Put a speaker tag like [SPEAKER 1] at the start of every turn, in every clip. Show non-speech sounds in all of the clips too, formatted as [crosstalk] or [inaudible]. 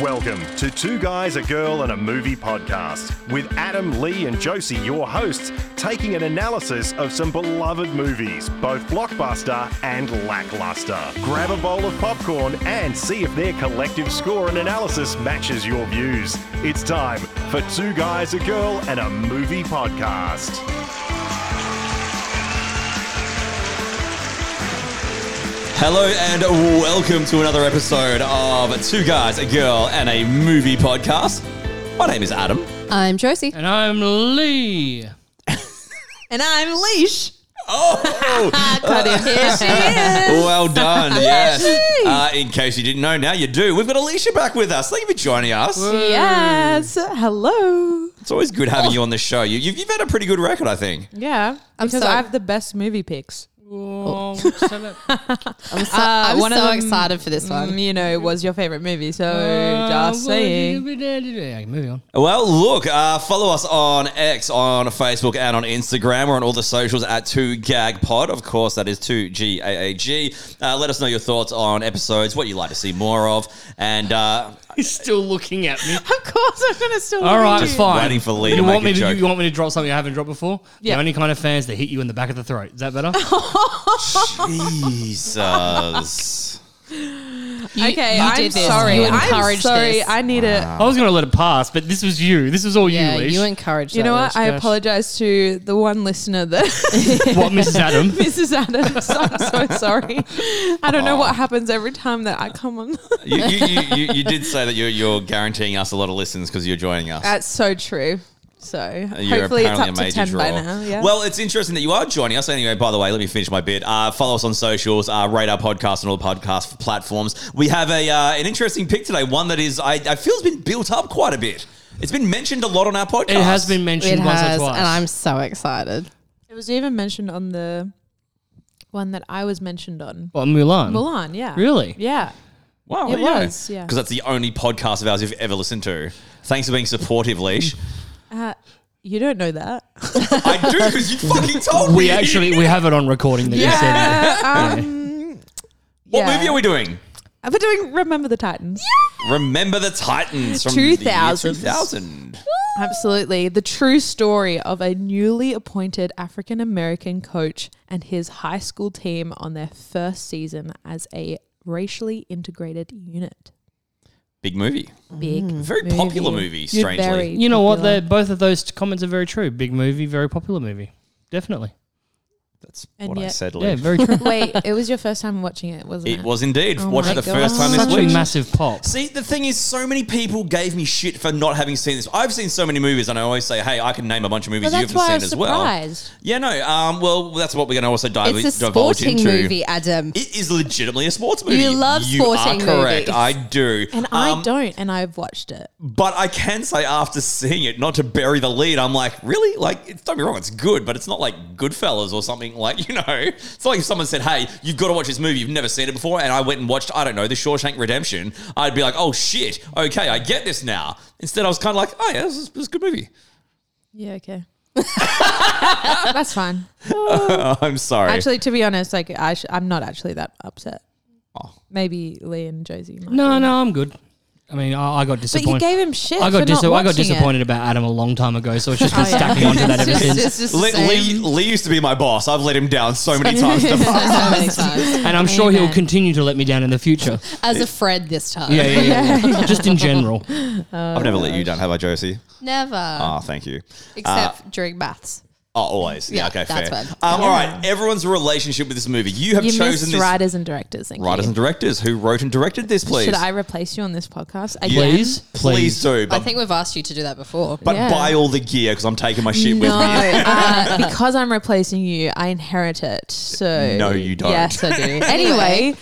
[SPEAKER 1] Welcome to Two Guys, a Girl, and a Movie podcast with Adam, Lee, and Josie, your hosts, taking an analysis of some beloved movies, both blockbuster and lackluster. Grab a bowl of popcorn and see if their collective score and analysis matches your views. It's time for Two Guys, a Girl, and a Movie podcast.
[SPEAKER 2] Hello and welcome to another episode of Two Guys, a Girl, and a Movie podcast. My name is Adam.
[SPEAKER 3] I'm Josie.
[SPEAKER 4] And I'm Lee.
[SPEAKER 3] And I'm Leash.
[SPEAKER 2] Oh,
[SPEAKER 3] [laughs] Cut it. Here she is.
[SPEAKER 2] well [laughs] done. Yes. Uh, in case you didn't know, now you do. We've got Alicia back with us. Thank you for joining us.
[SPEAKER 5] Yes. Hello.
[SPEAKER 2] It's always good having you on the show. You, you've, you've had a pretty good record, I think.
[SPEAKER 5] Yeah. because
[SPEAKER 3] so-
[SPEAKER 5] I have the best movie picks.
[SPEAKER 4] Oh, sell it.
[SPEAKER 3] I'm so,
[SPEAKER 5] Uh,
[SPEAKER 3] I'm
[SPEAKER 5] one of
[SPEAKER 3] so
[SPEAKER 5] them-
[SPEAKER 3] excited for this
[SPEAKER 5] Mm, Oh,
[SPEAKER 3] one.
[SPEAKER 5] you know, was your favorite movie. So
[SPEAKER 4] Uh,
[SPEAKER 5] just saying.
[SPEAKER 4] what did you do today? Okay, Moving on.
[SPEAKER 2] Well, look, uh, follow us on X, on Facebook, and on Instagram. We're on all the socials at 2GAGPod. Of course, that is 2GAAG. Uh, let us know your thoughts on episodes, what you'd like to see more of, and uh,
[SPEAKER 4] He's still looking at me.
[SPEAKER 5] Of course, I'm gonna still.
[SPEAKER 4] All
[SPEAKER 5] look at
[SPEAKER 4] right,
[SPEAKER 5] you.
[SPEAKER 4] fine.
[SPEAKER 2] waiting for Lee
[SPEAKER 4] you
[SPEAKER 2] to
[SPEAKER 4] want
[SPEAKER 2] make
[SPEAKER 4] me
[SPEAKER 2] a
[SPEAKER 4] to,
[SPEAKER 2] joke.
[SPEAKER 4] You want me to drop something I haven't dropped before?
[SPEAKER 5] Yeah.
[SPEAKER 4] The only kind of fans that hit you in the back of the throat. Is that better?
[SPEAKER 2] Jesus.
[SPEAKER 3] You-
[SPEAKER 5] Okay,
[SPEAKER 3] you
[SPEAKER 5] I'm
[SPEAKER 3] did this.
[SPEAKER 5] sorry.
[SPEAKER 3] You
[SPEAKER 5] I'm
[SPEAKER 3] encouraged
[SPEAKER 5] sorry.
[SPEAKER 3] this.
[SPEAKER 5] I need a.
[SPEAKER 4] I was going to let it pass, but this was you. This was all
[SPEAKER 3] yeah,
[SPEAKER 4] you, Leash.
[SPEAKER 3] you encouraged.
[SPEAKER 5] You know
[SPEAKER 3] that,
[SPEAKER 5] what? I
[SPEAKER 4] gosh.
[SPEAKER 5] apologize to the one listener that [laughs]
[SPEAKER 4] what, Mrs. Adam?
[SPEAKER 5] Mrs. Adams. I'm so sorry. I don't know what happens every time that I come [laughs] on.
[SPEAKER 2] You, you, you, you, you did say that you're, you're guaranteeing us a lot of listens because you're joining us.
[SPEAKER 5] That's so true. So
[SPEAKER 2] You're
[SPEAKER 5] Uh, hopefully
[SPEAKER 2] apparently
[SPEAKER 5] it's up
[SPEAKER 2] a
[SPEAKER 5] to
[SPEAKER 2] major
[SPEAKER 5] ten by
[SPEAKER 2] draw.
[SPEAKER 5] now. Yeah.
[SPEAKER 2] Well, it's interesting that you are joining us. Anyway, by the way, let me finish my bit. Uh, follow us on socials, uh, rate our podcast on all podcast platforms. We have a uh, an interesting pick today, one that is I, I feel has been built up quite a bit. It's been mentioned a lot on our podcast.
[SPEAKER 4] It has been
[SPEAKER 3] It
[SPEAKER 4] mentioned once
[SPEAKER 3] has,
[SPEAKER 4] or twice.
[SPEAKER 3] and I'm so excited.
[SPEAKER 5] it was even mentioned on the one that I was mentioned on.
[SPEAKER 4] Well, Mulan.
[SPEAKER 5] Mulan, yeah.
[SPEAKER 4] Really?
[SPEAKER 5] Yeah.
[SPEAKER 2] Wow,
[SPEAKER 5] It was, yeah.
[SPEAKER 2] Because that's the only podcast of ours you've ever listened to. Thanks for being supportive, Leash.
[SPEAKER 5] Uh, you don't know that.
[SPEAKER 4] Oh,
[SPEAKER 2] I do because you fucking told
[SPEAKER 4] We
[SPEAKER 2] me.
[SPEAKER 4] actually we have it on recording that you said that.
[SPEAKER 5] Uh, [laughs] um,
[SPEAKER 2] What
[SPEAKER 5] yeah.
[SPEAKER 2] movie are we doing?
[SPEAKER 5] We're doing Remember the Titans.
[SPEAKER 2] Remember the Titans from
[SPEAKER 5] 2000s.
[SPEAKER 2] Two thousand.
[SPEAKER 5] Absolutely. The true story of a newly appointed African American coach and his high school team on their first season as a racially integrated unit.
[SPEAKER 2] Big movie.
[SPEAKER 5] Big.
[SPEAKER 2] Very popular movie. Strangely.
[SPEAKER 5] Very
[SPEAKER 4] Mm. You know what?
[SPEAKER 5] popular.
[SPEAKER 4] They're- Both of those comments are very true. Big movie, very popular movie. Definitely.
[SPEAKER 2] That's
[SPEAKER 5] And
[SPEAKER 2] what I
[SPEAKER 5] yet-
[SPEAKER 2] said.
[SPEAKER 4] Yeah,
[SPEAKER 2] Leash.
[SPEAKER 4] very true.
[SPEAKER 5] Wait, it was your first time watching it, wasn't it?
[SPEAKER 2] It was indeed.
[SPEAKER 5] Oh
[SPEAKER 2] Watched
[SPEAKER 5] my
[SPEAKER 2] it the first time
[SPEAKER 5] God.
[SPEAKER 2] this
[SPEAKER 4] Such
[SPEAKER 2] week.
[SPEAKER 4] a massive pop.
[SPEAKER 2] See, the thing is, so many people gave me shit for not having seen this. I've seen so many movies, and I always say, "Hey, I can name a bunch of movies
[SPEAKER 5] Well,
[SPEAKER 2] you
[SPEAKER 5] that's
[SPEAKER 2] haven't
[SPEAKER 5] why I
[SPEAKER 2] seen
[SPEAKER 5] was
[SPEAKER 2] as
[SPEAKER 5] surprised.
[SPEAKER 2] well." Yeah, no. Um, well, that's what we're going to also dive,
[SPEAKER 3] it's a
[SPEAKER 2] divulge
[SPEAKER 3] sporting
[SPEAKER 2] into.
[SPEAKER 3] movie, Adam.
[SPEAKER 2] It is legitimately a sports movie.
[SPEAKER 3] love sporting
[SPEAKER 2] are correct.
[SPEAKER 3] movies.
[SPEAKER 2] I do.
[SPEAKER 5] And
[SPEAKER 2] Um,
[SPEAKER 5] I don't, and I've watched it.
[SPEAKER 2] But I can say after seeing it, not to bury the lead, I'm like, really? Like, it- don't be wrong, it's good, but it's not like Goodfellas or something like, [laughs] you know. It's not like if someone said, hey, you've got to watch this movie, you've never seen it before, and I went and watched, I don't know, The Shawshank Redemption, I'd be like, oh shit, okay, I get this now. Instead, I was kind of like, oh yeah, this is, this is a good movie. [laughs]
[SPEAKER 5] Yeah, okay. [laughs] That's fine.
[SPEAKER 2] I'm sorry.
[SPEAKER 5] Actually, to be honest, like I sh- I'm not actually that upset.
[SPEAKER 2] Oh.
[SPEAKER 5] Maybe Lee and Josie. Might
[SPEAKER 4] No, no, I'm good. I mean, I, I got
[SPEAKER 5] but you
[SPEAKER 4] disappointed.
[SPEAKER 5] gave him shit.
[SPEAKER 4] I got
[SPEAKER 5] for not
[SPEAKER 4] dis- I got
[SPEAKER 5] watching it.
[SPEAKER 4] disappointed about Adam a long time ago, so it's just been
[SPEAKER 5] Oh, yeah.
[SPEAKER 4] stacking onto
[SPEAKER 5] [laughs]
[SPEAKER 4] that
[SPEAKER 3] It's
[SPEAKER 4] ever
[SPEAKER 3] just-
[SPEAKER 4] since.
[SPEAKER 3] it's just the
[SPEAKER 2] Lee, Lee,
[SPEAKER 3] same.
[SPEAKER 2] Lee used to be my boss. I've let him down so
[SPEAKER 3] [laughs]
[SPEAKER 2] many times. in the past.
[SPEAKER 3] [laughs] So many times.
[SPEAKER 4] And I'm sure he'll
[SPEAKER 5] Amen.
[SPEAKER 4] continue to let me down in the
[SPEAKER 5] [laughs]
[SPEAKER 4] future.
[SPEAKER 3] As a Fred this time.
[SPEAKER 4] Yeah, yeah, yeah. yeah. just
[SPEAKER 2] [laughs]
[SPEAKER 4] in general.
[SPEAKER 2] [laughs] I've never let you down, have I, Josie?
[SPEAKER 3] Never.
[SPEAKER 2] Ah, thank you. Uh,
[SPEAKER 3] Except during baths.
[SPEAKER 2] Oh, always. Yeah,
[SPEAKER 3] Yeah,
[SPEAKER 2] okay,
[SPEAKER 3] that's
[SPEAKER 2] fair.
[SPEAKER 3] fine.
[SPEAKER 2] Um, All right, everyone's relationship with this movie. You have
[SPEAKER 5] You
[SPEAKER 2] chosen
[SPEAKER 5] missed
[SPEAKER 2] this.
[SPEAKER 5] writers and directors. Thank
[SPEAKER 2] writers
[SPEAKER 5] you.
[SPEAKER 2] and directors who wrote and directed this, please.
[SPEAKER 5] Should I replace you on this podcast again?
[SPEAKER 4] Please,
[SPEAKER 2] Please,
[SPEAKER 4] please.
[SPEAKER 2] do. But,
[SPEAKER 3] I think we've asked you to do that before.
[SPEAKER 2] but
[SPEAKER 5] yeah.
[SPEAKER 2] buy all the gear because I'm taking my shit
[SPEAKER 5] No,
[SPEAKER 2] with me. [laughs]
[SPEAKER 5] uh, because I'm replacing you, I inherit it. So
[SPEAKER 2] No, you don't. [laughs]
[SPEAKER 5] Yes, I do. anyway,
[SPEAKER 3] [laughs] Anyway.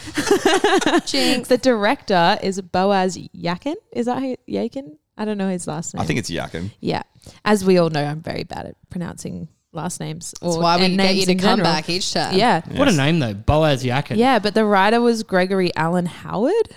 [SPEAKER 3] Jinx.
[SPEAKER 5] the director is Boaz Yakin. Is that who, Yakin? I don't know his last name.
[SPEAKER 2] I think it's Yakin.
[SPEAKER 5] Yeah. As we all know, I'm very bad at pronouncing last names. Or
[SPEAKER 3] That's why we
[SPEAKER 5] and
[SPEAKER 3] get
[SPEAKER 5] names
[SPEAKER 3] you to
[SPEAKER 5] in
[SPEAKER 3] come
[SPEAKER 5] general.
[SPEAKER 3] back each time.
[SPEAKER 5] Yeah.
[SPEAKER 4] What a name, though. Boaz Yakin.
[SPEAKER 5] Yeah, but the writer was Gregory Allen Howard.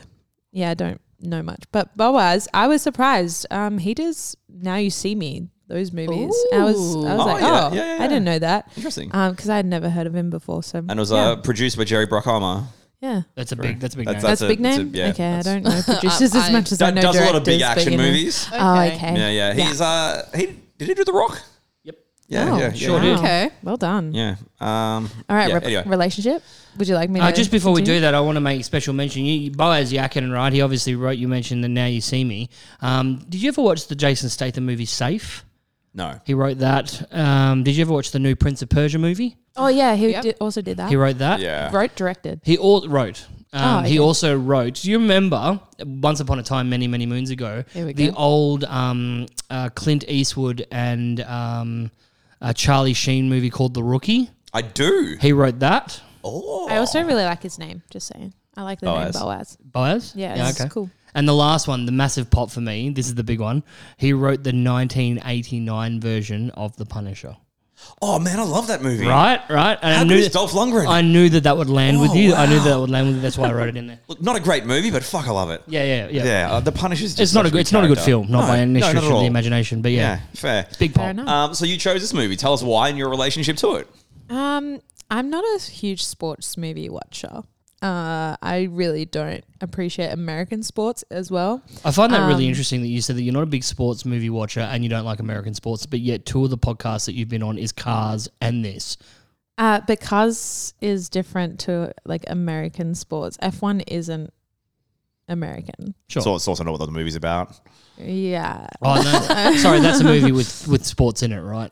[SPEAKER 5] Yeah, I don't know much. But Boaz, I was surprised. Um, he does Now You See Me, those movies. I was I
[SPEAKER 3] Ooh.
[SPEAKER 5] was like,
[SPEAKER 2] Oh, yeah,
[SPEAKER 5] oh,
[SPEAKER 2] yeah, yeah,
[SPEAKER 5] I didn't know that.
[SPEAKER 2] Interesting.
[SPEAKER 5] Um, because I had never heard of him before. So
[SPEAKER 2] and it was
[SPEAKER 5] yeah.
[SPEAKER 2] uh, produced by Jerry Bruckheimer.
[SPEAKER 5] Yeah.
[SPEAKER 4] That's a big. That's a big
[SPEAKER 2] That's-
[SPEAKER 4] name.
[SPEAKER 5] That's, a big
[SPEAKER 2] that's a-
[SPEAKER 5] name.
[SPEAKER 2] yeah,
[SPEAKER 5] okay, I
[SPEAKER 2] that's- [laughs]
[SPEAKER 5] don't know producers as
[SPEAKER 3] I-
[SPEAKER 5] much as I
[SPEAKER 2] Does,
[SPEAKER 5] know
[SPEAKER 2] does a
[SPEAKER 5] directors.
[SPEAKER 2] lot of big
[SPEAKER 5] but,
[SPEAKER 2] action
[SPEAKER 5] you know.
[SPEAKER 2] movies.
[SPEAKER 5] Oh,
[SPEAKER 3] Okay.
[SPEAKER 5] okay.
[SPEAKER 2] Yeah, yeah. He's uh, he did he do the Rock?
[SPEAKER 4] Yep.
[SPEAKER 2] Yeah,
[SPEAKER 5] Oh,
[SPEAKER 2] yeah, yeah,
[SPEAKER 4] sure
[SPEAKER 5] wow.
[SPEAKER 2] yeah.
[SPEAKER 4] did.
[SPEAKER 3] Okay.
[SPEAKER 5] Well done.
[SPEAKER 2] Yeah. Um,
[SPEAKER 5] All right.
[SPEAKER 2] Yeah,
[SPEAKER 5] re-
[SPEAKER 2] anyway.
[SPEAKER 5] Relationship. Would you like me? to
[SPEAKER 4] Uh, just before we
[SPEAKER 5] continue?
[SPEAKER 4] do that, I want to make special mention. You, Boaz Yakin, right? He obviously wrote. You mentioned the Now You See Me. Um, did you ever watch the Jason Statham movie Safe?
[SPEAKER 2] No.
[SPEAKER 4] He wrote that. Um, did you ever watch the new Prince of Persia movie?
[SPEAKER 5] Oh yeah, he
[SPEAKER 3] Yep.
[SPEAKER 5] did, also did that.
[SPEAKER 4] He wrote that.
[SPEAKER 2] Yeah.
[SPEAKER 5] Wrote, directed.
[SPEAKER 4] He all wrote. Um,
[SPEAKER 5] Oh, okay.
[SPEAKER 4] He also wrote. Do you remember once upon a time, many many moons ago,
[SPEAKER 3] Here we
[SPEAKER 4] the
[SPEAKER 3] go.
[SPEAKER 4] old um, uh, Clint Eastwood and um, uh, Charlie Sheen movie called The Rookie?
[SPEAKER 2] I do.
[SPEAKER 4] He wrote that.
[SPEAKER 2] Oh.
[SPEAKER 5] I also really like his name. Just saying, I like the
[SPEAKER 2] Boaz.
[SPEAKER 5] name Boaz.
[SPEAKER 4] Boaz.
[SPEAKER 5] Yeah,
[SPEAKER 4] Yeah.
[SPEAKER 5] it's
[SPEAKER 4] Okay.
[SPEAKER 5] cool.
[SPEAKER 4] And the last one, the massive pop for me. This is the big one. He wrote the 1989 version of The Punisher.
[SPEAKER 2] Oh man, I love that movie.
[SPEAKER 4] Right. Right. And
[SPEAKER 2] How
[SPEAKER 4] I
[SPEAKER 2] good
[SPEAKER 4] knew
[SPEAKER 2] is Dolph Lundgren?
[SPEAKER 4] I knew that that would land with
[SPEAKER 2] Oh,
[SPEAKER 4] you. I knew
[SPEAKER 2] wow.
[SPEAKER 4] that would land with you. That's why I wrote it in there.
[SPEAKER 2] Look, not a great movie, but fuck, I love it.
[SPEAKER 4] Yeah. Yeah.
[SPEAKER 2] [laughs]
[SPEAKER 4] Yeah.
[SPEAKER 2] Yeah, uh, The Punisher's. Just
[SPEAKER 4] It's not
[SPEAKER 2] such
[SPEAKER 4] a good. It's not a good
[SPEAKER 2] character.
[SPEAKER 4] film. Not
[SPEAKER 2] No,
[SPEAKER 4] by any
[SPEAKER 2] no,
[SPEAKER 4] stretch
[SPEAKER 2] not at
[SPEAKER 4] of the
[SPEAKER 2] all.
[SPEAKER 4] imagination. But
[SPEAKER 2] Yeah,
[SPEAKER 4] yeah.
[SPEAKER 2] fair.
[SPEAKER 4] It's big
[SPEAKER 5] Fair
[SPEAKER 4] pop.
[SPEAKER 5] enough.
[SPEAKER 2] Um, so you chose this movie. Tell us why and your relationship to it.
[SPEAKER 5] Um, I'm not a huge sports movie watcher. Uh, I really don't appreciate American sports as well.
[SPEAKER 4] I find that
[SPEAKER 5] Um,
[SPEAKER 4] really interesting that you said that you're not a big sports movie watcher and you don't like American sports, but yet two of the podcasts that you've been on is Cars and this.
[SPEAKER 5] Uh, because is different to like American sports. F1 isn't American.
[SPEAKER 4] Sure.
[SPEAKER 2] So it's also not what the movie's about.
[SPEAKER 5] Yeah,
[SPEAKER 4] [laughs] Oh no! Sorry, that's a movie with with sports in it, right?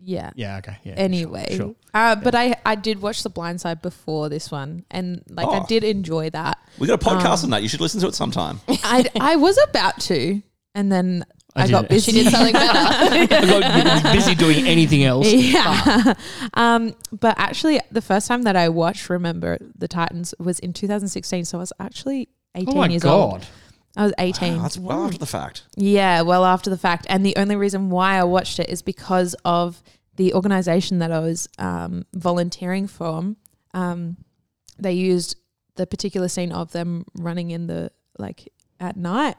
[SPEAKER 5] yeah.
[SPEAKER 4] Yeah. Okay. Yeah.
[SPEAKER 5] Anyway,
[SPEAKER 4] Sure.
[SPEAKER 5] Uh, but I I did watch The Blind Side before this one, and like
[SPEAKER 2] Oh.
[SPEAKER 5] I did
[SPEAKER 4] [laughs]
[SPEAKER 5] enjoy that.
[SPEAKER 2] We got a
[SPEAKER 5] Um,
[SPEAKER 2] podcast on that. You should listen to it sometime.
[SPEAKER 5] I I was about to, and then
[SPEAKER 4] I
[SPEAKER 5] I,
[SPEAKER 4] did
[SPEAKER 5] got
[SPEAKER 4] it. She
[SPEAKER 5] busy.
[SPEAKER 3] She did
[SPEAKER 5] [laughs]
[SPEAKER 3] something better.
[SPEAKER 4] I got busy doing anything else.
[SPEAKER 5] Yeah. [laughs] um, but actually, the first time that I watched Remember the Titans was in 2016. So I was actually 18
[SPEAKER 4] Oh my
[SPEAKER 5] years
[SPEAKER 4] god!
[SPEAKER 5] old. I was 18.
[SPEAKER 2] Wow, Oh, that's well after the fact.
[SPEAKER 5] yeah, well after the fact. And the only reason why I watched it is because of the organization that I was um, volunteering for. Um, they used the particular scene of them running in the, like, at night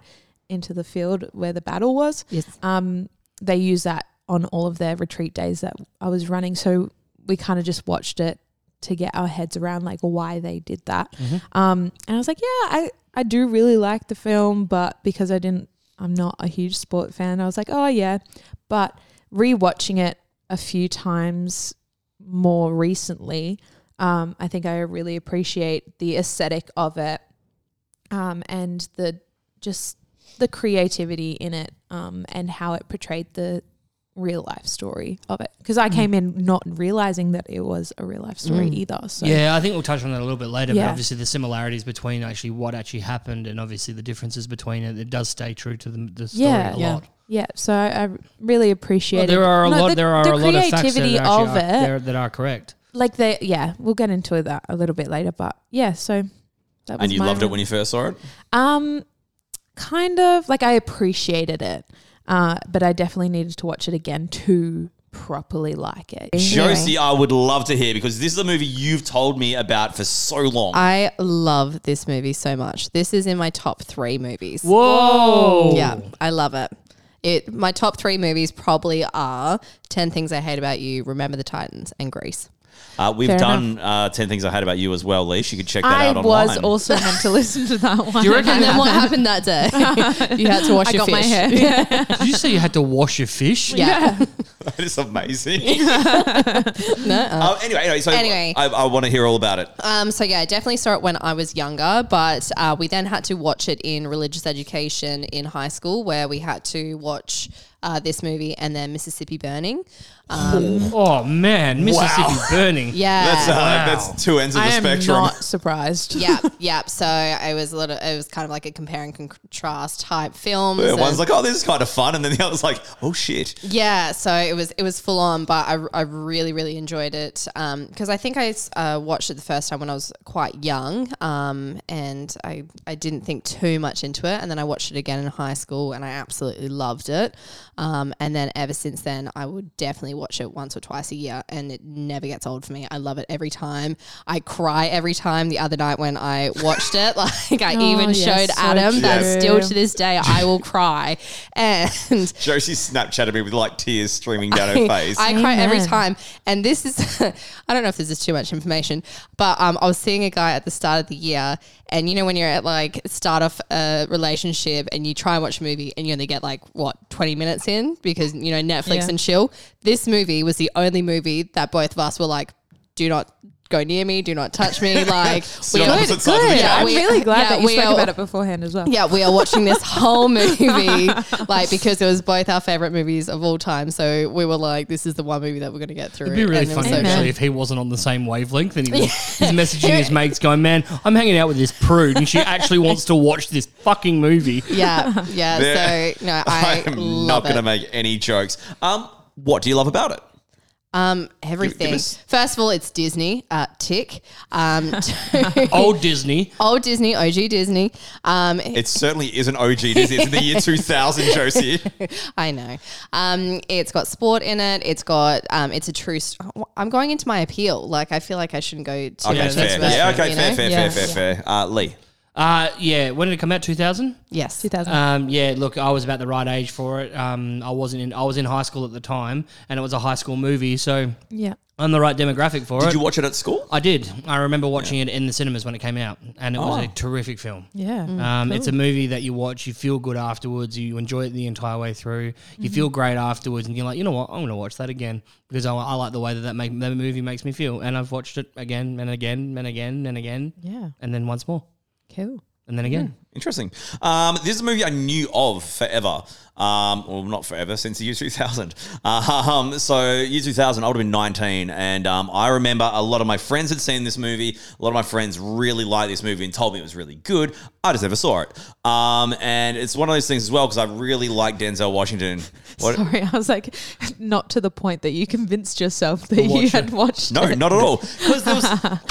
[SPEAKER 5] into the field where the battle was
[SPEAKER 3] yes.
[SPEAKER 5] um, they use that on all of their retreat days that I was running. So we kind of just watched it to get our heads around like why they did that. Um, and I was like, yeah, I, I do really like the film, but because I didn't, I'm not a huge sport fan. I was like, oh yeah, but rewatching it a few times more recently, um, I think I really appreciate the aesthetic of it um, and the just the creativity in it um, and how it portrayed the real life story of it. Because I came in not realizing that it was a real life story either. So
[SPEAKER 4] Yeah, I think we'll touch on that a little bit later. But
[SPEAKER 5] Yeah.
[SPEAKER 4] obviously, the similarities between actually what actually happened and obviously the differences between it, it does stay true to the, the story
[SPEAKER 5] Yeah.
[SPEAKER 4] a
[SPEAKER 5] Yeah.
[SPEAKER 4] lot.
[SPEAKER 5] Yeah, so I, I really appreciate
[SPEAKER 4] Well,
[SPEAKER 5] it.
[SPEAKER 4] there are a
[SPEAKER 5] No,
[SPEAKER 4] lot.
[SPEAKER 5] the-
[SPEAKER 4] there are
[SPEAKER 5] the
[SPEAKER 4] a lot of facts that
[SPEAKER 5] creativity
[SPEAKER 4] are, actually
[SPEAKER 5] of
[SPEAKER 4] are-
[SPEAKER 5] it.
[SPEAKER 4] there- that are correct.
[SPEAKER 5] Like they, yeah, we'll get into that a little bit later. But yeah, so that was
[SPEAKER 2] And you
[SPEAKER 5] my
[SPEAKER 2] loved it
[SPEAKER 5] rem-
[SPEAKER 2] when you first saw it.
[SPEAKER 5] Um, kind of like I appreciated it, uh, but I definitely needed to watch it again to properly like it.
[SPEAKER 2] Josie, I would love to hear because this is a movie you've told me about for so long.
[SPEAKER 5] Uh,
[SPEAKER 3] I love this movie so much. This is in my top three movies.
[SPEAKER 4] Whoa!
[SPEAKER 3] Yeah, I love it. It my top three movies probably are Ten Things I Hate About You, Remember the Titans, and Grease.
[SPEAKER 2] uh, we've
[SPEAKER 5] Fair
[SPEAKER 2] done uh, 10 Things I Had About You as well, Leash. You could check that
[SPEAKER 5] I
[SPEAKER 2] out online.
[SPEAKER 5] was also meant to listen to that one.
[SPEAKER 4] Do you reckon
[SPEAKER 3] And then what happened that day? [laughs] you had to wash
[SPEAKER 5] I
[SPEAKER 3] your
[SPEAKER 5] got
[SPEAKER 3] fish. [laughs]
[SPEAKER 5] my hair. Yeah.
[SPEAKER 4] Did you say you had to wash your fish?
[SPEAKER 3] Yeah.
[SPEAKER 2] [laughs] that is
[SPEAKER 5] [laughs]
[SPEAKER 2] amazing.
[SPEAKER 5] uh.
[SPEAKER 3] No,
[SPEAKER 2] um, anyway, anyway, so
[SPEAKER 3] Anyway.
[SPEAKER 2] I, I want to hear all about it.
[SPEAKER 5] Uh,
[SPEAKER 3] Um, so yeah, I definitely saw it when I was younger, but uh, we then had to watch it in religious education in high school, where we had to watch uh, this movie and then Mississippi Burning. Um,
[SPEAKER 4] Oh man, Mississippi burning.
[SPEAKER 3] yeah,
[SPEAKER 2] That's, uh,
[SPEAKER 4] Wow.
[SPEAKER 2] that's two ends of the
[SPEAKER 5] I am
[SPEAKER 2] spectrum.
[SPEAKER 5] not surprised.
[SPEAKER 3] yeah, yeah. So it was a little, it was kind of like a compare and contrast type film.
[SPEAKER 2] Yeah,
[SPEAKER 3] So-
[SPEAKER 2] one's like, oh, this is kind of fun. And then the other's like, oh, shit.
[SPEAKER 3] Yeah, so it was it was full on, but I, I really really enjoyed it because I think I uh, watched it the first time when I was quite young, um, and I I didn't think too much into it, and then I watched it again in high school, and I absolutely loved it, um, and then ever since then I would definitely watch it once or twice a year and it never gets old for me. I love it every time. I cry every time. The other night when I watched it, [laughs] like I
[SPEAKER 5] Oh,
[SPEAKER 3] even
[SPEAKER 5] yes,
[SPEAKER 3] showed
[SPEAKER 5] so
[SPEAKER 3] Adam that
[SPEAKER 5] true.
[SPEAKER 3] still to this day I will cry. And
[SPEAKER 2] Josie Snapchatted me with like tears streaming down
[SPEAKER 3] [laughs]
[SPEAKER 2] her face.
[SPEAKER 3] I cry every
[SPEAKER 5] Amen.
[SPEAKER 3] time. And this is, [laughs] I don't know if this is too much information, but um, I was seeing a guy at the start of the year. And you know, when you're at like start off a relationship and you try and watch a movie and you only get like what, 20 minutes in because, you know, Netflix
[SPEAKER 5] Yeah.
[SPEAKER 3] and chill. This movie was the only movie that both of us were like, do not go near me, do not
[SPEAKER 2] [laughs]
[SPEAKER 3] touch me. Like,
[SPEAKER 2] on opposite sides of the couch.
[SPEAKER 5] I'm
[SPEAKER 3] we-
[SPEAKER 5] really glad
[SPEAKER 3] yeah,
[SPEAKER 5] that you
[SPEAKER 3] we
[SPEAKER 5] spoke
[SPEAKER 3] are-
[SPEAKER 5] about it beforehand as well.
[SPEAKER 3] yeah, we are watching this whole movie, like because it was both our favorite movies of all time. So we were like, this is the one movie that we're going to get through.
[SPEAKER 4] It'd be really
[SPEAKER 3] And it was
[SPEAKER 4] funny
[SPEAKER 3] so
[SPEAKER 4] actually
[SPEAKER 3] good.
[SPEAKER 4] if he wasn't on the same wavelength and he
[SPEAKER 5] [laughs]
[SPEAKER 4] was he's messaging his mates going, "Man, I'm hanging out with this prude and she actually wants to watch this fucking movie."
[SPEAKER 3] Yeah, yeah.
[SPEAKER 2] There- [laughs]
[SPEAKER 3] So no, I
[SPEAKER 2] am not
[SPEAKER 3] love
[SPEAKER 2] going to
[SPEAKER 3] it.
[SPEAKER 2] make any jokes. Um, what do you love about it?
[SPEAKER 3] um everything.
[SPEAKER 2] us-
[SPEAKER 3] First of all, it's Disney. Uh, tick.
[SPEAKER 4] [laughs]
[SPEAKER 3] Um,
[SPEAKER 4] Old Disney.
[SPEAKER 3] [laughs] old Disney, OG Disney. Um, [laughs]
[SPEAKER 2] It certainly isn't OG. It is in the year 2000, Josie.
[SPEAKER 3] I know. Um, it's got sport in it. It's got. Um, it's a true. St- I'm going into my appeal. Like I feel like I shouldn't go too.
[SPEAKER 2] Okay,
[SPEAKER 3] much into
[SPEAKER 2] fair.
[SPEAKER 3] it,
[SPEAKER 2] Yeah, okay,
[SPEAKER 3] you
[SPEAKER 2] fair,
[SPEAKER 3] know?
[SPEAKER 2] fair,
[SPEAKER 5] Yeah.
[SPEAKER 2] fair, fair, fair. Uh, Lee.
[SPEAKER 4] Uh yeah, when did it come out? 2000?
[SPEAKER 3] Yes.
[SPEAKER 5] 2000.
[SPEAKER 4] Um, yeah, look, I was about the right age for it. Um, I wasn't in I was in high school at the time and it was a high school movie, so
[SPEAKER 5] yeah.
[SPEAKER 4] I'm the right demographic for
[SPEAKER 2] Did
[SPEAKER 4] it.
[SPEAKER 2] you watch it at school?
[SPEAKER 4] I did. I remember watching it in the cinemas when it came out and it was
[SPEAKER 2] Oh.
[SPEAKER 4] a terrific film.
[SPEAKER 5] Yeah.
[SPEAKER 2] Mm.
[SPEAKER 4] Um, It's a movie that you watch, you feel good afterwards, you enjoy it the entire way through,
[SPEAKER 2] Mm-hmm.
[SPEAKER 4] you feel great afterwards, and you're like, you know what, I'm going to watch that again because I, I like the way that that, make, that movie makes me feel. And I've watched it again and again and again and again,
[SPEAKER 5] Yeah.
[SPEAKER 4] and then once more,
[SPEAKER 5] Cool.
[SPEAKER 4] and then
[SPEAKER 2] Mm.
[SPEAKER 4] again.
[SPEAKER 2] Interesting. Um, this is a movie I knew of forever. Um, well, not forever, since the year 2000. Um, so, year 2000, I would have been 19. And um, I remember a lot of my friends had seen this movie. A lot of my friends really liked this movie and told me it was really good. I just never saw it. Um, and it's one of those things as well, because I really like Denzel Washington. What?
[SPEAKER 5] Sorry, [laughs] I was like, not to the point that you convinced yourself that
[SPEAKER 4] watch
[SPEAKER 5] you
[SPEAKER 4] it.
[SPEAKER 5] had watched
[SPEAKER 2] No,
[SPEAKER 5] it.
[SPEAKER 2] not at
[SPEAKER 4] [laughs]
[SPEAKER 2] all. 'Cause there was,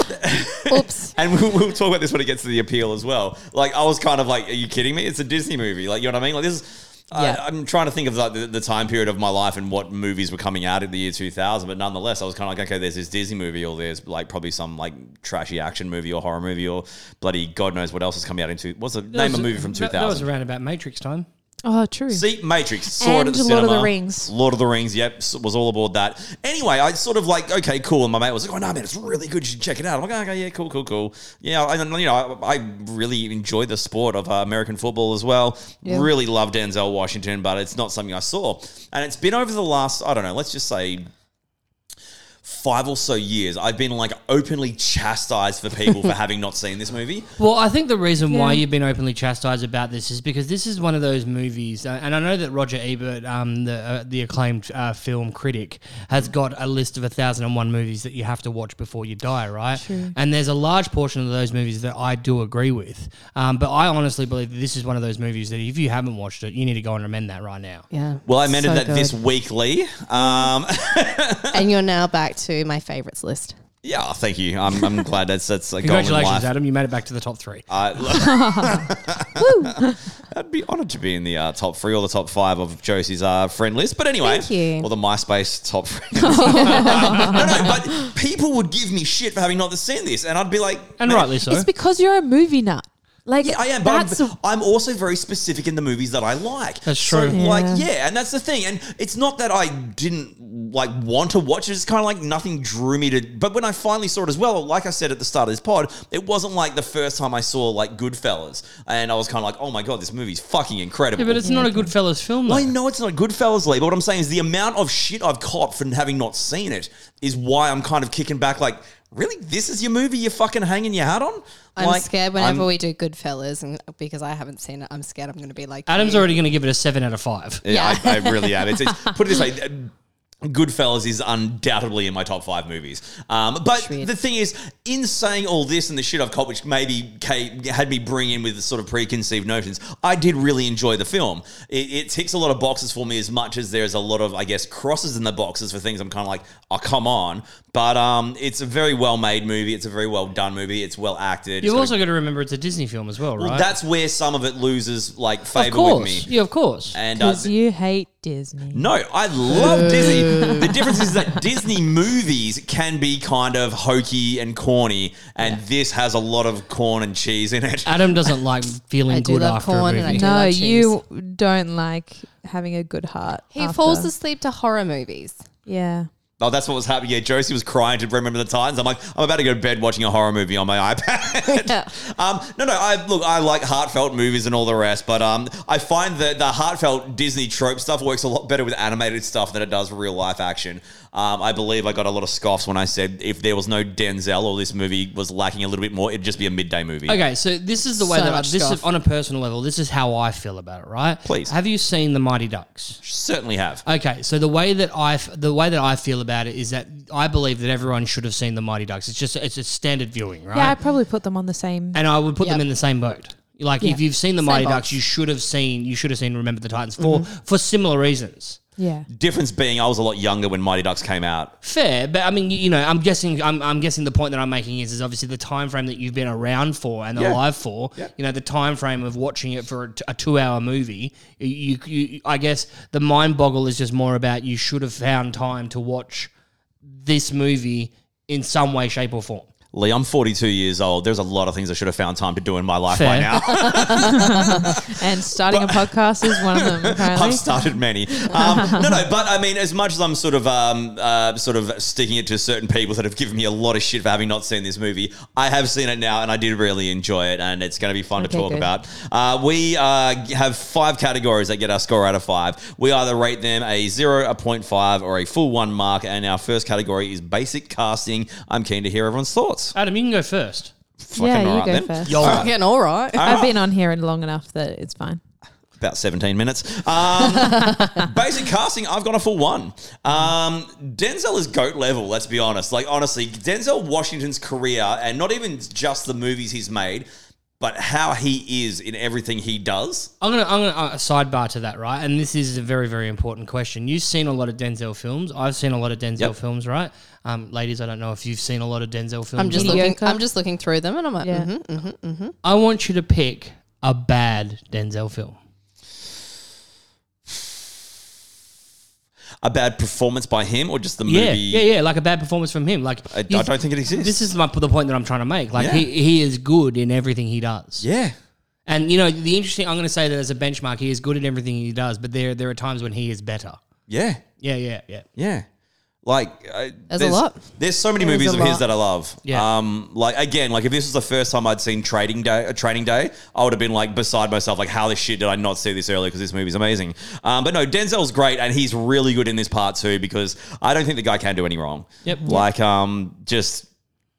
[SPEAKER 3] Oops.
[SPEAKER 2] [laughs] and we'll, we'll talk about this when it gets to the appeal as well. Like I was kind of like, are you kidding me? It's a Disney movie. Like you know what I mean? Like this. Is,
[SPEAKER 5] Yeah.
[SPEAKER 2] I, I'm trying to think of like the, the time period of my life and what movies were coming out in the year 2000, but nonetheless, I was kind of like, okay, there's this Disney movie, or there's like probably some like trashy action movie or horror movie, or bloody God knows what else is coming out into. What's the name of a movie from
[SPEAKER 4] That- That was
[SPEAKER 2] 2000?
[SPEAKER 4] around about Matrix time.
[SPEAKER 5] Oh, true.
[SPEAKER 2] See, Matrix, saw it at
[SPEAKER 5] And
[SPEAKER 2] the
[SPEAKER 5] Lord of the
[SPEAKER 2] cinema.
[SPEAKER 5] Rings.
[SPEAKER 2] Lord of the Rings, yep, s- was all aboard that. Anyway, I sort of like, okay, cool. And my mate was like, oh, no, man, it's really good. You should check it out. I'm like, okay, yeah, cool, cool, cool. Yeah, I, you know, I, I really enjoy the sport of uh, American football as well. Really love Denzel Washington, but it's not something I saw. And it's been over the last, I don't know, let's just say five or so years, I've been like openly chastised for people
[SPEAKER 5] [laughs]
[SPEAKER 2] for having not seen this movie.
[SPEAKER 4] Well, I think the reason why
[SPEAKER 5] Yeah.
[SPEAKER 4] you've been openly chastised about this is because this is one of those movies, uh, and I know that Roger Ebert, um, the uh, the acclaimed uh, film critic, has got a list of thousand and one movies that you have to watch before you die, right? And there's a large portion of those movies that I do agree with, um, but I honestly believe that this is one of those movies that if you haven't watched it, you need to go and amend that right now.
[SPEAKER 3] Yeah.
[SPEAKER 2] Well, I amended
[SPEAKER 3] So
[SPEAKER 2] that this
[SPEAKER 3] good.
[SPEAKER 2] weekly. Um,
[SPEAKER 3] and you're now back to my favorites list.
[SPEAKER 2] Yeah, thank you. I'm, I'm glad that's that's a goal in
[SPEAKER 4] Congratulations,
[SPEAKER 2] life.
[SPEAKER 4] Adam! You made it back to the top three.
[SPEAKER 2] Uh,
[SPEAKER 3] [laughs]
[SPEAKER 2] [laughs] I'd be honoured to be in the uh, top three or the top five of Josie's uh, friend list. But anyway,
[SPEAKER 3] Thank you.
[SPEAKER 2] or the MySpace top
[SPEAKER 3] [laughs]
[SPEAKER 2] friend. list. [laughs] no, no, but people would give me shit for having not seen this, and I'd be like,
[SPEAKER 4] And
[SPEAKER 2] "Man,
[SPEAKER 4] rightly so.
[SPEAKER 5] It's because you're a movie nut. Like
[SPEAKER 2] yeah, I am, but
[SPEAKER 5] that's
[SPEAKER 2] I'm, I'm also very specific in the movies that I like.
[SPEAKER 4] That's
[SPEAKER 2] So,
[SPEAKER 4] true.
[SPEAKER 2] Like,
[SPEAKER 5] Yeah.
[SPEAKER 2] yeah, and that's the thing. And it's not that I didn't like want to watch it. It's kind of like nothing drew me to. But when I finally saw it as well, like I said at the start of this pod, it wasn't like the first time I saw like Goodfellas, and I was kind of like, oh my god, this movie's fucking incredible.
[SPEAKER 4] Yeah, but it's not a good fellas film. Though.
[SPEAKER 2] I know it's not Goodfellas Lee, but what I'm saying is the amount of shit I've caught from having not seen it is why I'm kind of kicking back. Like, really, this is your movie you're fucking hanging your hat on?
[SPEAKER 3] I'm
[SPEAKER 2] Like,
[SPEAKER 3] scared whenever
[SPEAKER 2] I'm-
[SPEAKER 3] we do Goodfellas, and uh, because I haven't seen it, I'm scared I'm going to be like
[SPEAKER 4] Adam's
[SPEAKER 3] you.
[SPEAKER 4] already going to give it a seven out of five.
[SPEAKER 2] Yeah, I, I really am.
[SPEAKER 4] [laughs]
[SPEAKER 2] It's, it's, put it this way. uh, Goodfellas is undoubtedly in my top five movies. Um, but
[SPEAKER 3] Shit.
[SPEAKER 2] the thing is, in saying all this and the shit I've caught, which maybe Kate had me bring in with the sort of preconceived notions, I did really enjoy the film. It, it ticks a lot of boxes for me as much as there's a lot of, I guess, crosses in the boxes for things I'm kind of like, oh, come on. But um, it's a very well made movie. It's a very well done movie. It's well acted. It's
[SPEAKER 4] You've
[SPEAKER 2] got a-
[SPEAKER 4] also got to remember it's a Disney film as well, right?
[SPEAKER 2] That's where some of it loses like
[SPEAKER 4] of
[SPEAKER 2] favor with
[SPEAKER 4] course.
[SPEAKER 2] me.
[SPEAKER 4] Yeah, of course.
[SPEAKER 2] And uh,
[SPEAKER 5] [laughs] because you hate Disney.
[SPEAKER 2] No, I love Disney. The difference is that Disney movies can be kind of hokey and corny, and this has a lot of corn and cheese in it.
[SPEAKER 4] Adam doesn't like feeling
[SPEAKER 3] I do
[SPEAKER 4] good
[SPEAKER 3] love
[SPEAKER 4] after
[SPEAKER 3] corn
[SPEAKER 4] a
[SPEAKER 3] and I
[SPEAKER 4] movie.
[SPEAKER 3] do-
[SPEAKER 5] No,
[SPEAKER 3] like
[SPEAKER 5] you don't like having a good heart.
[SPEAKER 3] He
[SPEAKER 5] after.
[SPEAKER 3] falls asleep to horror movies.
[SPEAKER 2] [laughs]
[SPEAKER 3] [laughs]
[SPEAKER 5] Yeah.
[SPEAKER 2] Oh, that's what was happening. Yeah, Josie was crying to remember the Titans. I'm like, I'm about to go to bed watching a horror movie on my iPad. [laughs] Um, no, no. I look. I like heartfelt movies and all the rest, but um, I find that the heartfelt Disney trope stuff works a lot better with animated stuff than it does real life action. Um, I believe I got a lot of scoffs when I said if there was no Denzel or this movie was lacking a little bit more, it'd just be a midday movie.
[SPEAKER 4] Okay, so this is the way
[SPEAKER 3] So
[SPEAKER 4] that I,
[SPEAKER 3] much
[SPEAKER 4] this is,
[SPEAKER 3] stuff.
[SPEAKER 4] on a personal level. This is how I feel about it, right?
[SPEAKER 2] Please.
[SPEAKER 4] Have you seen the Mighty Ducks?
[SPEAKER 2] Certainly have.
[SPEAKER 4] Okay, so the way that I f- the way that I feel about it is that I believe that everyone should have seen the Mighty Ducks. It's just it's a standard viewing, right?
[SPEAKER 5] Yeah, I probably put them on the same.
[SPEAKER 4] and I would put them
[SPEAKER 3] Yep.
[SPEAKER 4] in the same boat. Like
[SPEAKER 5] Yeah.
[SPEAKER 4] if you've seen the Mighty
[SPEAKER 3] boat. Mm-hmm.
[SPEAKER 4] Ducks, you should have seen you should have seen Remember the Titans for for similar reasons.
[SPEAKER 5] [laughs] Yeah.
[SPEAKER 2] Difference being, I was a lot younger when Mighty Ducks came out.
[SPEAKER 4] Fair, but I mean, you, you know, I'm guessing I'm, I'm guessing the point that I'm making is is obviously the time frame that you've been around for and
[SPEAKER 2] Yeah.
[SPEAKER 4] alive for. You know, the time frame of watching it for a t- a two hour movie. You, you, I guess the mind boggle is just more about you should have found time to watch this movie in some way, shape, or form.
[SPEAKER 2] Lee, I'm 42 years old. There's a lot of things I should have found time to do in my life
[SPEAKER 4] Fair.
[SPEAKER 2] by now.
[SPEAKER 5] And starting a podcast is one
[SPEAKER 2] [laughs]
[SPEAKER 5] of them, apparently.
[SPEAKER 2] I've started many. Um, no, no, but I mean, as much as I'm sort of, um, uh, sort of sticking it to certain people that have given me a lot of shit for having not seen this movie, I have seen it now, and I did really enjoy it, and it's going to be fun to
[SPEAKER 5] Okay,
[SPEAKER 2] talk
[SPEAKER 5] good.
[SPEAKER 2] about. Uh, we uh, g- have five categories that get our score out of five. We either rate them a zero, a point five, or a full one mark, and our first category is basic casting. I'm keen to hear everyone's thoughts.
[SPEAKER 4] Adam, you can go first.
[SPEAKER 2] Fucking
[SPEAKER 5] Yeah, you
[SPEAKER 2] alright
[SPEAKER 5] go
[SPEAKER 2] then. uh,
[SPEAKER 5] first.
[SPEAKER 4] Yo,
[SPEAKER 3] Fucking all right.
[SPEAKER 5] I've been on here long enough that it's fine.
[SPEAKER 2] about 17 minutes. Um, basic casting, I've gone a full one. Um, Denzel is goat level, let's be honest. Like, honestly, Denzel Washington's career, and not even just the movies he's made, but how he is in everything he does.
[SPEAKER 4] I'm gonna I'm gonna uh, sidebar to that, right? And this is a very very important question. You've seen a lot of Denzel films. I've seen a lot of Denzel
[SPEAKER 2] Yep.
[SPEAKER 4] films, right? Um, ladies, I don't know if you've seen a lot of Denzel films.
[SPEAKER 3] I'm just
[SPEAKER 4] or not.
[SPEAKER 3] looking.
[SPEAKER 5] Mediocre.
[SPEAKER 3] I'm just looking through them, and I'm like,
[SPEAKER 5] Yeah.
[SPEAKER 3] mhm.
[SPEAKER 4] I want you to pick a bad Denzel film.
[SPEAKER 2] A bad performance by him, or just the
[SPEAKER 4] Yeah,
[SPEAKER 2] movie.
[SPEAKER 4] yeah, yeah. Like a bad performance from him. Like
[SPEAKER 2] I, I
[SPEAKER 4] you-
[SPEAKER 2] don't think it exists.
[SPEAKER 4] This is my, the point that I'm trying to make. Like he, he is good in everything he does.
[SPEAKER 2] yeah.
[SPEAKER 4] And you know the interesting. I'm going to say that as a benchmark, he is good in everything he does. But there there are times when he is better.
[SPEAKER 2] Yeah.
[SPEAKER 4] Yeah, yeah, yeah.
[SPEAKER 2] Yeah. Like I,
[SPEAKER 3] There's a lot.
[SPEAKER 2] There's so many
[SPEAKER 3] There's
[SPEAKER 2] movies
[SPEAKER 3] a
[SPEAKER 2] of his
[SPEAKER 3] lot.
[SPEAKER 2] that I love.
[SPEAKER 4] Yeah.
[SPEAKER 2] Um. Like again, like if this was the first time I'd seen Trading Day, a Training Day, I would have been like beside myself. Like how the shit did I not see this earlier? Because this movie's amazing. Um. But no, Denzel's great and he's really good in this part too because I don't think the guy can do any wrong.
[SPEAKER 4] Yep.
[SPEAKER 2] Like um. Just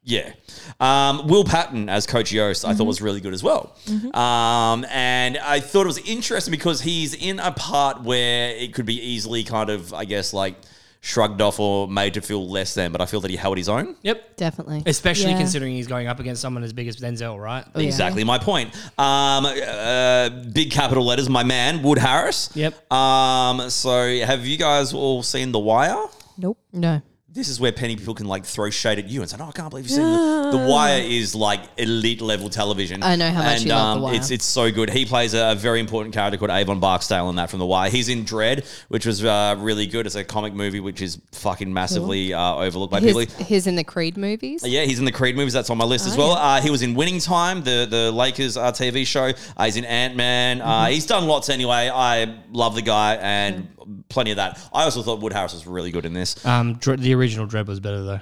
[SPEAKER 2] yeah. Um, Will Patton as Coach Yost,
[SPEAKER 4] Mm-hmm.
[SPEAKER 2] I thought was really good as well. Um, and I thought it was interesting because he's in a part where it could be easily kind of, I guess, like shrugged off or made to feel less than, but I feel that he held his own.
[SPEAKER 4] Yep.
[SPEAKER 3] definitely.
[SPEAKER 4] Especially
[SPEAKER 5] Yeah.
[SPEAKER 4] considering he's going up against someone as big as Denzel, right?
[SPEAKER 3] Yeah.
[SPEAKER 2] Exactly my point. Um, uh, big capital letters, my man, Wood Harris.
[SPEAKER 4] Yep.
[SPEAKER 2] Um, so have you guys all seen The Wire?
[SPEAKER 5] Nope.
[SPEAKER 3] No.
[SPEAKER 2] This is where penny people can like throw shade at you and say, "No, I can't believe you've seen the, the Wire." Is like elite level television.
[SPEAKER 3] Ah. I know how much
[SPEAKER 2] and, um,
[SPEAKER 3] you love The Wire.
[SPEAKER 2] It's it's so good. He plays a, a very important character called Avon Barksdale in that from The Wire. He's in Dread, which was uh, really good. It's a comic movie which is fucking massively uh, overlooked by people.
[SPEAKER 3] He's, he's in the Creed movies.
[SPEAKER 2] Uh, Yeah, he's in the Creed movies. That's on my list as well. Uh, he was in Winning Time, the the Lakers uh, TV show. Uh, he's in Ant Man. Uh, he's done lots anyway. I love the guy and plenty of that. I also thought Wood Harris was really good in this.
[SPEAKER 4] Um, Dre- the original Dread was better though.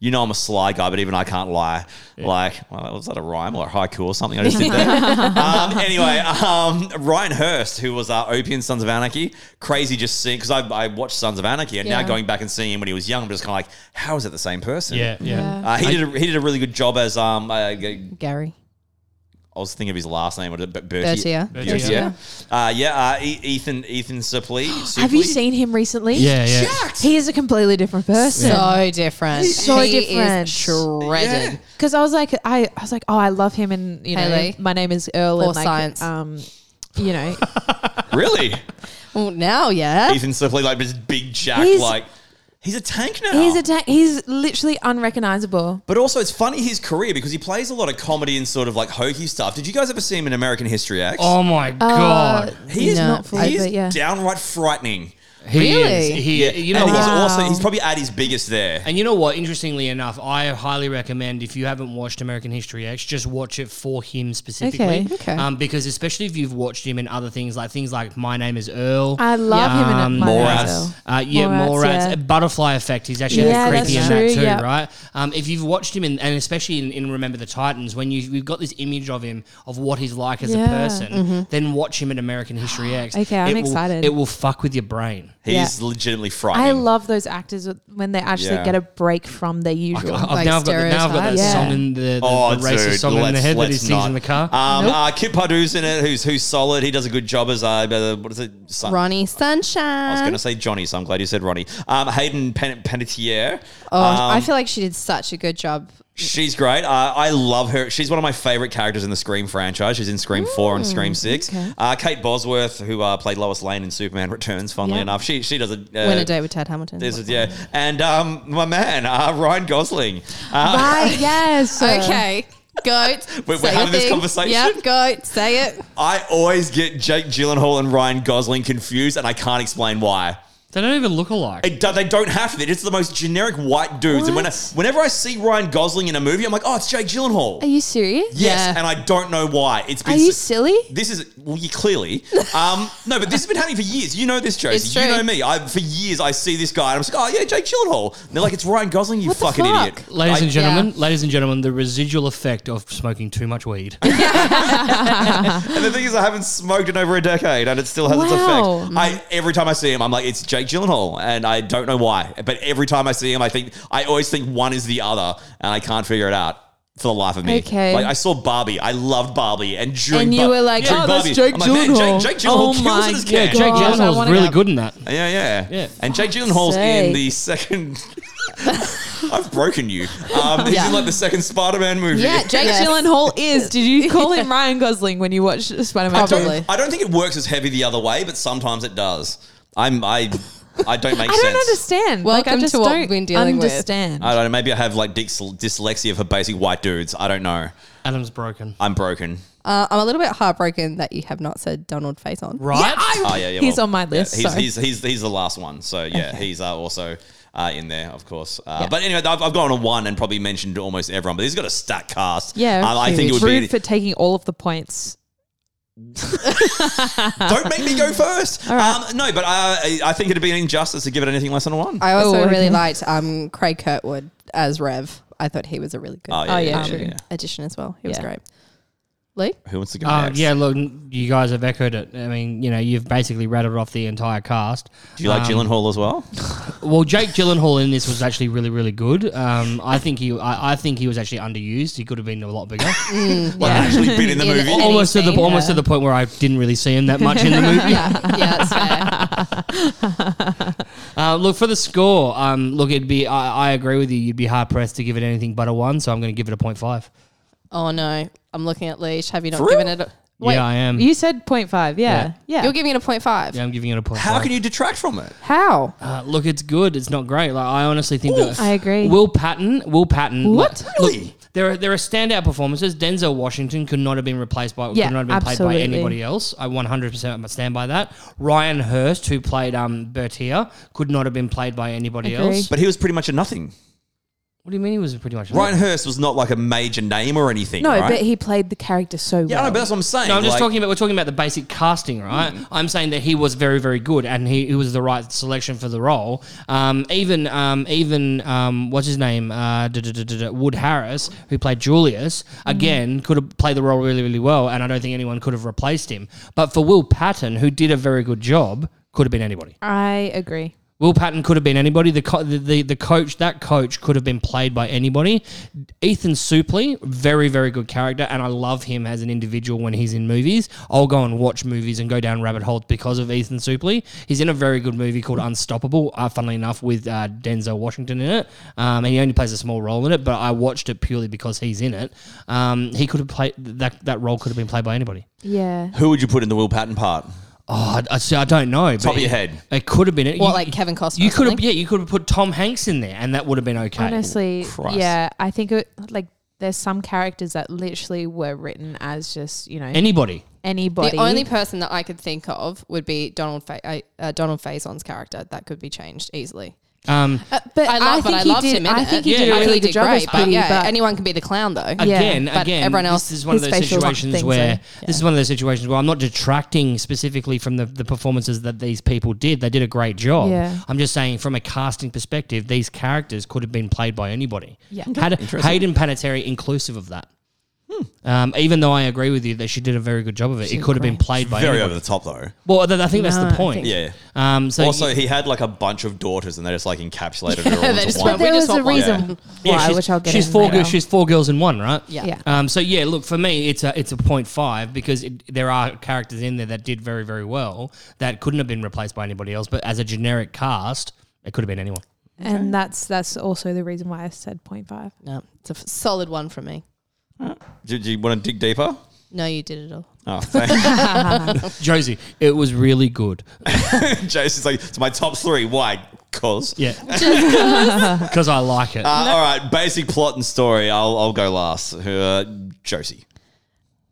[SPEAKER 2] you know I'm a sly guy, but even I can't lie. Like, well, was that a rhyme or a haiku or something I just did there? um, anyway, um, Ryan Hurst, who was uh, Opie in Sons of Anarchy, crazy just seeing, because I, I watched Sons of Anarchy and
[SPEAKER 5] Yeah.
[SPEAKER 2] now going back and seeing him when he was young, I'm just kind of like, how is it the same person?
[SPEAKER 4] Yeah, yeah.
[SPEAKER 2] Uh, he, did a, he did a really good job as, um, uh, I
[SPEAKER 3] Gary.
[SPEAKER 2] was thinking of his last name, what is it, Bertie?
[SPEAKER 3] Bertier.
[SPEAKER 2] Bertier. Uh, yeah, uh, E- Ethan, Ethan Suplee.
[SPEAKER 5] [gasps] Have you seen him recently?
[SPEAKER 4] Yeah, yeah.
[SPEAKER 5] He is a completely different person.
[SPEAKER 3] So different.
[SPEAKER 5] so
[SPEAKER 3] he
[SPEAKER 5] different.
[SPEAKER 3] Is shredded.
[SPEAKER 5] Because I was like, I, I was like, oh, I love him, and you know,
[SPEAKER 3] Haley.
[SPEAKER 5] my name is Earl, and
[SPEAKER 3] Or
[SPEAKER 5] like,
[SPEAKER 3] Science.
[SPEAKER 5] um,
[SPEAKER 2] [laughs]
[SPEAKER 5] you know,
[SPEAKER 2] Really?
[SPEAKER 3] Well, now, yeah.
[SPEAKER 2] Ethan Suplee, like this big jack,
[SPEAKER 5] He's-
[SPEAKER 2] like. He's a tank now.
[SPEAKER 5] He's a ta- he's literally unrecognizable.
[SPEAKER 2] But also, it's funny his career because he plays a lot of comedy and sort of like hokey stuff. Did you guys ever see him in American History X?
[SPEAKER 4] Oh my god.
[SPEAKER 2] he is
[SPEAKER 5] Uh, No,
[SPEAKER 2] not.
[SPEAKER 5] I-
[SPEAKER 2] He is
[SPEAKER 5] but yeah.
[SPEAKER 2] downright frightening.
[SPEAKER 4] He
[SPEAKER 3] Really?
[SPEAKER 4] is. He, You know
[SPEAKER 2] and he's
[SPEAKER 4] what?
[SPEAKER 2] also he's probably at his biggest there.
[SPEAKER 4] And you know what? Interestingly enough, I highly recommend if you haven't watched American History X, just watch it for him specifically.
[SPEAKER 5] Okay,
[SPEAKER 3] okay.
[SPEAKER 4] Um, because especially if you've watched him in other things like things like My Name Is Earl.
[SPEAKER 5] I love him in
[SPEAKER 4] Um,
[SPEAKER 5] my
[SPEAKER 2] Borat.
[SPEAKER 5] Name
[SPEAKER 4] Uh, yeah,
[SPEAKER 5] Morats,
[SPEAKER 4] Morats.
[SPEAKER 5] yeah.
[SPEAKER 4] Butterfly Effect. He's actually
[SPEAKER 5] Yeah,
[SPEAKER 4] creepy
[SPEAKER 5] that's
[SPEAKER 4] in that
[SPEAKER 5] true,
[SPEAKER 4] too,
[SPEAKER 5] yeah.
[SPEAKER 4] right? Um, if you've watched him in, and especially in, in Remember the Titans, when you, you've got this image of him of what he's like as a
[SPEAKER 5] Yeah. mm-hmm.
[SPEAKER 4] person, then watch him in American History X.
[SPEAKER 5] [gasps] Okay, I'm
[SPEAKER 4] It will-
[SPEAKER 5] excited.
[SPEAKER 4] It will fuck with your brain.
[SPEAKER 2] He's legitimately frightening.
[SPEAKER 5] I love those actors when they actually
[SPEAKER 2] Yeah.
[SPEAKER 5] get a break from their usual.
[SPEAKER 4] I've-
[SPEAKER 3] Like
[SPEAKER 4] now, I've got, the- now I've got
[SPEAKER 3] stereotypes.
[SPEAKER 4] that
[SPEAKER 5] Yeah.
[SPEAKER 4] song in the, the,
[SPEAKER 2] Oh,
[SPEAKER 4] the racist
[SPEAKER 2] dude,
[SPEAKER 4] song in the
[SPEAKER 2] let's-
[SPEAKER 4] head that he
[SPEAKER 2] let's
[SPEAKER 4] sees
[SPEAKER 2] not.
[SPEAKER 4] in the car.
[SPEAKER 2] Um, uh, Kip Padu's in it, who's who's solid. He does a good job as uh, what is it? Son. I
[SPEAKER 3] Ronnie
[SPEAKER 2] was
[SPEAKER 3] Sunshine.
[SPEAKER 2] going to say Johnny, so I'm glad you said Ronnie. Um, Hayden Pen- Panettiere.
[SPEAKER 3] oh, I
[SPEAKER 2] um,
[SPEAKER 3] feel like she did such a good job.
[SPEAKER 2] She's great. Uh, I love her. She's one of my favorite characters in the Scream franchise. She's in Scream 4 and Scream 6. Uh, Kate Bosworth, who uh, played Lois Lane in Superman Returns, funnily
[SPEAKER 3] Yeah.
[SPEAKER 2] enough. She she does a. Uh,
[SPEAKER 3] Win a date with Tad Hamilton.
[SPEAKER 2] this is- yeah. And um, my man, uh, Ryan Gosling. Uh,
[SPEAKER 3] [laughs]
[SPEAKER 5] Right, yes.
[SPEAKER 3] Okay.
[SPEAKER 2] [laughs]
[SPEAKER 3] Goat.
[SPEAKER 2] We're- we're
[SPEAKER 3] say your
[SPEAKER 2] having this
[SPEAKER 3] thing.
[SPEAKER 2] conversation?
[SPEAKER 3] Yep, goat. Say it.
[SPEAKER 2] I always get Jake Gyllenhaal and Ryan Gosling confused, and I can't explain why.
[SPEAKER 4] They don't even look alike.
[SPEAKER 2] It do, they don't have to. They're just the most generic white dudes. And when I,
[SPEAKER 5] What?
[SPEAKER 2] whenever I see Ryan Gosling in a movie, I'm like, oh, it's Jake Gyllenhaal.
[SPEAKER 5] Are you serious?
[SPEAKER 2] yes,
[SPEAKER 3] Yeah.
[SPEAKER 2] and I don't know why. It's
[SPEAKER 5] Are
[SPEAKER 2] been.
[SPEAKER 5] you
[SPEAKER 2] s-
[SPEAKER 5] silly?
[SPEAKER 2] this is well, you clearly. Um, no, but this has been happening for years. You know this, Josie.
[SPEAKER 3] It's
[SPEAKER 2] You
[SPEAKER 3] true.
[SPEAKER 2] know me. I for years I see this guy and I'm just like, oh yeah, Jake Gyllenhaal. And they're like, it's Ryan Gosling. You
[SPEAKER 5] What the
[SPEAKER 2] fucking
[SPEAKER 5] fuck?
[SPEAKER 2] idiot.
[SPEAKER 4] Ladies
[SPEAKER 2] I-
[SPEAKER 4] and gentlemen, ladies and gentlemen, the residual effect of smoking too much weed.
[SPEAKER 5] Oh,
[SPEAKER 2] And the thing is, I haven't smoked in over a decade, and it still has
[SPEAKER 5] Wow.
[SPEAKER 2] its effect. I every time I see him, I'm like, it's Jake Gyllenhaal, and I don't know why. But every time I see him, I think I always think one is the other, and I can't figure it out for the life of me.
[SPEAKER 5] Okay.
[SPEAKER 2] like I saw Barbie, I loved Barbie, and during
[SPEAKER 5] And you
[SPEAKER 2] Bar-
[SPEAKER 5] were like,
[SPEAKER 2] during
[SPEAKER 5] "Oh, that's
[SPEAKER 2] Barbie,"
[SPEAKER 5] Jake
[SPEAKER 2] I'm like, man,
[SPEAKER 5] Gyllenhaal.
[SPEAKER 2] Jake, Jake Gyllenhaal
[SPEAKER 5] Oh
[SPEAKER 2] kills
[SPEAKER 5] my
[SPEAKER 2] it as
[SPEAKER 4] yeah,
[SPEAKER 2] kid.
[SPEAKER 4] Jake
[SPEAKER 5] God, I
[SPEAKER 4] Gyllenhaal was
[SPEAKER 5] wanna
[SPEAKER 4] really
[SPEAKER 5] go.
[SPEAKER 4] good in that.
[SPEAKER 2] Yeah, yeah,
[SPEAKER 4] Yeah.
[SPEAKER 2] And Jake Gyllenhaal's in
[SPEAKER 5] sake.
[SPEAKER 2] the second. [laughs] I've broken you. Um, he's
[SPEAKER 3] Yeah.
[SPEAKER 2] in like the second Spider-Man movie.
[SPEAKER 3] Yeah, Jake
[SPEAKER 5] Jake
[SPEAKER 3] Yes.
[SPEAKER 5] Gyllenhaal is.
[SPEAKER 3] [laughs]
[SPEAKER 5] Did you call him Ryan Gosling when you watched Spider Man?
[SPEAKER 3] Probably.
[SPEAKER 5] I
[SPEAKER 2] don't, I don't think it works as heavy the other way, but sometimes it does. I'm I I don't
[SPEAKER 5] [laughs]
[SPEAKER 2] make
[SPEAKER 5] don't
[SPEAKER 2] sense.
[SPEAKER 5] understand. Like, I
[SPEAKER 3] Welcome
[SPEAKER 5] just
[SPEAKER 3] to what
[SPEAKER 5] don't
[SPEAKER 3] we've been dealing with.
[SPEAKER 5] understand.
[SPEAKER 2] I don't know. Maybe I have like dys- dyslexia for basic white dudes. I don't know.
[SPEAKER 4] Adam's broken.
[SPEAKER 2] I'm broken.
[SPEAKER 3] Uh, I'm a little bit heartbroken that you have not said Donald Faison.
[SPEAKER 4] Right?
[SPEAKER 2] Oh yeah, yeah.
[SPEAKER 5] He's
[SPEAKER 2] well,
[SPEAKER 5] on my
[SPEAKER 2] yeah,
[SPEAKER 5] list,
[SPEAKER 2] he's,
[SPEAKER 5] so.
[SPEAKER 2] he's, he's he's the last one. So yeah, he's uh, also. Uh, in there, of course. Uh, But anyway, I've, I've gone on one and probably mentioned almost everyone, but he's got a stacked cast.
[SPEAKER 5] Yeah,
[SPEAKER 2] Um, I think it would
[SPEAKER 5] huge. rude
[SPEAKER 2] be.
[SPEAKER 5] for taking all of the points.
[SPEAKER 2] don't make me go
[SPEAKER 5] [laughs]
[SPEAKER 2] first. um, no, but uh, I, I think it'd be an injustice to give it anything less than a one.
[SPEAKER 3] I also
[SPEAKER 5] Oh,
[SPEAKER 3] really
[SPEAKER 5] okay.
[SPEAKER 3] liked um, Craig Kurtwood as Rev. I thought he was a really good um,
[SPEAKER 2] Oh, yeah,
[SPEAKER 5] Oh,
[SPEAKER 2] yeah,
[SPEAKER 5] yeah,
[SPEAKER 2] yeah,
[SPEAKER 5] true.
[SPEAKER 2] yeah, yeah.
[SPEAKER 3] addition as well. He was
[SPEAKER 5] Yeah.
[SPEAKER 3] great. Lee?
[SPEAKER 2] Who wants to go
[SPEAKER 4] Uh,
[SPEAKER 2] next?
[SPEAKER 4] yeah, look, you guys have echoed it. I mean, you know, you've basically rattled off the entire cast.
[SPEAKER 2] Do you like
[SPEAKER 4] Um,
[SPEAKER 2] Gyllenhaal as well?
[SPEAKER 4] Well, Jake Gyllenhaal in this was actually really, really good. Um, I think he, I, I think he was actually underused. He could have been a lot
[SPEAKER 5] [laughs]
[SPEAKER 4] bigger.
[SPEAKER 2] Well, actually been in the
[SPEAKER 3] In-
[SPEAKER 2] movie.
[SPEAKER 3] in-
[SPEAKER 4] almost to the
[SPEAKER 3] Anything,
[SPEAKER 4] almost to the point where I didn't really see him that much in
[SPEAKER 5] [laughs]
[SPEAKER 4] the movie.
[SPEAKER 3] Yeah, [laughs] yeah, that's fair.
[SPEAKER 4] Uh, look for the score. Um, look, it'd be. I, I agree with you. You'd be hard pressed to give it anything but a one. So I'm going to give it a point five.
[SPEAKER 3] Oh no, I'm looking at Leash. Have you not
[SPEAKER 2] For
[SPEAKER 3] given
[SPEAKER 2] real?
[SPEAKER 3] it? A,
[SPEAKER 4] yeah, I am.
[SPEAKER 5] You said 0.5. Yeah. Yeah.
[SPEAKER 3] You're giving it a point five.
[SPEAKER 4] yeah, I'm giving it a point.
[SPEAKER 2] How
[SPEAKER 4] five.
[SPEAKER 2] can you detract from it?
[SPEAKER 3] How?
[SPEAKER 4] Uh, look, it's good. It's not great. Like I honestly think that
[SPEAKER 5] I agree.
[SPEAKER 4] Will Patton. Will Patton.
[SPEAKER 5] What?
[SPEAKER 4] like, Look, there are there are standout performances. Denzel Washington could not have been replaced by.
[SPEAKER 5] Yeah,
[SPEAKER 4] could not have been
[SPEAKER 5] absolutely.
[SPEAKER 4] played by anybody else. I 100 percent stand by that. Ryan Hurst, who played um Bertier, could not have been played by anybody
[SPEAKER 5] Agree.
[SPEAKER 4] else.
[SPEAKER 2] But he was pretty much a nothing.
[SPEAKER 4] What do you mean he was pretty much
[SPEAKER 2] Ryan Hurst was not like a major name or anything.
[SPEAKER 5] no,
[SPEAKER 2] right?
[SPEAKER 5] but he played the character so well.
[SPEAKER 2] yeah, I know, but that's what I'm saying.
[SPEAKER 4] No, I'm just
[SPEAKER 2] like- Hmm.
[SPEAKER 4] talking about we're talking about the basic casting, right? I'm saying that he was very, very good, and he, he was the right selection for the role. Um, even um, even um, what's his name, uh, duh, duh, duh, duh, duh, Wood Harris, who played Julius,
[SPEAKER 2] Hmm.
[SPEAKER 4] again could have played the role really, really well, and I don't think anyone could have replaced him. But for Will Patton, who did a very good job, could have been anybody.
[SPEAKER 5] I agree.
[SPEAKER 4] Will Patton could have been anybody. The, co- the, the the coach, that coach could have been played by anybody. Ethan Supley, very very good character, and I love him as an individual when he's in movies. I'll go and watch movies and go down rabbit holes because of Ethan Supley. He's in a very good movie called Unstoppable. Uh, funnily enough, with uh, Denzel Washington in it, um, and he only plays a small role in it. But I watched it purely because he's in it. Um, he could have played that that role could have been played by anybody.
[SPEAKER 5] Yeah.
[SPEAKER 2] Who would you put in the Will Patton part?
[SPEAKER 4] Oh, I, I, see, I don't know.
[SPEAKER 2] Top
[SPEAKER 4] but
[SPEAKER 2] of your
[SPEAKER 4] it-
[SPEAKER 2] head.
[SPEAKER 4] It could have been it.
[SPEAKER 3] What, like Kevin Costner
[SPEAKER 4] You
[SPEAKER 3] or
[SPEAKER 4] could have,
[SPEAKER 3] something?
[SPEAKER 4] yeah, you could have put Tom Hanks in there, and that would have been okay.
[SPEAKER 5] Honestly,
[SPEAKER 2] Christ.
[SPEAKER 5] yeah, I think it, like there's some characters that literally were written as just you know
[SPEAKER 4] Anybody?
[SPEAKER 5] anybody.
[SPEAKER 3] The only person that I could think of would be Donald Fa- uh, uh, Donald Faison's character. That could be changed easily.
[SPEAKER 4] Um,
[SPEAKER 5] Uh, but
[SPEAKER 3] I love, but I
[SPEAKER 5] he
[SPEAKER 3] loved
[SPEAKER 5] did,
[SPEAKER 3] him. In
[SPEAKER 5] I
[SPEAKER 3] it.
[SPEAKER 5] think he
[SPEAKER 4] Yeah,
[SPEAKER 5] did
[SPEAKER 4] yeah.
[SPEAKER 5] a
[SPEAKER 3] I
[SPEAKER 5] really
[SPEAKER 3] really
[SPEAKER 5] good
[SPEAKER 3] did
[SPEAKER 5] job as
[SPEAKER 3] great, but
[SPEAKER 5] Buddy,
[SPEAKER 3] yeah,
[SPEAKER 5] but-
[SPEAKER 3] anyone can be the clown though.
[SPEAKER 5] Yeah.
[SPEAKER 4] again,
[SPEAKER 3] But
[SPEAKER 4] again,
[SPEAKER 3] everyone else-
[SPEAKER 4] This is one of
[SPEAKER 5] His
[SPEAKER 4] those
[SPEAKER 5] facial
[SPEAKER 4] situations
[SPEAKER 5] things,
[SPEAKER 4] where
[SPEAKER 5] though.
[SPEAKER 4] this is one of those situations where I'm not detracting specifically from the, the performances that these people did. They did a great job.
[SPEAKER 5] Yeah.
[SPEAKER 4] I'm just saying, from a casting perspective, these characters could have been played by anybody.
[SPEAKER 5] Yeah.
[SPEAKER 4] Had, Hayden Panettiere inclusive of that. Um, even though I agree with you that she did a very good job of it, it could have been played by
[SPEAKER 2] Very
[SPEAKER 4] anybody.
[SPEAKER 2] over the top though.
[SPEAKER 4] Well, th- I think that's
[SPEAKER 5] No,
[SPEAKER 4] the
[SPEAKER 5] I
[SPEAKER 4] point.
[SPEAKER 5] think-
[SPEAKER 2] Yeah.
[SPEAKER 4] Um, so
[SPEAKER 2] also,
[SPEAKER 4] you-
[SPEAKER 2] he had like a bunch of daughters, and they just like encapsulated her all
[SPEAKER 3] They
[SPEAKER 2] into
[SPEAKER 3] just
[SPEAKER 2] one.
[SPEAKER 3] went- We
[SPEAKER 5] there was
[SPEAKER 3] just
[SPEAKER 5] a
[SPEAKER 3] want one.
[SPEAKER 5] reason
[SPEAKER 4] yeah,
[SPEAKER 5] why,
[SPEAKER 4] she's,
[SPEAKER 5] which I'll get.
[SPEAKER 4] she's
[SPEAKER 5] in
[SPEAKER 4] four.
[SPEAKER 5] later.
[SPEAKER 4] Girls, she's four girls in one, right?
[SPEAKER 3] Yeah.
[SPEAKER 5] yeah.
[SPEAKER 4] Um, so yeah, look for me, it's a it's a point five because it, there are characters in there that did very very well that couldn't have been replaced by anybody else. But as a generic cast, it could have been anyone.
[SPEAKER 5] and that's that's also the reason why I said point five.
[SPEAKER 3] No, it's a f- solid one from me.
[SPEAKER 2] Do, do you want to dig deeper?
[SPEAKER 3] No, you did it all.
[SPEAKER 2] Oh, thanks.
[SPEAKER 4] Josie, it was really good.
[SPEAKER 2] [laughs] Jason's like, it's my top three. Why? Cause.
[SPEAKER 4] Yeah, [laughs] because I like it.
[SPEAKER 2] Uh, All right, basic plot and story. I'll, I'll go last. Uh, Josie.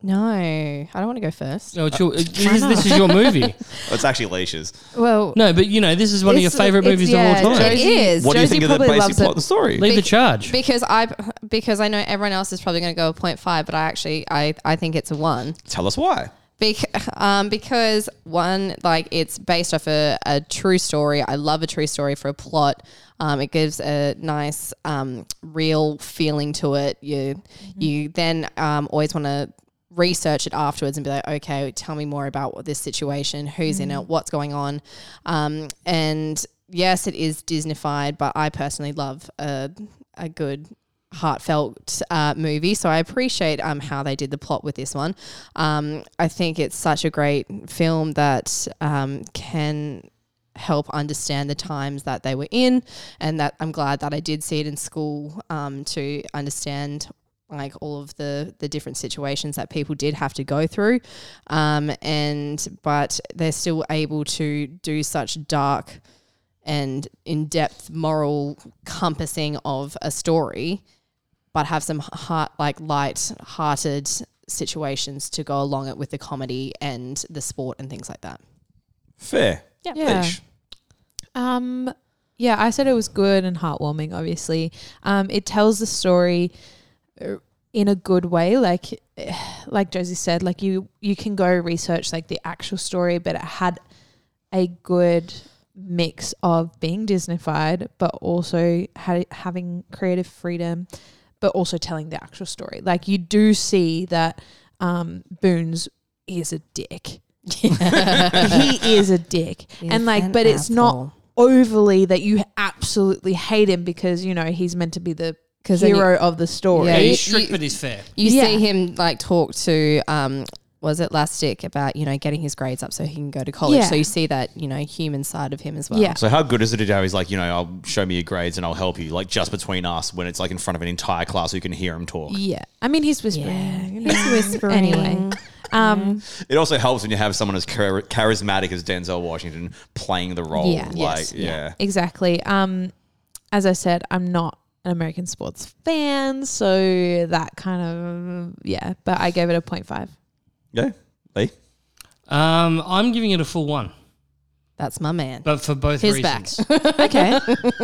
[SPEAKER 3] No, I don't want to go first.
[SPEAKER 4] No, it's your- it- this, this is your movie.
[SPEAKER 2] It's actually Leisha's.
[SPEAKER 5] Well,
[SPEAKER 4] No, but you know this is one of your
[SPEAKER 5] It's-
[SPEAKER 4] favorite
[SPEAKER 5] it's-
[SPEAKER 4] movies
[SPEAKER 5] yeah,
[SPEAKER 4] of all time.
[SPEAKER 5] Josie-
[SPEAKER 3] It is.
[SPEAKER 2] What do you
[SPEAKER 5] Josie
[SPEAKER 2] think of the
[SPEAKER 5] probably
[SPEAKER 2] basic
[SPEAKER 5] loves it.
[SPEAKER 2] plot and story?
[SPEAKER 4] Leave the charge.
[SPEAKER 3] because I because I know everyone else is probably going to go a point five, but I actually I I think it's a one.
[SPEAKER 2] Tell us why.
[SPEAKER 3] Bec- um, because one, like it's based off a, a true story. I love a true story for a plot. Um, it gives a nice, um, real feeling to it. You you then um, always want to research it afterwards and be like, okay, tell me more about what this situation, who's in it, what's going on, um, and yes, it is Disneyfied, but I personally love a a good heartfelt uh, movie. So I appreciate um, how they did the plot with this one. Um, I think it's such a great film that um, can help understand the times that they were in, and that I'm glad that I did see it in school um, to understand like all of the the different situations that people did have to go through um, and but they're still able to do such dark and in-depth moral compassing of a story but have some heart like light-hearted situations to go along it with the comedy and the sport and things like [laughs] that
[SPEAKER 2] Fair.
[SPEAKER 5] Yeah.
[SPEAKER 2] Leish.
[SPEAKER 5] Um, yeah, I said it was good and heartwarming. Obviously, um, it tells the story uh, in a good way. Like, [sighs] eh, like Josie said, like you you can go research like the actual story, but it had a good mix of being Disneyfied, but also ha- having creative freedom, but also telling the actual story. Like you do see that um, Boone's is a dick. [laughs] he is a dick, and like, but it's not overly that you absolutely hate him because you know he's meant to be the
[SPEAKER 3] 'Cause then
[SPEAKER 5] hero of the story.
[SPEAKER 3] Yeah,
[SPEAKER 4] He's
[SPEAKER 3] you-
[SPEAKER 4] strict,
[SPEAKER 3] you-
[SPEAKER 4] but he's fair.
[SPEAKER 3] you
[SPEAKER 5] Yeah.
[SPEAKER 3] see him like talk to um was it Lastic about you know getting his grades up so he can go to college
[SPEAKER 5] Yeah.
[SPEAKER 3] so you see that you know human side of him as well
[SPEAKER 5] Yeah.
[SPEAKER 2] So how good is it how he's like, you know, I'll show me your grades and I'll help you, like just between us when it's like in front of an entire class who can hear him talk.
[SPEAKER 5] Yeah. I mean he's whispering.
[SPEAKER 3] Yeah.
[SPEAKER 5] you know. Anyway, um,
[SPEAKER 2] It also helps when you have someone as char- charismatic as Denzel Washington playing the role.
[SPEAKER 5] Yeah.
[SPEAKER 2] Like,
[SPEAKER 3] Yes.
[SPEAKER 2] yeah.
[SPEAKER 5] exactly. Um, as I said, I'm not an American sports fan, so that kind of yeah. But I gave it a point five.
[SPEAKER 2] Yeah. Lee?
[SPEAKER 4] Um, I'm giving it a full one,
[SPEAKER 3] that's my man
[SPEAKER 4] but for both
[SPEAKER 3] His back.
[SPEAKER 4] reasons.
[SPEAKER 3] [laughs]
[SPEAKER 5] Okay.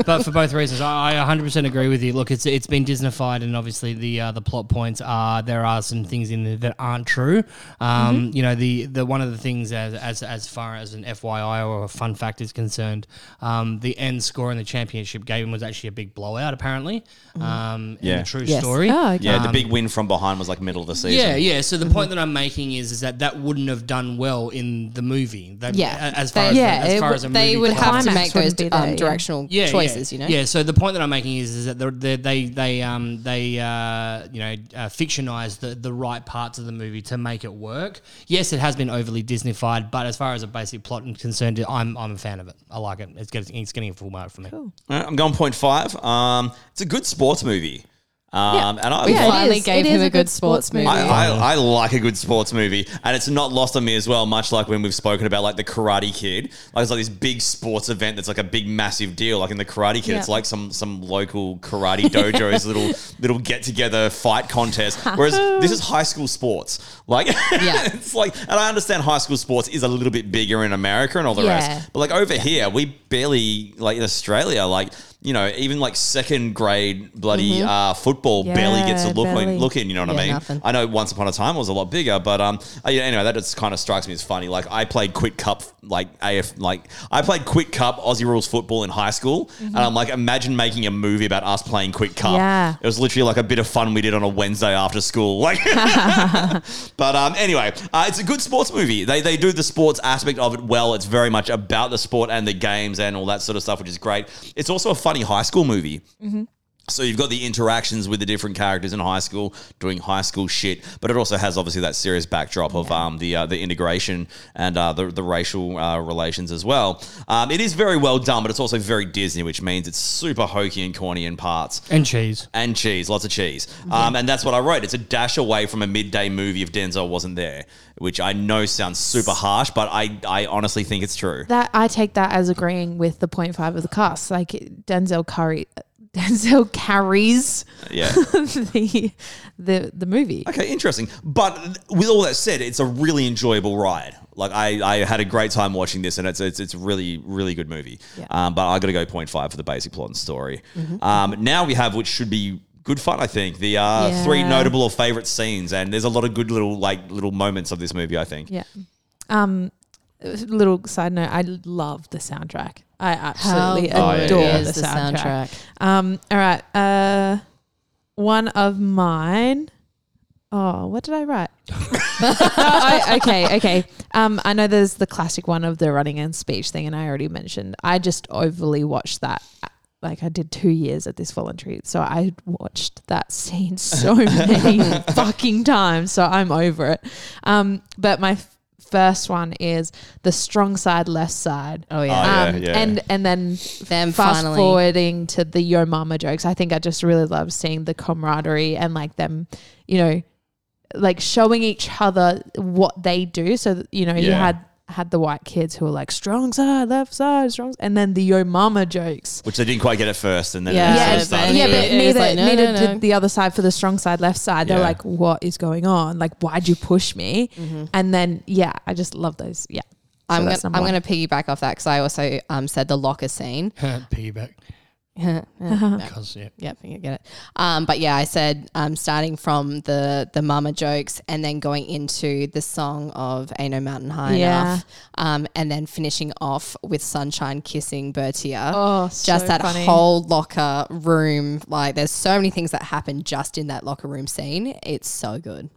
[SPEAKER 4] but for both reasons, I, I 100% agree with you. Look, it's it's been Disneyfied, and obviously the uh, the plot points are there are some things in there that aren't true. Um,
[SPEAKER 3] Mm-hmm.
[SPEAKER 4] You know, the the one of the things as as, as far as an FYI or a fun fact is concerned, um, the end score in the championship game was actually a big blowout, apparently. Um,
[SPEAKER 2] Yeah.
[SPEAKER 4] yeah, the true
[SPEAKER 3] Mm-hmm. Yes.
[SPEAKER 4] story.
[SPEAKER 5] Oh, okay.
[SPEAKER 2] Yeah, the big win from behind was like middle of the season.
[SPEAKER 4] Yeah, yeah. So the
[SPEAKER 3] Mm-hmm.
[SPEAKER 4] point that I'm making is, is that that wouldn't have done well in the movie. That,
[SPEAKER 3] Yeah.
[SPEAKER 4] a- as far
[SPEAKER 3] They-
[SPEAKER 4] as
[SPEAKER 5] Yeah,
[SPEAKER 4] as
[SPEAKER 5] it
[SPEAKER 4] far
[SPEAKER 5] w-
[SPEAKER 4] as a
[SPEAKER 3] they
[SPEAKER 4] movie
[SPEAKER 3] would
[SPEAKER 4] plot
[SPEAKER 3] have to
[SPEAKER 5] climax
[SPEAKER 3] make those
[SPEAKER 5] wouldn't be there,
[SPEAKER 3] um,
[SPEAKER 5] yeah.
[SPEAKER 3] directional choices
[SPEAKER 4] yeah.
[SPEAKER 3] you know
[SPEAKER 4] Yeah. So the point that I'm making is, is that they're, they they they um they uh you know uh, fictionized the the right parts of the movie to make it work. Yes, it has been overly Disneyfied, but as far as a basic plot is concerned, I'm I'm a fan of it. I like it. It's getting it's getting a full mark for me.
[SPEAKER 2] All right, I'm going point five. Um, it's a good sports movie. Um, and I,
[SPEAKER 3] We
[SPEAKER 5] Yeah, it
[SPEAKER 2] like-
[SPEAKER 3] finally
[SPEAKER 5] is.
[SPEAKER 3] gave
[SPEAKER 5] It
[SPEAKER 3] him
[SPEAKER 5] is
[SPEAKER 3] a good sports movie.
[SPEAKER 2] I, I, I like a good sports movie, and it's not lost on me as well. Much like when we've spoken about like the Karate Kid, like it's like this big sports event that's like a big massive deal. Like in the Karate Kid,
[SPEAKER 5] Yeah.
[SPEAKER 2] it's like some some local karate dojo's
[SPEAKER 3] [laughs]
[SPEAKER 2] little little get together fight contest. Whereas this is high school sports. Like [laughs]
[SPEAKER 3] Yeah.
[SPEAKER 2] it's like, and I understand high school sports is a little bit bigger in America and all the
[SPEAKER 3] Yeah.
[SPEAKER 2] rest, but like over here, we barely like in Australia, like. You know, even like second grade bloody uh, football barely gets a
[SPEAKER 5] Yeah,
[SPEAKER 2] look
[SPEAKER 5] barely.
[SPEAKER 2] in, look in. You know what I
[SPEAKER 3] Mm-hmm. Yeah,
[SPEAKER 2] mean?
[SPEAKER 3] nothing.
[SPEAKER 2] I know once upon a time it was a lot bigger, but um, uh, yeah. Anyway, that just kind of strikes me as funny. Like I played Quit Cup, like AF, like I played Quit Cup Aussie Rules football in high school, and I'm like, imagine making a movie about us playing Quit Cup.
[SPEAKER 5] Yeah.
[SPEAKER 2] it was literally like a bit of fun we did on a Wednesday after school. Like, [laughs] but um, anyway, uh, it's a good sports movie. They they do the sports aspect of it well. It's very much about the sport and the games and all that sort of stuff, which is great. It's also a funny high school movie. So you've got the interactions with the different characters in high school doing high school shit, but it also has obviously that serious backdrop of um, the uh, the integration and uh, the the racial uh, relations as well. Um, it is very well done, but it's also very Disney, which means it's super hokey and corny in parts
[SPEAKER 4] and cheese. [laughs]
[SPEAKER 2] and cheese, lots of cheese. Um, and that's what I wrote. It's a dash away from a midday movie if Denzel wasn't there, which I know sounds super harsh, but I I honestly think it's true.
[SPEAKER 5] That I take that as agreeing with the point five of the cast. Like Denzel Curry, [laughs] Denzel carries
[SPEAKER 2] Yeah.
[SPEAKER 5] [laughs] the the the movie.
[SPEAKER 2] Okay, interesting. But with all that said, it's a really enjoyable ride. Like I, I had a great time watching this, and it's it's, it's a really really good movie. Um, but I got to go 0.5 for the basic plot and story.
[SPEAKER 3] Mm-hmm.
[SPEAKER 2] Um, now we have which should be good fun. I think the uh, three
[SPEAKER 5] Yeah.
[SPEAKER 2] notable or favorite scenes, and there's a lot of good little like little moments of this movie. I think.
[SPEAKER 5] Yeah. Um, little side note. I love the soundtrack. I absolutely
[SPEAKER 4] Oh,
[SPEAKER 3] How good
[SPEAKER 5] adore
[SPEAKER 3] is
[SPEAKER 5] the, soundtrack. Um. All right. Uh, one of mine. Oh, what did I write? [laughs] No, I- okay, okay. Um, I know there's the classic one of the running and speech thing, and I already mentioned. I just overly watched that. Like I did two years at this voluntary, so I watched that scene [laughs] so many
[SPEAKER 2] [laughs]
[SPEAKER 5] fucking times. So I'm over it. Um, but my f- first one is the strong side, left side.
[SPEAKER 3] Oh yeah.
[SPEAKER 2] Oh, yeah.
[SPEAKER 5] Um, and and then
[SPEAKER 3] Them
[SPEAKER 5] fast
[SPEAKER 3] finally.
[SPEAKER 5] forwarding to the yo mama jokes i think i just really love seeing the camaraderie and like them you know like showing each other what they do so that, you know you
[SPEAKER 2] Yeah.
[SPEAKER 5] had had the white kids who were like strong side left side strong and then the yo mama jokes
[SPEAKER 2] Which they didn't quite get at first, and then
[SPEAKER 3] Yeah.
[SPEAKER 2] it
[SPEAKER 3] Yeah,
[SPEAKER 2] sort of
[SPEAKER 3] but-
[SPEAKER 2] started.
[SPEAKER 5] yeah,
[SPEAKER 3] it-
[SPEAKER 5] but
[SPEAKER 3] it's
[SPEAKER 5] neither,
[SPEAKER 3] like, no,
[SPEAKER 5] neither
[SPEAKER 3] no, no.
[SPEAKER 5] did the other side for the strong side, left side. They're
[SPEAKER 2] Yeah.
[SPEAKER 5] like, "What is going on? Like, why'd you push me?" And then, yeah, I just love those. Yeah, So
[SPEAKER 3] Mm-hmm. I'm
[SPEAKER 5] that's
[SPEAKER 3] gonna,
[SPEAKER 5] number
[SPEAKER 3] I'm gonna
[SPEAKER 5] one.
[SPEAKER 3] piggyback off that because I also um, said the locker scene. [laughs]
[SPEAKER 4] Piggyback.
[SPEAKER 3] Yeah,
[SPEAKER 4] Because, yeah.
[SPEAKER 3] Yep, you get it. Um, but yeah, I said um, starting from the the mama jokes and then going into the song of Ain't No Mountain High
[SPEAKER 5] Yeah.
[SPEAKER 3] Enough, um, and then finishing off with Sunshine kissing Bertia.
[SPEAKER 5] Oh,
[SPEAKER 3] just
[SPEAKER 5] so
[SPEAKER 3] that
[SPEAKER 5] funny.
[SPEAKER 3] whole locker room. Like, there's so many things that happen just in that locker room scene. It's so good.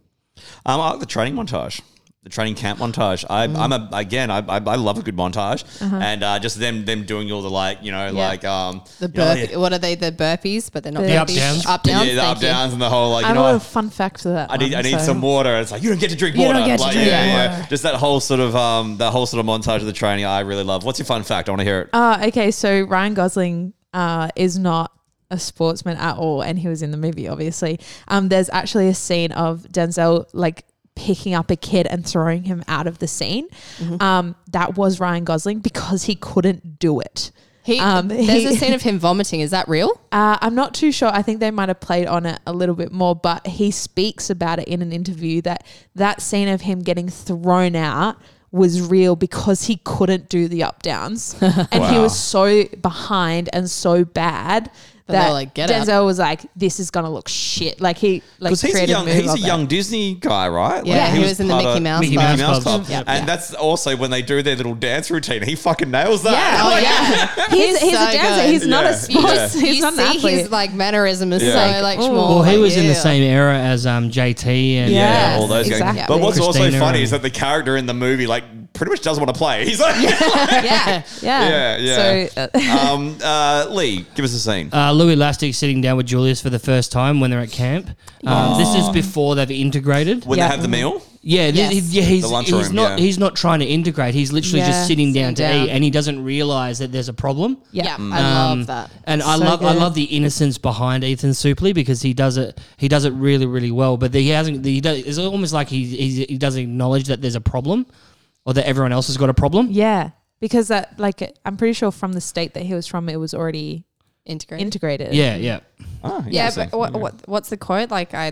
[SPEAKER 2] Um, I like the training montage, the training camp montage. I,
[SPEAKER 3] Mm.
[SPEAKER 2] I'm a again, I, I, I love a good montage,
[SPEAKER 3] Uh-huh.
[SPEAKER 2] and uh, just them them doing all the like, you know, like um,
[SPEAKER 3] The
[SPEAKER 2] you know,
[SPEAKER 3] burp,
[SPEAKER 2] like-
[SPEAKER 3] oh, what are they? The burpees, but they're not
[SPEAKER 5] The
[SPEAKER 3] burpees.
[SPEAKER 5] up
[SPEAKER 4] downs.
[SPEAKER 3] Up
[SPEAKER 2] yeah,
[SPEAKER 3] downs.
[SPEAKER 2] the up
[SPEAKER 3] thank you.
[SPEAKER 2] downs and the whole like,
[SPEAKER 5] I
[SPEAKER 2] you
[SPEAKER 5] have
[SPEAKER 2] know,
[SPEAKER 5] a
[SPEAKER 2] I,
[SPEAKER 5] little fun fact for that.
[SPEAKER 2] I need I
[SPEAKER 5] one,
[SPEAKER 2] need
[SPEAKER 5] so-
[SPEAKER 2] some water. It's like you don't get to drink
[SPEAKER 5] You
[SPEAKER 2] water.
[SPEAKER 5] don't get to
[SPEAKER 2] Like,
[SPEAKER 5] drink
[SPEAKER 2] yeah, yeah, yeah.
[SPEAKER 5] water.
[SPEAKER 2] Just that whole sort of um, that whole sort of montage of the training. I really love. What's your fun fact? I want to hear it.
[SPEAKER 5] Uh, okay, so Ryan Gosling uh, is not a sportsman at all, and he was in the movie, obviously. Um, there's actually a scene of Denzel like picking up a kid and throwing him out of the scene.
[SPEAKER 3] Mm-hmm.
[SPEAKER 5] Um, that was Ryan Gosling because he couldn't do it.
[SPEAKER 3] He,
[SPEAKER 5] Um,
[SPEAKER 3] there's a
[SPEAKER 5] he-
[SPEAKER 3] scene of him vomiting. Is that real?
[SPEAKER 5] Uh, I'm not too sure. I think they might have played on it a little bit more, but he speaks about it in an interview that that scene of him getting thrown out was real because he couldn't do the
[SPEAKER 3] [laughs]
[SPEAKER 5] up downs, and he
[SPEAKER 2] Wow.
[SPEAKER 5] was so behind and so bad
[SPEAKER 3] they were
[SPEAKER 5] that
[SPEAKER 3] like, "Get up."
[SPEAKER 5] Denzel was like, "This is gonna look shit." Like he like
[SPEAKER 2] Because he's a
[SPEAKER 5] created
[SPEAKER 2] young,
[SPEAKER 5] a movie
[SPEAKER 2] he's a
[SPEAKER 5] of it.
[SPEAKER 2] young Disney guy, right?
[SPEAKER 3] Yeah, he was in the
[SPEAKER 2] part
[SPEAKER 3] Mickey
[SPEAKER 2] of-
[SPEAKER 3] Mouse
[SPEAKER 4] Mickey
[SPEAKER 3] Club.
[SPEAKER 4] Mouse
[SPEAKER 2] Mouse
[SPEAKER 4] Club.
[SPEAKER 2] Club,
[SPEAKER 3] Yep.
[SPEAKER 2] and that's also when they do their little dance routine. He fucking nails that.
[SPEAKER 3] Yeah, oh
[SPEAKER 2] Like,
[SPEAKER 3] yeah.
[SPEAKER 5] He's, he's
[SPEAKER 3] so
[SPEAKER 5] a dancer.
[SPEAKER 3] good.
[SPEAKER 5] He's not
[SPEAKER 2] Yeah.
[SPEAKER 5] a [laughs] sports.
[SPEAKER 3] You
[SPEAKER 5] He's not an
[SPEAKER 3] see
[SPEAKER 5] athlete.
[SPEAKER 3] his like mannerism is
[SPEAKER 2] Yeah.
[SPEAKER 3] so like
[SPEAKER 5] Ooh.
[SPEAKER 3] small.
[SPEAKER 4] Well, he was in
[SPEAKER 3] Yeah.
[SPEAKER 4] the same era as um, JT and uh,
[SPEAKER 5] Yeah.
[SPEAKER 2] all those guys.
[SPEAKER 5] exactly.
[SPEAKER 2] But what's also
[SPEAKER 4] Christina
[SPEAKER 2] funny
[SPEAKER 4] and-
[SPEAKER 2] is that the character in the movie, like, pretty much doesn't want to play. He's
[SPEAKER 3] [laughs]
[SPEAKER 2] like,
[SPEAKER 3] yeah.
[SPEAKER 2] yeah,
[SPEAKER 5] [laughs] yeah,
[SPEAKER 2] yeah.
[SPEAKER 5] So uh,
[SPEAKER 2] um, uh, Lee, give us a scene.
[SPEAKER 4] Uh, Louis Lastic sitting down with Julius for the first time when they're at camp. Um, This is before they've integrated.
[SPEAKER 2] when
[SPEAKER 5] yeah.
[SPEAKER 3] Mm-hmm.
[SPEAKER 2] they have the meal,
[SPEAKER 4] Yeah, th-
[SPEAKER 3] Yes.
[SPEAKER 4] he- yeah, he's,
[SPEAKER 2] The lunchroom,
[SPEAKER 4] he's not
[SPEAKER 2] yeah.
[SPEAKER 4] he's not trying to integrate. He's literally
[SPEAKER 5] Yeah.
[SPEAKER 4] just sitting down to
[SPEAKER 3] Sitting down.
[SPEAKER 4] eat, and he doesn't realize that there's a problem.
[SPEAKER 5] Yeah. uh,
[SPEAKER 3] Yeah, I
[SPEAKER 4] Um,
[SPEAKER 3] love that.
[SPEAKER 4] And I
[SPEAKER 5] So
[SPEAKER 4] love I
[SPEAKER 5] good.
[SPEAKER 4] love the innocence behind Ethan Supley because he does it he does it really really well. But he hasn't he does, it's almost like he he, he doesn't acknowledge that there's a problem or that everyone else has got a problem.
[SPEAKER 5] Yeah. Because that, like, I'm pretty sure from the state that he was from, it was already
[SPEAKER 3] Integrate.
[SPEAKER 5] integrated.
[SPEAKER 4] yeah. yeah.
[SPEAKER 2] Ah,
[SPEAKER 3] yeah,
[SPEAKER 2] interesting.
[SPEAKER 3] but what, what what's the quote? Like I,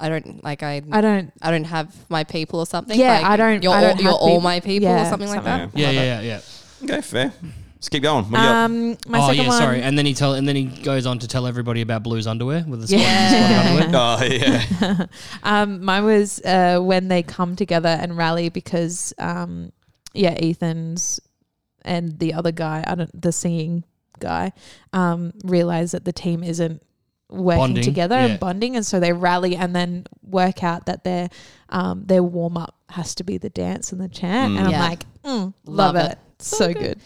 [SPEAKER 3] I don't like I.
[SPEAKER 5] I don't.
[SPEAKER 3] I don't have my people or something.
[SPEAKER 5] Yeah,
[SPEAKER 3] like,
[SPEAKER 5] I don't-
[SPEAKER 3] You're
[SPEAKER 5] I don't
[SPEAKER 3] all, you're
[SPEAKER 5] have
[SPEAKER 3] all
[SPEAKER 5] peop-
[SPEAKER 3] my people or
[SPEAKER 5] yeah,
[SPEAKER 3] something like
[SPEAKER 5] something
[SPEAKER 3] that.
[SPEAKER 4] Yeah, yeah, yeah, yeah.
[SPEAKER 2] Okay, fair. Let's keep going. What do you got?
[SPEAKER 5] Um, my
[SPEAKER 4] oh
[SPEAKER 5] second
[SPEAKER 4] yeah, [laughs]
[SPEAKER 5] one.
[SPEAKER 4] sorry. And then he tell and then he goes on to tell everybody about Blue's underwear with the spotted,
[SPEAKER 3] Yeah.
[SPEAKER 4] spotted underwear.
[SPEAKER 2] Oh, yeah.
[SPEAKER 5] [laughs] Um, mine was uh, when they come together and rally because, um, yeah, Ethan's and the other guy, I don't, the singing guy, um, realize that the team isn't working
[SPEAKER 4] Bonding,
[SPEAKER 5] together
[SPEAKER 4] yeah.
[SPEAKER 5] and bonding, and so they rally and then work out that their um, their warm up has to be the dance and the chant, and
[SPEAKER 3] Yeah.
[SPEAKER 5] I'm like, mm, love,
[SPEAKER 3] Love
[SPEAKER 5] it.
[SPEAKER 3] it.
[SPEAKER 5] So, good.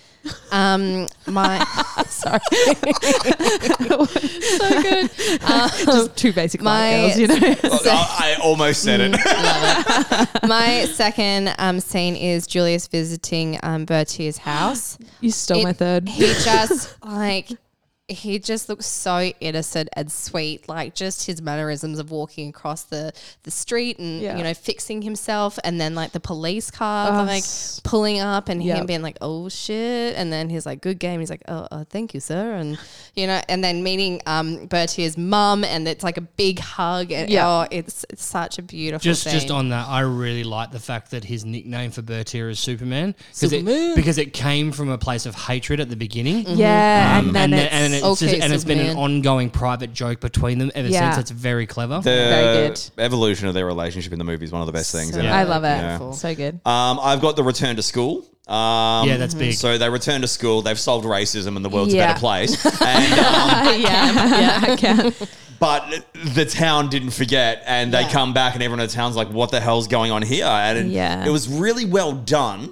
[SPEAKER 3] Um,
[SPEAKER 5] [laughs]
[SPEAKER 3] my [laughs] sorry, so good.
[SPEAKER 5] [laughs] Just two basic
[SPEAKER 3] my-
[SPEAKER 5] white girls, you know.
[SPEAKER 2] Oh, I almost said
[SPEAKER 5] Mm,
[SPEAKER 2] [laughs] it.
[SPEAKER 3] [laughs] My second um, scene is Julius visiting um, Bertier's house.
[SPEAKER 5] you stole
[SPEAKER 3] It-
[SPEAKER 5] my third. [laughs]
[SPEAKER 3] He just like he just looks so innocent and sweet, like just his mannerisms of walking across the the street and
[SPEAKER 5] Yeah. Oh,
[SPEAKER 3] you know fixing himself, and then like the police car like
[SPEAKER 5] s-
[SPEAKER 3] pulling up and him
[SPEAKER 5] Yep.
[SPEAKER 3] being like, "Oh shit," and then he's like, "Good game." He's like, "Oh, uh, thank you, sir," and you know, and then meeting um, Bertier's mum, and it's like a big hug, and
[SPEAKER 5] Yeah.
[SPEAKER 3] oh, it's, it's such a beautiful
[SPEAKER 4] Just
[SPEAKER 3] scene.
[SPEAKER 4] just on that, I really like the fact that his nickname for Bertier is Superman. 'cause
[SPEAKER 3] Superman.
[SPEAKER 4] It, because it came from a place of hatred at the beginning.
[SPEAKER 5] Mm-hmm. Yeah,
[SPEAKER 4] Um,
[SPEAKER 5] and Mm. then it's,
[SPEAKER 4] and it's,
[SPEAKER 3] Okay,
[SPEAKER 4] just- and it's been an
[SPEAKER 3] Superman.
[SPEAKER 4] ongoing private joke between them ever
[SPEAKER 5] Yeah.
[SPEAKER 4] since. It's very clever.
[SPEAKER 2] The
[SPEAKER 5] Very good.
[SPEAKER 2] evolution of their relationship in the movie is one of the best things.
[SPEAKER 3] So-
[SPEAKER 2] ever.
[SPEAKER 3] Yeah.
[SPEAKER 5] I love it.
[SPEAKER 3] Beautiful.
[SPEAKER 5] So good.
[SPEAKER 2] Um, I've got the return to school. Um,
[SPEAKER 4] Yeah, that's big.
[SPEAKER 2] So they return to school. They've solved racism, and the world's
[SPEAKER 5] Yeah.
[SPEAKER 2] a better
[SPEAKER 5] [laughs]
[SPEAKER 2] place. And, um,
[SPEAKER 5] yeah, yeah, I can.
[SPEAKER 2] but the town didn't forget, and they
[SPEAKER 3] Yeah.
[SPEAKER 2] come back, and everyone in the town's like, "What the hell's going on here?" And it-
[SPEAKER 5] Yeah.
[SPEAKER 2] it was really well done.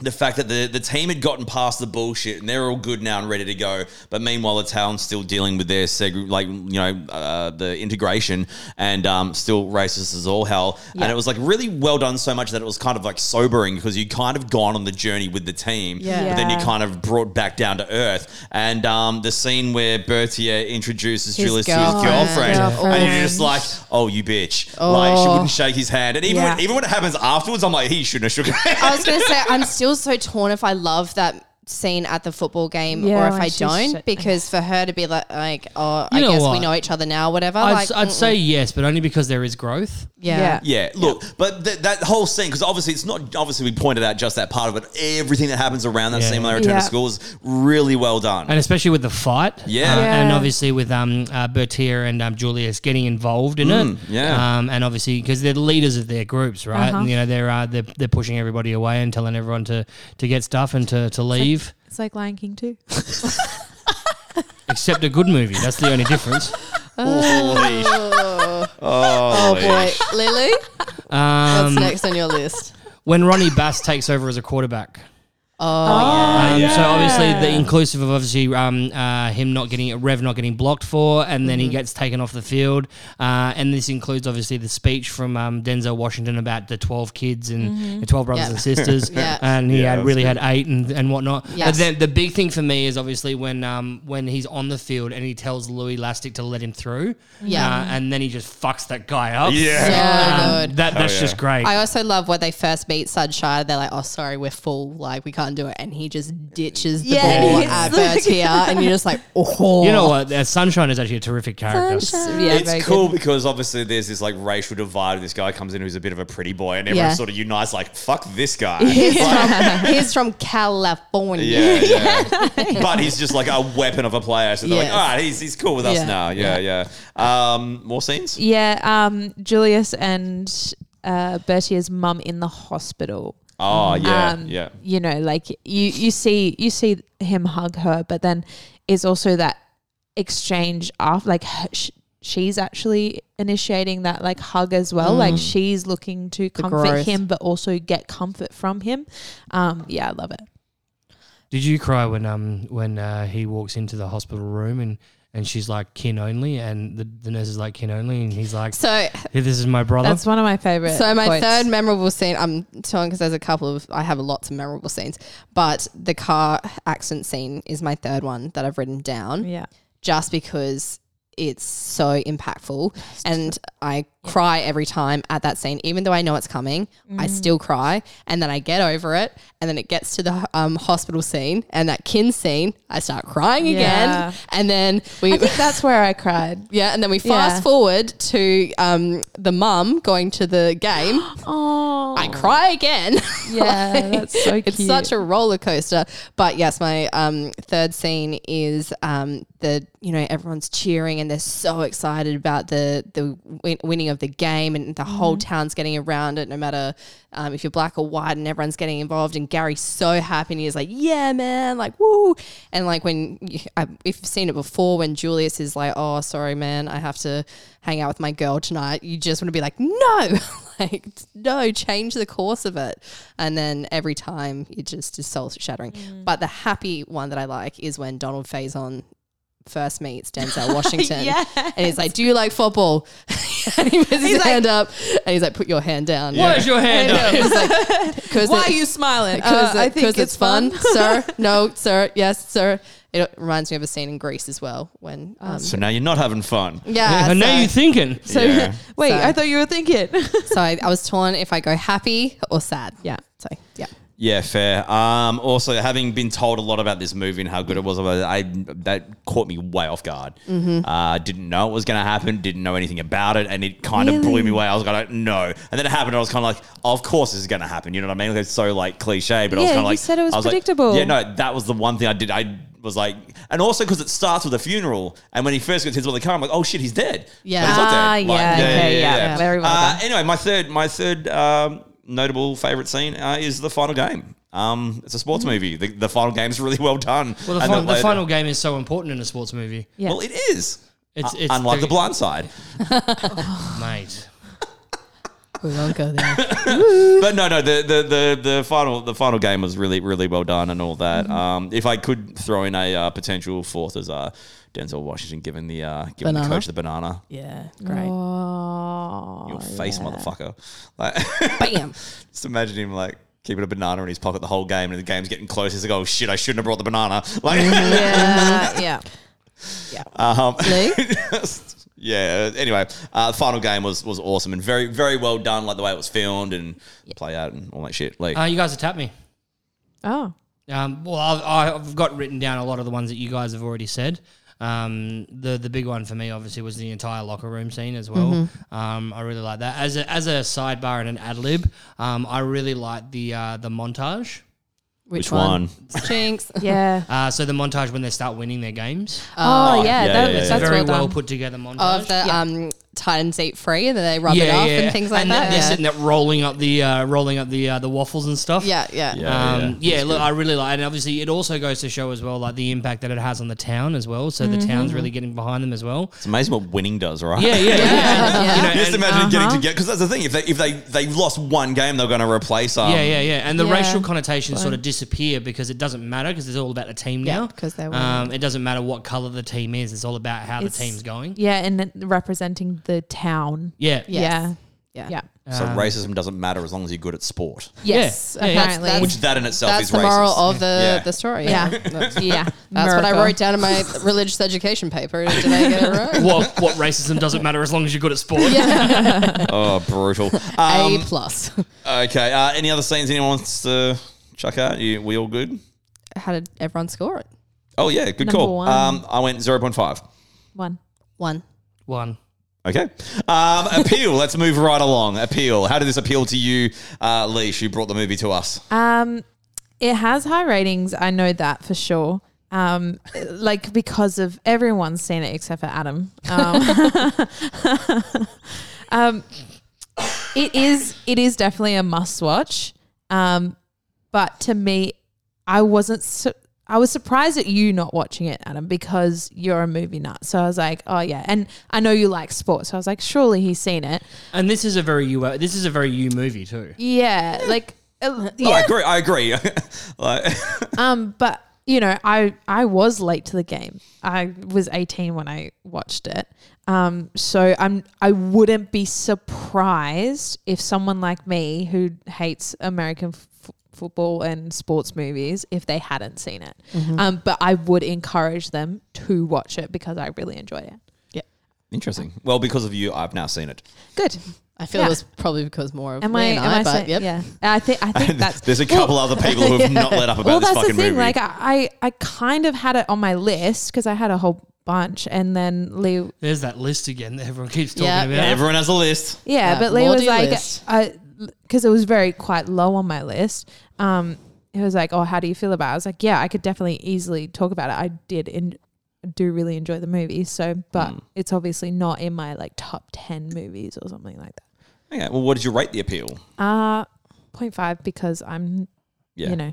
[SPEAKER 2] The fact that the, the team had gotten past the bullshit and they're all good now and ready to go, but meanwhile the town's still dealing with their seg- like you know uh, the integration and um, still racist as all hell. And it was like really well done so much that it was kind of like sobering because you kind of gone on the journey with the team,
[SPEAKER 3] Yeah.
[SPEAKER 2] but then you
[SPEAKER 5] Yeah.
[SPEAKER 2] kind of brought back down to earth. And um, the scene where Bertier introduces
[SPEAKER 3] His
[SPEAKER 2] Julius to his
[SPEAKER 3] girlfriend.
[SPEAKER 2] girlfriend, and you're just
[SPEAKER 3] Girlfriend.
[SPEAKER 2] like, oh, you bitch, like she
[SPEAKER 3] Oh.
[SPEAKER 2] wouldn't shake his hand, and even
[SPEAKER 5] Yeah.
[SPEAKER 2] when, even when it happens afterwards, I'm like, he shouldn't have shook. her hand.
[SPEAKER 3] I was going to say, I'm still so torn if I love that scene at the football game
[SPEAKER 5] Yeah,
[SPEAKER 3] or if
[SPEAKER 5] when
[SPEAKER 3] I
[SPEAKER 5] she's
[SPEAKER 3] don't,
[SPEAKER 5] sh-
[SPEAKER 3] because for her to be like, like oh,
[SPEAKER 4] You
[SPEAKER 3] I
[SPEAKER 4] know
[SPEAKER 3] guess we
[SPEAKER 4] what?
[SPEAKER 3] know each other now, whatever.
[SPEAKER 4] I'd,
[SPEAKER 3] like,
[SPEAKER 4] I'd
[SPEAKER 3] mm,
[SPEAKER 4] say yes, but only because there is growth.
[SPEAKER 3] yeah.
[SPEAKER 2] [laughs] Yeah, look, but th- that whole scene because obviously it's not obviously we pointed out just that part of it. Everything that happens around that
[SPEAKER 4] Yeah.
[SPEAKER 2] scene when they return
[SPEAKER 5] Yeah.
[SPEAKER 2] to school is really well done.
[SPEAKER 4] And especially with the fight.
[SPEAKER 2] Yeah.
[SPEAKER 4] Um, And
[SPEAKER 5] Yeah.
[SPEAKER 4] obviously with um, uh, Bertier and um, Julius getting involved in it.
[SPEAKER 2] Mm, yeah.
[SPEAKER 4] Um, and obviously because they're the leaders of their groups, right?
[SPEAKER 5] Uh-huh.
[SPEAKER 4] And, you know, they're, uh, they're, they're pushing everybody away and telling everyone to, to get stuff and to, to leave.
[SPEAKER 5] It's like Lion King [laughs] too.
[SPEAKER 4] Except a good movie. That's the only difference.
[SPEAKER 2] Holy- [laughs]
[SPEAKER 3] Oh
[SPEAKER 2] Holy
[SPEAKER 3] boy, Lily, what's
[SPEAKER 4] Um,
[SPEAKER 3] next on your list?
[SPEAKER 4] when Ronnie Bass takes over as a quarterback.
[SPEAKER 3] Oh,
[SPEAKER 4] Um, So obviously, the inclusive of obviously um, uh, him not getting Rev not getting blocked for, and
[SPEAKER 3] Mm-hmm.
[SPEAKER 4] then he gets taken off the field. Uh, and this includes obviously the speech from um, Denzel Washington about the twelve kids and the twelve brothers
[SPEAKER 3] Mm-hmm. Yeah.
[SPEAKER 4] and sisters,
[SPEAKER 3] [laughs] Yeah.
[SPEAKER 4] and he
[SPEAKER 2] Yeah,
[SPEAKER 4] had
[SPEAKER 2] that's
[SPEAKER 4] really had eight and, and whatnot. But
[SPEAKER 3] Yes.
[SPEAKER 4] then the big thing for me is obviously when um, when he's on the field and he tells Louis Lastic to let him through,
[SPEAKER 3] Yeah.
[SPEAKER 4] uh, and then he just fucks that guy up.
[SPEAKER 3] yeah.
[SPEAKER 2] yeah.
[SPEAKER 3] so
[SPEAKER 4] Um,
[SPEAKER 3] good.
[SPEAKER 4] that that's
[SPEAKER 2] yeah.
[SPEAKER 4] just great.
[SPEAKER 3] I also love when they first meet Sunshine. They're like, "Oh, sorry, we're full. Like, we can't do it." And he just ditches the
[SPEAKER 5] Yeah,
[SPEAKER 3] ball
[SPEAKER 5] he's
[SPEAKER 3] at
[SPEAKER 5] like-
[SPEAKER 3] Bertier, and you're just like, "Oh,
[SPEAKER 4] you know what? Uh, Sunshine is actually a terrific character.
[SPEAKER 5] Yeah, very
[SPEAKER 2] it's cool because obviously there's this like racial divide. This guy comes in who's a bit of a pretty boy, and everyone
[SPEAKER 3] Yeah.
[SPEAKER 2] sort of unites like "fuck this guy."
[SPEAKER 3] He's from, he's from California."
[SPEAKER 2] Yeah, yeah. but he's just like a weapon of a player. So they're
[SPEAKER 3] Yes.
[SPEAKER 2] like, all right, he's, he's cool with us
[SPEAKER 3] Yeah.
[SPEAKER 2] now. Yeah, yeah. Um, more scenes?
[SPEAKER 5] Yeah, um, Julius and uh, Bertier's mum in the hospital.
[SPEAKER 2] Oh, yeah,
[SPEAKER 5] um,
[SPEAKER 2] yeah.
[SPEAKER 5] You know, like you you see you see him hug her, but then it's also that exchange after, like her, sh- she's actually initiating that like hug as well. Like she's looking to comfort
[SPEAKER 3] growth.
[SPEAKER 5] him, but also get comfort from him. Um, yeah, I love it.
[SPEAKER 4] Did you cry when um when uh, he walks into the hospital room and and she's like kin only, and the, the nurse is like kin only, and he's like,
[SPEAKER 3] So
[SPEAKER 4] "Hey, "This is my brother."
[SPEAKER 5] That's one of my favorite.
[SPEAKER 3] So my
[SPEAKER 5] quotes.
[SPEAKER 3] third memorable scene, I'm telling because there's a couple of I have lots of memorable scenes, but the car accident scene is my third one that I've written down
[SPEAKER 5] Yeah.
[SPEAKER 3] just because it's so impactful and I cry every time at that scene even though I know it's coming
[SPEAKER 5] Mm.
[SPEAKER 3] I still cry and then I get over it and then it gets to the um, hospital scene and that kin scene I start crying
[SPEAKER 5] Yeah.
[SPEAKER 3] again and then we
[SPEAKER 5] I think that's where I [laughs] cried.
[SPEAKER 3] yeah and then we fast
[SPEAKER 5] Yeah.
[SPEAKER 3] forward to um, the mum going to the game
[SPEAKER 5] Oh.
[SPEAKER 3] I cry again. [laughs]
[SPEAKER 5] [laughs] Yeah, that's so
[SPEAKER 3] It's
[SPEAKER 5] cute.
[SPEAKER 3] such a roller coaster. But yes, my um, third scene is um, the you know everyone's cheering and they're so excited about the the win- winning of the game and the whole town's getting around it, no matter um, if you're black or white, and everyone's getting involved. And Gary's so happy and he's like, "Yeah, man!" Like, woo! And like when you, I, if you've seen it before, when Julius is like, "Oh, sorry, man, I have to hang out with my girl tonight," you just want to be like, "No!" [laughs] like no change the course of it and then every time it just is soul shattering
[SPEAKER 5] Mm.
[SPEAKER 3] but the happy one that i like is when donald faison first meets
[SPEAKER 5] [laughs]
[SPEAKER 3] denzel washington
[SPEAKER 5] Yes.
[SPEAKER 3] and he's like do you like football and he puts his hand up and he's like put your hand down
[SPEAKER 4] Where's your hand up?
[SPEAKER 3] [laughs] He's like, "'Cause
[SPEAKER 5] Why
[SPEAKER 3] it-
[SPEAKER 5] are you [laughs] smiling?
[SPEAKER 3] because
[SPEAKER 5] Uh, I think
[SPEAKER 3] it's, fun, [laughs] sir. No, sir. Yes, sir. It reminds me of a scene in Greece as well when, um,
[SPEAKER 2] So now you're not having fun.
[SPEAKER 3] [laughs] yeah.
[SPEAKER 4] [laughs] I know
[SPEAKER 3] so-
[SPEAKER 4] you're thinking.
[SPEAKER 5] So
[SPEAKER 2] Yeah.
[SPEAKER 5] wait,
[SPEAKER 3] So-
[SPEAKER 5] I thought you were thinking. [laughs]
[SPEAKER 3] [laughs] so I, I was torn if I go happy or sad.
[SPEAKER 5] yeah.
[SPEAKER 3] So yeah.
[SPEAKER 2] Yeah, fair. Um, also, having been told a lot about this movie and how good it was, I that caught me way off guard.
[SPEAKER 5] Mm-hmm.
[SPEAKER 2] Uh, didn't know it was going to happen. Didn't know anything about it, and it kind of blew me away. I was like, no. And then it happened. And I was kind of like, of course this is going to happen. You know what I mean? Like, it's so like cliche, but I was
[SPEAKER 5] Yeah,
[SPEAKER 2] kind of
[SPEAKER 5] you
[SPEAKER 2] like,
[SPEAKER 5] said it was
[SPEAKER 2] I like,
[SPEAKER 5] predictable.
[SPEAKER 2] yeah, no, that was the one thing I did. I was like, and also because it starts with a funeral, and when he first gets hit with the car, I'm like, oh shit, he's dead.
[SPEAKER 3] Yeah.
[SPEAKER 2] But he's not dead. Like,
[SPEAKER 5] Ah, yeah, okay, yeah. Very well
[SPEAKER 2] Uh,
[SPEAKER 5] done.
[SPEAKER 2] anyway, my third, my third um, notable favorite scene uh, is the final game. Um, it's a sports movie. The, the final game's really well done.
[SPEAKER 4] Mm. Well, the,
[SPEAKER 2] And
[SPEAKER 4] fin- the
[SPEAKER 2] later-
[SPEAKER 4] final game is so important in a sports movie,
[SPEAKER 5] Yeah.
[SPEAKER 2] Well, it is.
[SPEAKER 4] It's-
[SPEAKER 2] Uh,
[SPEAKER 4] it's
[SPEAKER 2] unlike
[SPEAKER 4] the-
[SPEAKER 2] the Blind Side.
[SPEAKER 4] mate.
[SPEAKER 3] We won't go there. [laughs]
[SPEAKER 2] but no, no, the, the, the, the final the final game was really really well done and all
[SPEAKER 4] Mm-hmm.
[SPEAKER 2] that. Um, if I could throw in a uh, potential fourth as uh, Denzel Washington giving the uh, giving the
[SPEAKER 3] Banana?
[SPEAKER 2] coach the banana,
[SPEAKER 3] yeah. Great.
[SPEAKER 5] Oh,
[SPEAKER 2] your face motherfucker. Like, [laughs]
[SPEAKER 3] Bam.
[SPEAKER 2] Just imagine him like keeping a banana in his pocket the whole game, and the game's getting close. He's like, "Oh shit, I shouldn't have brought the banana." Like,
[SPEAKER 4] Mm-hmm.
[SPEAKER 3] [laughs]
[SPEAKER 5] yeah, yeah.
[SPEAKER 2] [laughs] um,
[SPEAKER 3] Luke?
[SPEAKER 2] just- [laughs] yeah. Anyway, uh, the final game was was awesome and very very well done, like the way it was filmed and play out and all that shit. Like,
[SPEAKER 4] Uh, you guys have tapped me.
[SPEAKER 5] Oh,
[SPEAKER 4] Um, well, I've, I've got written down a lot of the ones that you guys have already said. Um, the the big one for me, obviously, was the entire locker room scene as well.
[SPEAKER 3] Mm-hmm.
[SPEAKER 4] Um, I really like that as a, as a sidebar and an ad lib. Um, I really like the uh, the montage.
[SPEAKER 2] Which one?
[SPEAKER 3] Jinx.
[SPEAKER 5] [laughs] yeah.
[SPEAKER 4] Uh, so the montage when they start winning their games,
[SPEAKER 2] yeah,
[SPEAKER 5] Oh, yeah, that,
[SPEAKER 2] yeah, yeah.
[SPEAKER 5] that's
[SPEAKER 2] It's
[SPEAKER 4] very
[SPEAKER 5] well,
[SPEAKER 4] well,
[SPEAKER 5] done.
[SPEAKER 4] put together montage.
[SPEAKER 3] Of the um, Titans eat free and then they rub it off and things like
[SPEAKER 4] and
[SPEAKER 3] that.
[SPEAKER 4] They're
[SPEAKER 3] yeah.
[SPEAKER 4] sitting there rolling up the uh, rolling up the uh, the waffles and stuff.
[SPEAKER 3] yeah, yeah,
[SPEAKER 2] Oh, Yeah.
[SPEAKER 4] Um, yeah, look, I really like, and obviously, it also goes to show as well, like the impact that it has on the town as well. So
[SPEAKER 3] Mm-hmm.
[SPEAKER 4] the town's really getting behind them as well.
[SPEAKER 2] it's amazing what winning does, right? [laughs]
[SPEAKER 4] Yeah, yeah, yeah.
[SPEAKER 3] Yeah.
[SPEAKER 4] You know,
[SPEAKER 2] Just
[SPEAKER 4] and- uh-huh.
[SPEAKER 2] imagine getting together because that's the thing. If they if they they lost one game, they're going to replace. Um,
[SPEAKER 4] yeah, yeah, yeah. And the
[SPEAKER 5] Yeah.
[SPEAKER 4] racial connotations sort of disappear because it doesn't matter because it's all about the team
[SPEAKER 3] Yeah,
[SPEAKER 4] now.
[SPEAKER 3] 'cause they won.
[SPEAKER 4] um, it doesn't matter what color the team is. It's all about how
[SPEAKER 5] It's-
[SPEAKER 4] the team's going.
[SPEAKER 5] Yeah, and then representing the town.
[SPEAKER 4] Yeah, yeah.
[SPEAKER 3] Yes.
[SPEAKER 5] Yeah.
[SPEAKER 3] Yeah.
[SPEAKER 5] Yeah.
[SPEAKER 2] So
[SPEAKER 4] Uh-huh.
[SPEAKER 2] racism doesn't matter as long as you're good at sport.
[SPEAKER 5] Yes,
[SPEAKER 4] Yeah, yeah, that's-
[SPEAKER 5] apparently.
[SPEAKER 3] that's-
[SPEAKER 2] Which that in itself
[SPEAKER 3] That's
[SPEAKER 2] is
[SPEAKER 3] the
[SPEAKER 2] racist.
[SPEAKER 3] moral of the,
[SPEAKER 2] Yeah.
[SPEAKER 3] the story.
[SPEAKER 5] [laughs] Yeah.
[SPEAKER 3] That's,
[SPEAKER 5] yeah.
[SPEAKER 3] that's what I
[SPEAKER 5] America.
[SPEAKER 3] wrote down in [laughs] my religious education paper. Did I get it [laughs] right?
[SPEAKER 4] [laughs] What what racism doesn't matter as long as you're good at sport.
[SPEAKER 2] [laughs] oh, brutal.
[SPEAKER 3] A
[SPEAKER 2] Um,
[SPEAKER 3] plus.
[SPEAKER 2] okay. Uh, any other scenes anyone wants to chuck out? You, we all good?
[SPEAKER 3] [laughs] How did everyone score it?
[SPEAKER 2] Oh yeah, good
[SPEAKER 5] Number
[SPEAKER 2] call.
[SPEAKER 5] one.
[SPEAKER 2] Um, I went zero point five.
[SPEAKER 5] One.
[SPEAKER 3] One.
[SPEAKER 4] One.
[SPEAKER 2] Okay. Um, appeal. [laughs] Let's move right along. Appeal. How did this appeal to you, uh, Leash, who brought the movie to us?
[SPEAKER 5] Um, it has high ratings. I know that for sure. Um, like because of everyone's seen it except for Adam. Um, [laughs] um, it is it is definitely a must watch. Um, but to me, I wasn't. Su- I was surprised at you not watching it, Adam, because you're a movie nut. So I was like, oh yeah, and I know you like sports. So I was like, surely he's seen it.
[SPEAKER 4] And this is a very you. This is a very you movie too.
[SPEAKER 5] Yeah, like. uh,
[SPEAKER 2] Oh, I
[SPEAKER 5] Yeah,
[SPEAKER 2] agree. I agree. [laughs] like,
[SPEAKER 5] Um, but you know, I I was late to the game. I was 18 when I watched it. Um, so I'm I wouldn't be surprised if someone like me who hates American f- football and sports movies if they hadn't seen it. Um, but I would encourage them to watch it because I really enjoy it.
[SPEAKER 2] Interesting. Well, because of you, I've now seen it. [laughs]
[SPEAKER 5] Good.
[SPEAKER 3] I feel
[SPEAKER 5] Yeah.
[SPEAKER 3] it was probably because more of
[SPEAKER 5] Am
[SPEAKER 3] Lee
[SPEAKER 5] I?
[SPEAKER 3] and
[SPEAKER 5] Am
[SPEAKER 3] I,
[SPEAKER 5] I?
[SPEAKER 3] but
[SPEAKER 5] saying-
[SPEAKER 3] yep.
[SPEAKER 5] Yeah. I think I think that's
[SPEAKER 2] There's a couple other
[SPEAKER 5] [laughs]
[SPEAKER 2] people who have not let up about
[SPEAKER 5] well,
[SPEAKER 2] this
[SPEAKER 5] that's
[SPEAKER 2] fucking
[SPEAKER 5] the thing.
[SPEAKER 2] movie.
[SPEAKER 5] Like I, I I kind of had it on my list because I had a whole bunch, and then Lee,
[SPEAKER 4] There's that list again that everyone keeps talking
[SPEAKER 3] Yeah.
[SPEAKER 4] about.
[SPEAKER 3] Yeah,
[SPEAKER 2] Everyone has a list.
[SPEAKER 5] yeah,
[SPEAKER 3] Yeah,
[SPEAKER 5] but Lee
[SPEAKER 3] Lordy
[SPEAKER 5] was like, uh,
[SPEAKER 3] list.
[SPEAKER 5] because it was very quite low on my list. Um, it was like, oh, how do you feel about? it? I was like, yeah, I could definitely easily talk about it. I did in do really enjoy the movie, so but
[SPEAKER 2] Hmm.
[SPEAKER 5] it's obviously not in my like top ten movies or something like that.
[SPEAKER 2] Okay. Well, what did you rate the appeal?
[SPEAKER 5] Uh 0.5 because I'm,
[SPEAKER 2] Yeah.
[SPEAKER 5] you know,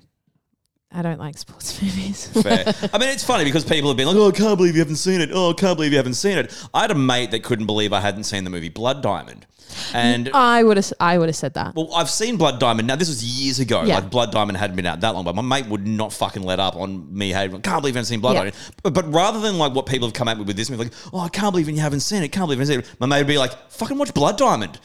[SPEAKER 5] I don't like sports [laughs] movies.
[SPEAKER 2] Fair. I mean, it's funny because people have been like, "Oh, I can't believe you haven't seen it. Oh, I can't believe you haven't seen it." I had a mate that couldn't believe I hadn't seen the movie Blood Diamond, and
[SPEAKER 5] I would have, I would have said that.
[SPEAKER 2] Well, I've seen Blood Diamond. Now, this was years ago.
[SPEAKER 5] Yeah.
[SPEAKER 2] Like, Blood Diamond hadn't been out that long, but my mate would not fucking let up on me. Hey, can't believe you haven't seen Blood
[SPEAKER 5] Yeah.
[SPEAKER 2] Diamond. But, but rather than like what people have come at me with this, movie, like, oh, I can't believe you haven't seen it. Can't believe you haven't seen it. My mate would be like, fucking watch Blood Diamond.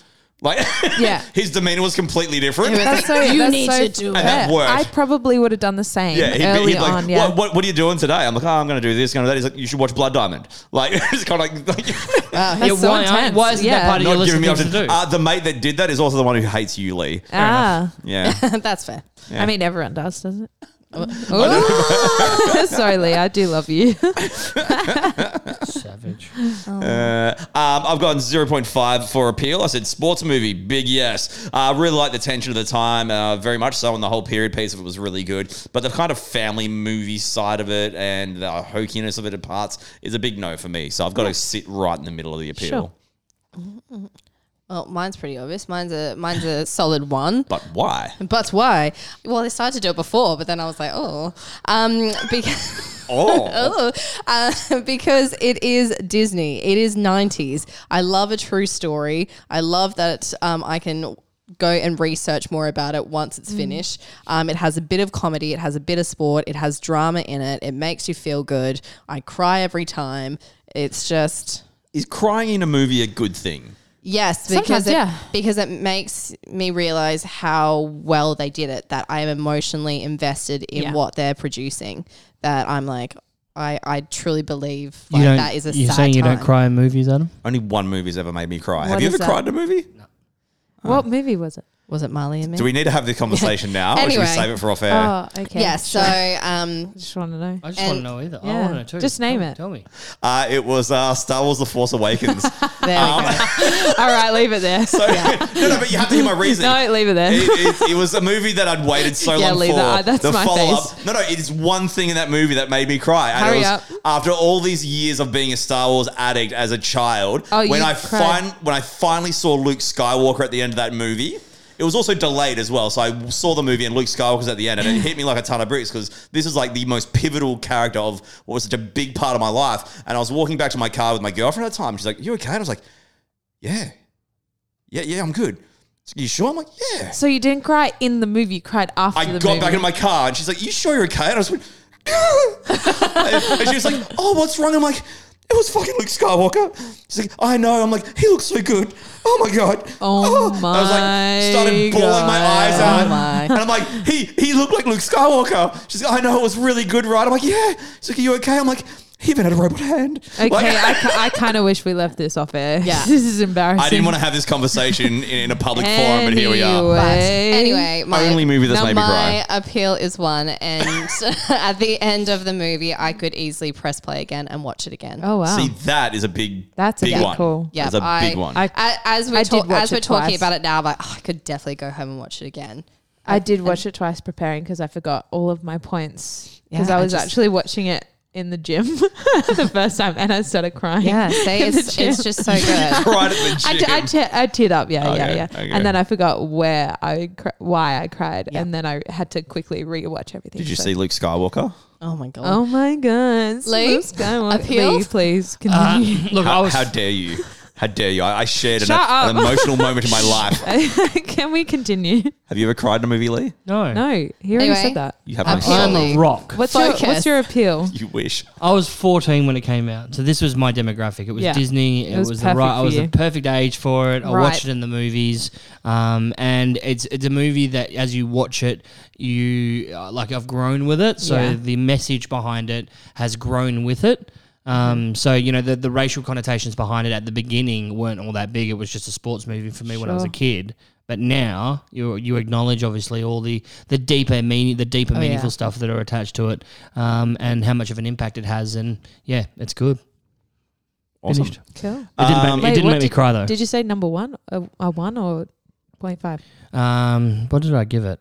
[SPEAKER 2] Like, [laughs]
[SPEAKER 5] Yeah.
[SPEAKER 2] his demeanor was completely different.
[SPEAKER 5] [laughs] That's so,
[SPEAKER 3] You
[SPEAKER 5] that's
[SPEAKER 3] need
[SPEAKER 5] so
[SPEAKER 3] to do
[SPEAKER 5] fair.
[SPEAKER 2] it. And that worked.
[SPEAKER 5] I probably would have done the
[SPEAKER 2] [laughs]
[SPEAKER 5] same
[SPEAKER 2] Yeah, he'd be,
[SPEAKER 5] early
[SPEAKER 2] he'd like,
[SPEAKER 5] on. Yeah.
[SPEAKER 2] what, what, what are you doing today? I'm like, oh, I'm going to do this, going to do that. He's like, you should watch Blood Diamond. [laughs] Like, it's kind of like, [laughs]
[SPEAKER 3] Wow,
[SPEAKER 5] That's
[SPEAKER 3] Uh, yeah,
[SPEAKER 5] so
[SPEAKER 4] why, aren't-
[SPEAKER 5] intense.
[SPEAKER 4] why isn't
[SPEAKER 5] yeah.
[SPEAKER 4] that part of your
[SPEAKER 2] not
[SPEAKER 4] list
[SPEAKER 2] giving me
[SPEAKER 4] of things
[SPEAKER 2] options.
[SPEAKER 4] to do?
[SPEAKER 2] Uh, the mate that did that is also the one who hates you, Lee.
[SPEAKER 5] Ah, [laughs]
[SPEAKER 2] Yeah.
[SPEAKER 3] [laughs] that's fair.
[SPEAKER 2] Yeah.
[SPEAKER 5] I mean, everyone does, doesn't
[SPEAKER 2] [laughs]
[SPEAKER 5] it? Ooh. [laughs] Sorry, Lee. I do
[SPEAKER 2] [laughs]
[SPEAKER 5] love you. [laughs]
[SPEAKER 4] [laughs] Savage.
[SPEAKER 2] Uh, um, I've gotten 0.5 for appeal. I said sports movie, big yes. I uh, really liked the tension of the time, uh, very much so, and the whole period piece of it was really good. But the kind of family movie side of it and the hokiness of it at parts is a big no for me. So I've got to sit right in the middle of the appeal.
[SPEAKER 5] Sure.
[SPEAKER 3] Well, mine's pretty obvious. Mine's a mine's a solid one.
[SPEAKER 2] But
[SPEAKER 3] [laughs]
[SPEAKER 2] why?
[SPEAKER 3] But why? Well, they started to do it before, but then I was like, oh, um, because.
[SPEAKER 2] Oh,
[SPEAKER 3] Oh, [laughs] uh, because it is Disney. It is 90s. I love a true story. I love that um, I can go and research more about it once it's finished. Um, it has a bit of comedy, it has a bit of sport, it has drama in it. It makes you feel good. I cry every time. It's just.
[SPEAKER 2] is crying in a movie a good thing?
[SPEAKER 3] Yes,
[SPEAKER 5] Sometimes,
[SPEAKER 3] because it,
[SPEAKER 5] yeah.
[SPEAKER 3] because it makes me realize how well they did it. That I am emotionally invested in
[SPEAKER 5] Yeah.
[SPEAKER 3] what they're producing. That I'm like, I, I truly believe
[SPEAKER 4] You
[SPEAKER 3] like,
[SPEAKER 4] don't,
[SPEAKER 3] that is a.
[SPEAKER 4] you're
[SPEAKER 3] sad
[SPEAKER 4] saying you
[SPEAKER 3] time.
[SPEAKER 4] don't cry in movies, Adam?
[SPEAKER 2] Only one movie's ever made me cry. Have
[SPEAKER 3] What
[SPEAKER 2] you ever
[SPEAKER 3] is that?
[SPEAKER 2] cried in a movie?
[SPEAKER 5] what movie was it?
[SPEAKER 3] Was it Marley and me?
[SPEAKER 2] Do we need to have the
[SPEAKER 3] [laughs]
[SPEAKER 2] conversation now, or should we
[SPEAKER 3] Anyway.
[SPEAKER 2] save it for off air?
[SPEAKER 5] Oh, okay.
[SPEAKER 3] yeah. So um,
[SPEAKER 5] just want to know.
[SPEAKER 4] I just
[SPEAKER 3] And-
[SPEAKER 4] want to know either. I
[SPEAKER 5] Yeah.
[SPEAKER 4] want to know too.
[SPEAKER 5] Just name
[SPEAKER 4] Tell-
[SPEAKER 5] it.
[SPEAKER 4] Tell me.
[SPEAKER 2] Uh, it was uh, Star Wars: The Force
[SPEAKER 3] [laughs]
[SPEAKER 2] Awakens. [laughs]
[SPEAKER 3] there we go.
[SPEAKER 5] All right, leave it there.
[SPEAKER 2] So no, no, but you have to hear my
[SPEAKER 5] [laughs]
[SPEAKER 2] reasoning.
[SPEAKER 5] no, leave it there.
[SPEAKER 2] it, it, it was a movie that I'd waited so
[SPEAKER 5] Yeah,
[SPEAKER 2] long
[SPEAKER 5] leave
[SPEAKER 2] for.
[SPEAKER 5] that- that's
[SPEAKER 2] the
[SPEAKER 5] my
[SPEAKER 2] follow up. No, no, it is one thing in that movie that made me cry. And it
[SPEAKER 5] Hurry
[SPEAKER 2] was
[SPEAKER 5] up.
[SPEAKER 2] After all these years of being a Star Wars addict as a child,
[SPEAKER 5] Oh,
[SPEAKER 2] when
[SPEAKER 5] you
[SPEAKER 2] I
[SPEAKER 5] cried.
[SPEAKER 2] fin- when I finally saw Luke Skywalker at the end of that movie. It was also delayed as well, so I saw the movie and Luke Skywalker's at the end, and it hit me like a ton of bricks because this is like the most pivotal character of what was such a big part of my life. And I was walking back to my car with my girlfriend at the time. She's like, "You okay?" And I was like, "Yeah, yeah, yeah, I'm good." She's like, you sure? I'm like, "Yeah."
[SPEAKER 5] So you didn't cry in the movie. You cried after
[SPEAKER 2] I
[SPEAKER 5] the
[SPEAKER 2] got
[SPEAKER 5] movie.
[SPEAKER 2] back in my [laughs] car and she's like, You sure you're okay? And I was like, [laughs] and, and she was like, Oh, what's wrong? I'm like, It was fucking Luke Skywalker. She's like, I know. I'm like, He looks so good. Oh my God. [laughs]
[SPEAKER 5] Oh
[SPEAKER 2] I was like, started
[SPEAKER 5] my
[SPEAKER 2] bawling my eyes
[SPEAKER 5] God.
[SPEAKER 2] out.
[SPEAKER 3] Oh my.
[SPEAKER 2] And I'm like, He he looked like Luke Skywalker. She's like, I know. It was really good, right? I'm like, Yeah. She's like, Are you okay? I'm like, He even had a robot hand.
[SPEAKER 5] Okay,
[SPEAKER 2] Like-
[SPEAKER 5] I, ki- I kind of wish we left this off air.
[SPEAKER 3] Yeah.
[SPEAKER 5] [laughs] this is embarrassing.
[SPEAKER 2] [laughs] I didn't want to have this conversation in, in a public forum, but here we are.
[SPEAKER 5] Anyway.
[SPEAKER 3] But anyway, my
[SPEAKER 2] Only movie that's
[SPEAKER 3] now
[SPEAKER 2] made me
[SPEAKER 3] my
[SPEAKER 2] cry.
[SPEAKER 3] appeal is one, and [laughs] at the end of the movie, I could easily press play again and watch it again.
[SPEAKER 5] Oh wow.
[SPEAKER 2] See, that is a big,
[SPEAKER 5] That's a
[SPEAKER 2] big
[SPEAKER 5] big
[SPEAKER 2] one.
[SPEAKER 5] call.
[SPEAKER 3] Yeah,
[SPEAKER 2] That's a
[SPEAKER 3] I-
[SPEAKER 2] big one.
[SPEAKER 5] I-
[SPEAKER 3] A- as we
[SPEAKER 5] I
[SPEAKER 3] talk,
[SPEAKER 5] did watch
[SPEAKER 3] as we're
[SPEAKER 5] it
[SPEAKER 3] talking
[SPEAKER 5] twice.
[SPEAKER 3] about it now, I'm like, oh, I could definitely go home and watch it again.
[SPEAKER 5] I did watch it twice preparing because I forgot all of my points because
[SPEAKER 3] Yeah,
[SPEAKER 5] I
[SPEAKER 3] I
[SPEAKER 5] was
[SPEAKER 3] just-
[SPEAKER 5] actually watching it in the gym [laughs] the first time and I started
[SPEAKER 3] [laughs]
[SPEAKER 5] crying.
[SPEAKER 3] Yeah, see,
[SPEAKER 5] [laughs] in the
[SPEAKER 3] it's, it's
[SPEAKER 5] gym.
[SPEAKER 3] just so [laughs] good.
[SPEAKER 2] [laughs] Right at the
[SPEAKER 5] I,
[SPEAKER 2] gym.
[SPEAKER 5] t- I, te- I teared up, yeah, yeah,
[SPEAKER 2] Okay,
[SPEAKER 5] yeah,
[SPEAKER 2] okay.
[SPEAKER 5] and then I forgot where I cr- why I cried,
[SPEAKER 3] Yeah.
[SPEAKER 5] and then I had to quickly rewatch everything.
[SPEAKER 2] Did you
[SPEAKER 5] so-
[SPEAKER 2] see Luke Skywalker?
[SPEAKER 3] Oh my god.
[SPEAKER 5] Oh my God,
[SPEAKER 3] Lee,
[SPEAKER 5] Luke Skywalker.
[SPEAKER 3] appeal?
[SPEAKER 5] Lee, please
[SPEAKER 4] Uh,
[SPEAKER 5] continue.
[SPEAKER 4] look, I
[SPEAKER 2] How,
[SPEAKER 4] was
[SPEAKER 2] how dare you? How dare you? I, I shared an,
[SPEAKER 5] Shut up.
[SPEAKER 2] an
[SPEAKER 5] [laughs]
[SPEAKER 2] emotional moment in my life. Uh,
[SPEAKER 5] Can we continue?
[SPEAKER 2] [laughs] Have you ever cried in a movie, Lee?
[SPEAKER 4] No.
[SPEAKER 5] No, he already
[SPEAKER 3] Anyway.
[SPEAKER 5] said that.
[SPEAKER 2] You have
[SPEAKER 3] I'm
[SPEAKER 2] my soul.
[SPEAKER 3] only-
[SPEAKER 4] I'm a rock.
[SPEAKER 5] What's your, what's
[SPEAKER 3] Focus.
[SPEAKER 5] your appeal?
[SPEAKER 2] You wish.
[SPEAKER 4] I was 14 when it came out, so this was my demographic. It was
[SPEAKER 5] Yeah.
[SPEAKER 4] Disney. It,
[SPEAKER 5] was
[SPEAKER 4] was, the
[SPEAKER 5] perfect
[SPEAKER 4] right. I
[SPEAKER 5] for
[SPEAKER 4] was
[SPEAKER 5] you.
[SPEAKER 4] the perfect age for it. I
[SPEAKER 3] Right.
[SPEAKER 4] watched it in the movies, um, and it's it's a movie that as you watch it, you uh, like I've grown with it. So
[SPEAKER 5] Yeah.
[SPEAKER 4] the message behind it has grown with it.
[SPEAKER 5] Mm-hmm.
[SPEAKER 4] Um, so you know the the racial connotations behind it at the beginning weren't all that big. It was just a sports movie for me when I was a
[SPEAKER 5] Sure.
[SPEAKER 4] kid. But now you you acknowledge obviously all the the deeper meaning, the deeper
[SPEAKER 3] Oh, yeah.
[SPEAKER 4] meaningful stuff that are attached to it, um, and how much of an impact it has. And yeah, it's good.
[SPEAKER 2] Awesome.
[SPEAKER 4] Finished.
[SPEAKER 5] Cool.
[SPEAKER 4] It didn't,
[SPEAKER 2] Um,
[SPEAKER 4] make, me-
[SPEAKER 5] Wait,
[SPEAKER 4] it didn't
[SPEAKER 5] what
[SPEAKER 4] make me cry though.
[SPEAKER 5] Did you say number one, a, a one or 0.5?
[SPEAKER 4] um, what did I give it?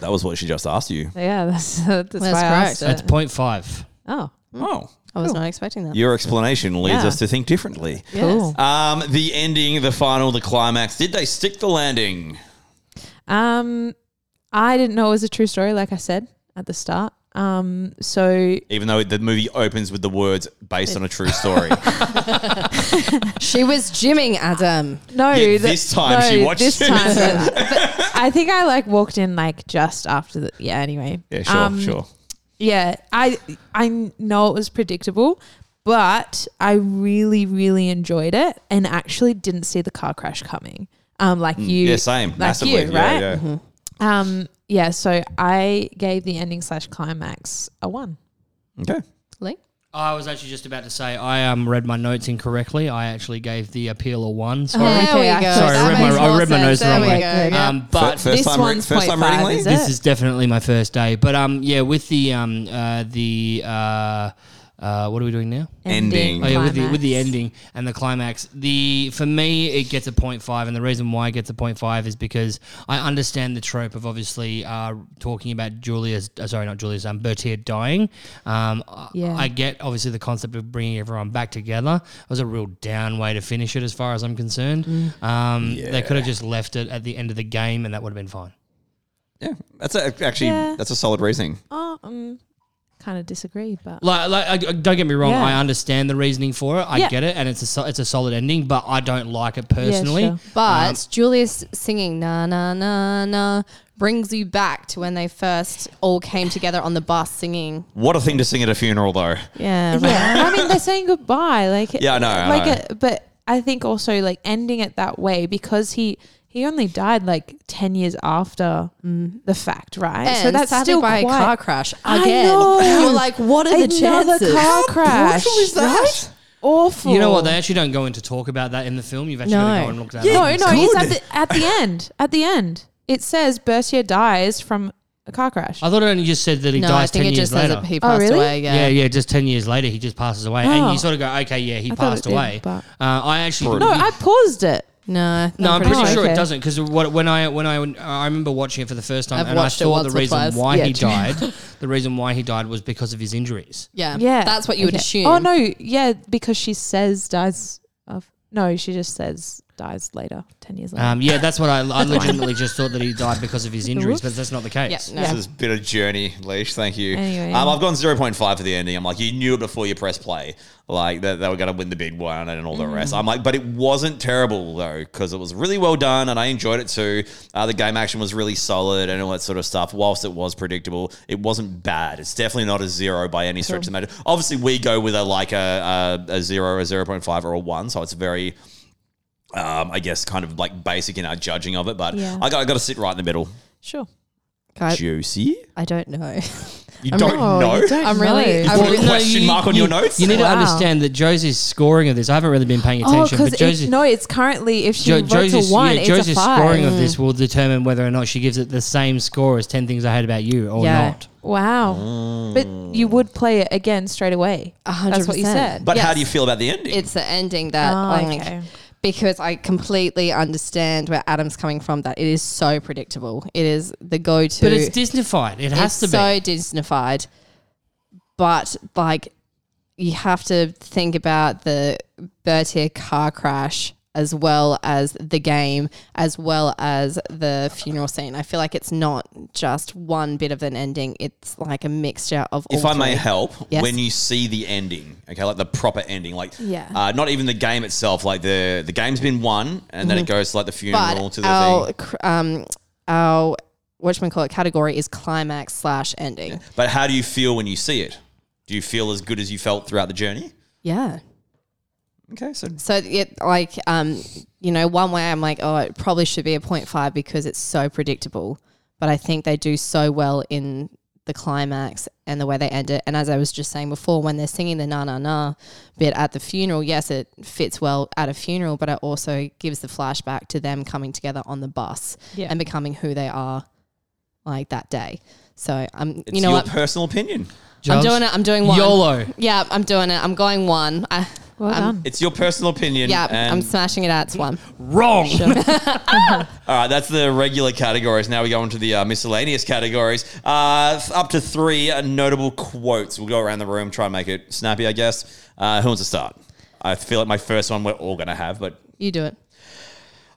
[SPEAKER 2] That was what she just asked you.
[SPEAKER 5] Yeah, [laughs] that's that's,
[SPEAKER 3] That's
[SPEAKER 5] why I asked
[SPEAKER 3] correct.
[SPEAKER 5] it.
[SPEAKER 4] It's 0.5.
[SPEAKER 5] oh,
[SPEAKER 2] Oh,
[SPEAKER 3] I was not expecting that.
[SPEAKER 2] your explanation leads
[SPEAKER 5] Yeah.
[SPEAKER 2] us to think differently.
[SPEAKER 3] Yes.
[SPEAKER 5] cool.
[SPEAKER 2] Um, the ending, the final, the climax. Did they stick the landing?
[SPEAKER 5] Um, I didn't know it was a true story, like I said at the start. Um, so
[SPEAKER 2] Even though the movie opens with the words based on a true
[SPEAKER 5] [laughs]
[SPEAKER 2] story.
[SPEAKER 3] She was jimming Adam.
[SPEAKER 5] no,
[SPEAKER 2] Yet
[SPEAKER 5] the-
[SPEAKER 2] this time she watched [laughs]
[SPEAKER 5] this
[SPEAKER 2] it.
[SPEAKER 5] time. but I think I like walked in like just after the yeah. Anyway,
[SPEAKER 2] yeah, sure,
[SPEAKER 5] Um,
[SPEAKER 2] sure.
[SPEAKER 5] Yeah, I I know it was predictable, but I really really enjoyed it and actually didn't see the car crash coming. Um, like you,
[SPEAKER 2] Hmm. yeah, same.
[SPEAKER 5] like
[SPEAKER 2] massively.
[SPEAKER 5] you, right? Mm-hmm.
[SPEAKER 2] Yeah, yeah.
[SPEAKER 5] Um, yeah. So I gave the ending slash climax a one.
[SPEAKER 2] Okay.
[SPEAKER 3] Lee?
[SPEAKER 4] I was actually just about to say I um, read my notes incorrectly. I we gave the appeal a one. Sorry,
[SPEAKER 5] Sorry.
[SPEAKER 3] There we
[SPEAKER 5] Okay,
[SPEAKER 3] go.
[SPEAKER 4] sorry, I
[SPEAKER 3] That
[SPEAKER 4] read my,
[SPEAKER 3] makes
[SPEAKER 4] I
[SPEAKER 3] more
[SPEAKER 4] read my
[SPEAKER 3] sense.
[SPEAKER 4] notes the
[SPEAKER 3] There
[SPEAKER 4] wrong
[SPEAKER 3] we
[SPEAKER 4] way.
[SPEAKER 3] go, yeah.
[SPEAKER 4] Um, but
[SPEAKER 2] Fir- first
[SPEAKER 5] this
[SPEAKER 2] time, re-
[SPEAKER 5] one's
[SPEAKER 2] first time
[SPEAKER 5] 0.5,
[SPEAKER 2] reading, Lee?
[SPEAKER 5] is it?
[SPEAKER 4] This is definitely my first day. But um, yeah, with the um, uh, the uh, uh, what are we doing now?
[SPEAKER 2] Ending.
[SPEAKER 4] Oh yeah, with the with the
[SPEAKER 5] climax.
[SPEAKER 4] ending and the climax. The for me it gets a point five, and the reason why it gets a point five is because I understand the trope of obviously uh, talking about Julia's uh, sorry, not Julia's, um, Bertier dying. Um, I-
[SPEAKER 5] Yeah.
[SPEAKER 4] I get obviously the concept of bringing everyone back together. It was a real down way to finish it, as far as I'm concerned.
[SPEAKER 5] Mm.
[SPEAKER 4] Um, They could have just left it at the end of the game, and that would have been fine.
[SPEAKER 2] Yeah, that's a, actually
[SPEAKER 5] Yeah.
[SPEAKER 2] that's a solid reasoning.
[SPEAKER 5] Oh, um, kind of disagree, but
[SPEAKER 4] Like, like I, I- don't get me wrong,
[SPEAKER 5] Yeah.
[SPEAKER 4] I understand the reasoning for it. I
[SPEAKER 5] Yeah.
[SPEAKER 4] get it, and it's a so- it's a solid ending, but I don't like it personally.
[SPEAKER 5] sure.
[SPEAKER 4] um,
[SPEAKER 3] But Julius singing na na na na brings you back to when they first all came together on the bus singing.
[SPEAKER 2] What a thing to sing at a funeral, though.
[SPEAKER 5] yeah, yeah. I mean, they're saying goodbye, like
[SPEAKER 2] Yeah, I know, I
[SPEAKER 5] like,
[SPEAKER 2] know.
[SPEAKER 5] A, but I think also like ending it that way because he he only died like ten years after the fact, right?
[SPEAKER 3] And sadly by
[SPEAKER 5] quite-
[SPEAKER 3] a car crash
[SPEAKER 5] I
[SPEAKER 3] again. [laughs]
[SPEAKER 5] know.
[SPEAKER 3] You're like, what are the
[SPEAKER 5] Another
[SPEAKER 3] chances?
[SPEAKER 5] car crash.
[SPEAKER 2] is that?
[SPEAKER 5] Right? Awful.
[SPEAKER 4] You know what? They actually don't go into talk about that in the film. You've actually got to
[SPEAKER 3] No.
[SPEAKER 4] go and look that
[SPEAKER 5] no,
[SPEAKER 4] up.
[SPEAKER 5] no. It's at the at the end. At the end, it says Bertier dies from a car crash.
[SPEAKER 4] I thought it only just said that he
[SPEAKER 3] no, I
[SPEAKER 4] dies
[SPEAKER 3] think
[SPEAKER 4] ten
[SPEAKER 3] it
[SPEAKER 4] years
[SPEAKER 3] just says
[SPEAKER 4] later.
[SPEAKER 3] that he
[SPEAKER 5] Oh,
[SPEAKER 3] passed
[SPEAKER 5] really?
[SPEAKER 3] away. Yeah.
[SPEAKER 4] yeah, yeah, just ten years later, he just passes away, and
[SPEAKER 5] Oh.
[SPEAKER 4] you sort of go, okay, yeah, he
[SPEAKER 5] I thought
[SPEAKER 4] passed
[SPEAKER 5] it did,
[SPEAKER 4] away.
[SPEAKER 5] but-
[SPEAKER 4] uh, I actually
[SPEAKER 5] no, I paused it.
[SPEAKER 3] No,
[SPEAKER 4] No, I'm pretty,
[SPEAKER 5] pretty
[SPEAKER 4] sure
[SPEAKER 5] sure.
[SPEAKER 4] it
[SPEAKER 5] Okay.
[SPEAKER 4] doesn't because when I when I I remember watching it for the first time
[SPEAKER 3] I've
[SPEAKER 4] and I
[SPEAKER 3] watched it
[SPEAKER 4] saw
[SPEAKER 3] once
[SPEAKER 4] the
[SPEAKER 3] or
[SPEAKER 4] reason
[SPEAKER 3] twice.
[SPEAKER 4] why
[SPEAKER 3] Yeah,
[SPEAKER 4] he
[SPEAKER 3] true.
[SPEAKER 4] died. the reason why he died was because of his injuries.
[SPEAKER 3] Yeah.
[SPEAKER 5] Yeah,
[SPEAKER 3] That's what you would
[SPEAKER 5] Okay.
[SPEAKER 3] assume.
[SPEAKER 5] Oh no, yeah, because she says dies of no, she just says dies later, ten years later.
[SPEAKER 4] Um, yeah, that's what I, I legitimately just thought that he died because of his injuries, but that's not the
[SPEAKER 3] Yeah,
[SPEAKER 4] case.
[SPEAKER 3] no.
[SPEAKER 5] Yeah.
[SPEAKER 2] This is a bit of journey, Leash. Thank you.
[SPEAKER 5] Anyway.
[SPEAKER 2] Um, I've gone 0.5 for the ending. I'm like, you knew it before you press play. Like, that they, were going to win the big one and all
[SPEAKER 5] Mm-hmm.
[SPEAKER 2] the rest. I'm like, but it wasn't terrible, though, because it was really well done and I enjoyed it too. Uh, the game action was really solid and all that sort of stuff. Whilst it was predictable, it wasn't bad. It's definitely not a zero by any stretch of the matter. Obviously, we go with a like a, a, a zero, a 0.5, or a one. So it's very. Um, I guess kind of like basic in our judging of it, but
[SPEAKER 5] Yeah.
[SPEAKER 2] I got I got to sit right in the middle.
[SPEAKER 5] sure.
[SPEAKER 3] I,
[SPEAKER 2] Juicy.
[SPEAKER 3] I don't know. [laughs]
[SPEAKER 2] You don't know.
[SPEAKER 3] I'm really.
[SPEAKER 5] know.
[SPEAKER 3] I
[SPEAKER 2] Put a
[SPEAKER 3] really
[SPEAKER 2] question mark on your notes.
[SPEAKER 4] You need
[SPEAKER 5] Wow.
[SPEAKER 4] to understand that Josie's scoring of this. I haven't really been paying
[SPEAKER 5] Oh,
[SPEAKER 4] attention,
[SPEAKER 5] because
[SPEAKER 4] but Josie,
[SPEAKER 5] no, it's currently if she
[SPEAKER 4] Jo-
[SPEAKER 5] votes a
[SPEAKER 4] Josie's,
[SPEAKER 5] one,
[SPEAKER 4] yeah,
[SPEAKER 5] it's
[SPEAKER 4] Josie's
[SPEAKER 5] a five.
[SPEAKER 4] scoring
[SPEAKER 3] Mm.
[SPEAKER 4] of this will determine whether or not she gives it the same score as 10 Things I Hate About You or
[SPEAKER 3] Yeah.
[SPEAKER 4] not.
[SPEAKER 5] Wow, but you would play it again straight away.
[SPEAKER 3] A hundred
[SPEAKER 5] That's what you
[SPEAKER 3] percent.
[SPEAKER 5] said.
[SPEAKER 2] but how
[SPEAKER 3] Yes.
[SPEAKER 2] do you feel about the ending?
[SPEAKER 3] it's the ending that
[SPEAKER 5] Oh,
[SPEAKER 3] like,
[SPEAKER 5] okay.
[SPEAKER 3] because I completely understand where Adam's coming from. That it is so predictable. It is the go-to.
[SPEAKER 4] But it's Disneyfied. It has
[SPEAKER 3] it's
[SPEAKER 4] to be.
[SPEAKER 3] so Disneyfied, but like you have to think about the Bertier car crash as well as the game, as well as the funeral scene. I feel like it's not just one bit of an ending, it's like a mixture of all
[SPEAKER 2] If I may
[SPEAKER 3] three.
[SPEAKER 2] help,
[SPEAKER 3] Yes.
[SPEAKER 2] when you see the ending, okay, like the proper ending, like
[SPEAKER 5] Yeah.
[SPEAKER 2] uh, not even the game itself, like the the game's been won, and then it goes to like the funeral
[SPEAKER 3] Mm-hmm. but
[SPEAKER 2] to the
[SPEAKER 3] our,
[SPEAKER 2] thing.
[SPEAKER 3] cr- um, our whatchamacallit category is climax slash ending.
[SPEAKER 2] But how do you feel when you see it? Do you feel as good as you felt throughout the journey?
[SPEAKER 3] Yeah.
[SPEAKER 2] Okay, so
[SPEAKER 3] So it like um you know one way I'm like oh it probably should be a 0.5 because it's so predictable, but I think they do so well in the climax and the way they end it. And as I was just saying before, when they're singing the na na na bit at the funeral, yes, it fits well at a funeral, but it also gives the flashback to them coming together on the bus
[SPEAKER 5] Yeah.
[SPEAKER 3] and becoming who they are like that day. So I'm
[SPEAKER 2] it's
[SPEAKER 3] you know
[SPEAKER 2] your
[SPEAKER 3] what
[SPEAKER 2] personal opinion.
[SPEAKER 3] I'm
[SPEAKER 4] Jugs,
[SPEAKER 3] doing it. I'm doing one.
[SPEAKER 4] YOLO.
[SPEAKER 3] Yeah, I'm doing it. I'm going one. I,
[SPEAKER 5] Well
[SPEAKER 3] Um,
[SPEAKER 5] done.
[SPEAKER 2] It's your personal opinion.
[SPEAKER 3] yeah,
[SPEAKER 2] and-
[SPEAKER 3] I'm smashing it out. It's one.
[SPEAKER 4] Wrong.
[SPEAKER 2] All right, that's the regular categories. Now we go into the uh, miscellaneous categories. Uh, th- up to three uh, notable quotes. We'll go around the room, try and make it snappy, I guess. Uh, who wants to start? I feel like my first one we're all going to have, but
[SPEAKER 3] You do it.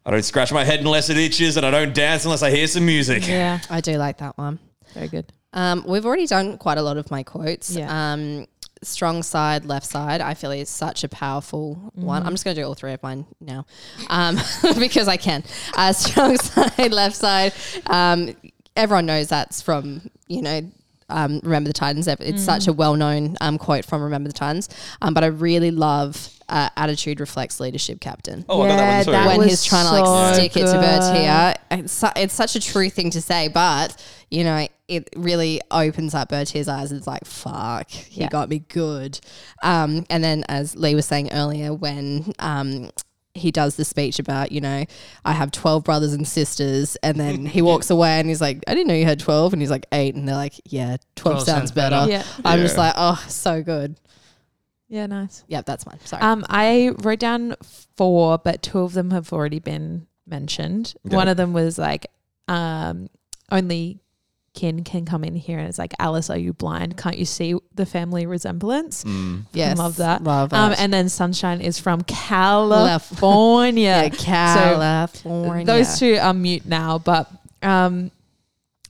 [SPEAKER 2] I don't scratch my head unless it itches, and I don't dance unless I hear some music.
[SPEAKER 5] Yeah.
[SPEAKER 3] I do like that one.
[SPEAKER 5] Very good.
[SPEAKER 3] Um, we've already done quite a lot of my quotes.
[SPEAKER 5] Yeah.
[SPEAKER 3] Um, strong side, left side. I feel is such a powerful one. I'm just going to do all three of mine now um, [laughs] because I can. Uh, strong [laughs] side, left side. Um, everyone knows that's from you know. Um, Remember the Titans. It's such a well-known um, quote from Remember the Titans. Um, but I really love uh, attitude reflects leadership, Captain.
[SPEAKER 2] Oh, I got that one too.
[SPEAKER 5] that
[SPEAKER 3] when
[SPEAKER 5] was
[SPEAKER 3] he's trying to
[SPEAKER 5] so
[SPEAKER 3] like stick it to Bertier.
[SPEAKER 5] good.
[SPEAKER 3] It's, su- it's such a true thing to say, but you know, it really opens up Bertier's eyes. It's like, fuck, he
[SPEAKER 5] Yeah.
[SPEAKER 3] got me good. Um, and then, as Lee was saying earlier, when um, he does the speech about, you know, I have 12 brothers and sisters, and
[SPEAKER 5] [laughs]
[SPEAKER 3] then he walks away and he's like, I didn't know you had 12. And he's like, eight. And they're like, yeah, 12,
[SPEAKER 4] 12
[SPEAKER 3] sounds,
[SPEAKER 4] sounds
[SPEAKER 3] better.
[SPEAKER 4] better.
[SPEAKER 5] Yeah.
[SPEAKER 3] I'm just
[SPEAKER 2] Yeah.
[SPEAKER 3] like, oh, so good.
[SPEAKER 5] Yeah, nice.
[SPEAKER 3] Yeah, that's mine. Sorry.
[SPEAKER 5] Um, I wrote down four, but two of them have already been mentioned.
[SPEAKER 2] Okay.
[SPEAKER 5] One of them was like, um, only kin can come in here, and it's like, Alice, are you blind? Can't you see the family resemblance?
[SPEAKER 2] Mm.
[SPEAKER 3] yes.
[SPEAKER 5] love that.
[SPEAKER 3] Love
[SPEAKER 5] Um,
[SPEAKER 3] it.
[SPEAKER 5] and then Sunshine is from California.
[SPEAKER 3] yeah, California.
[SPEAKER 5] Those two are mute now, but um,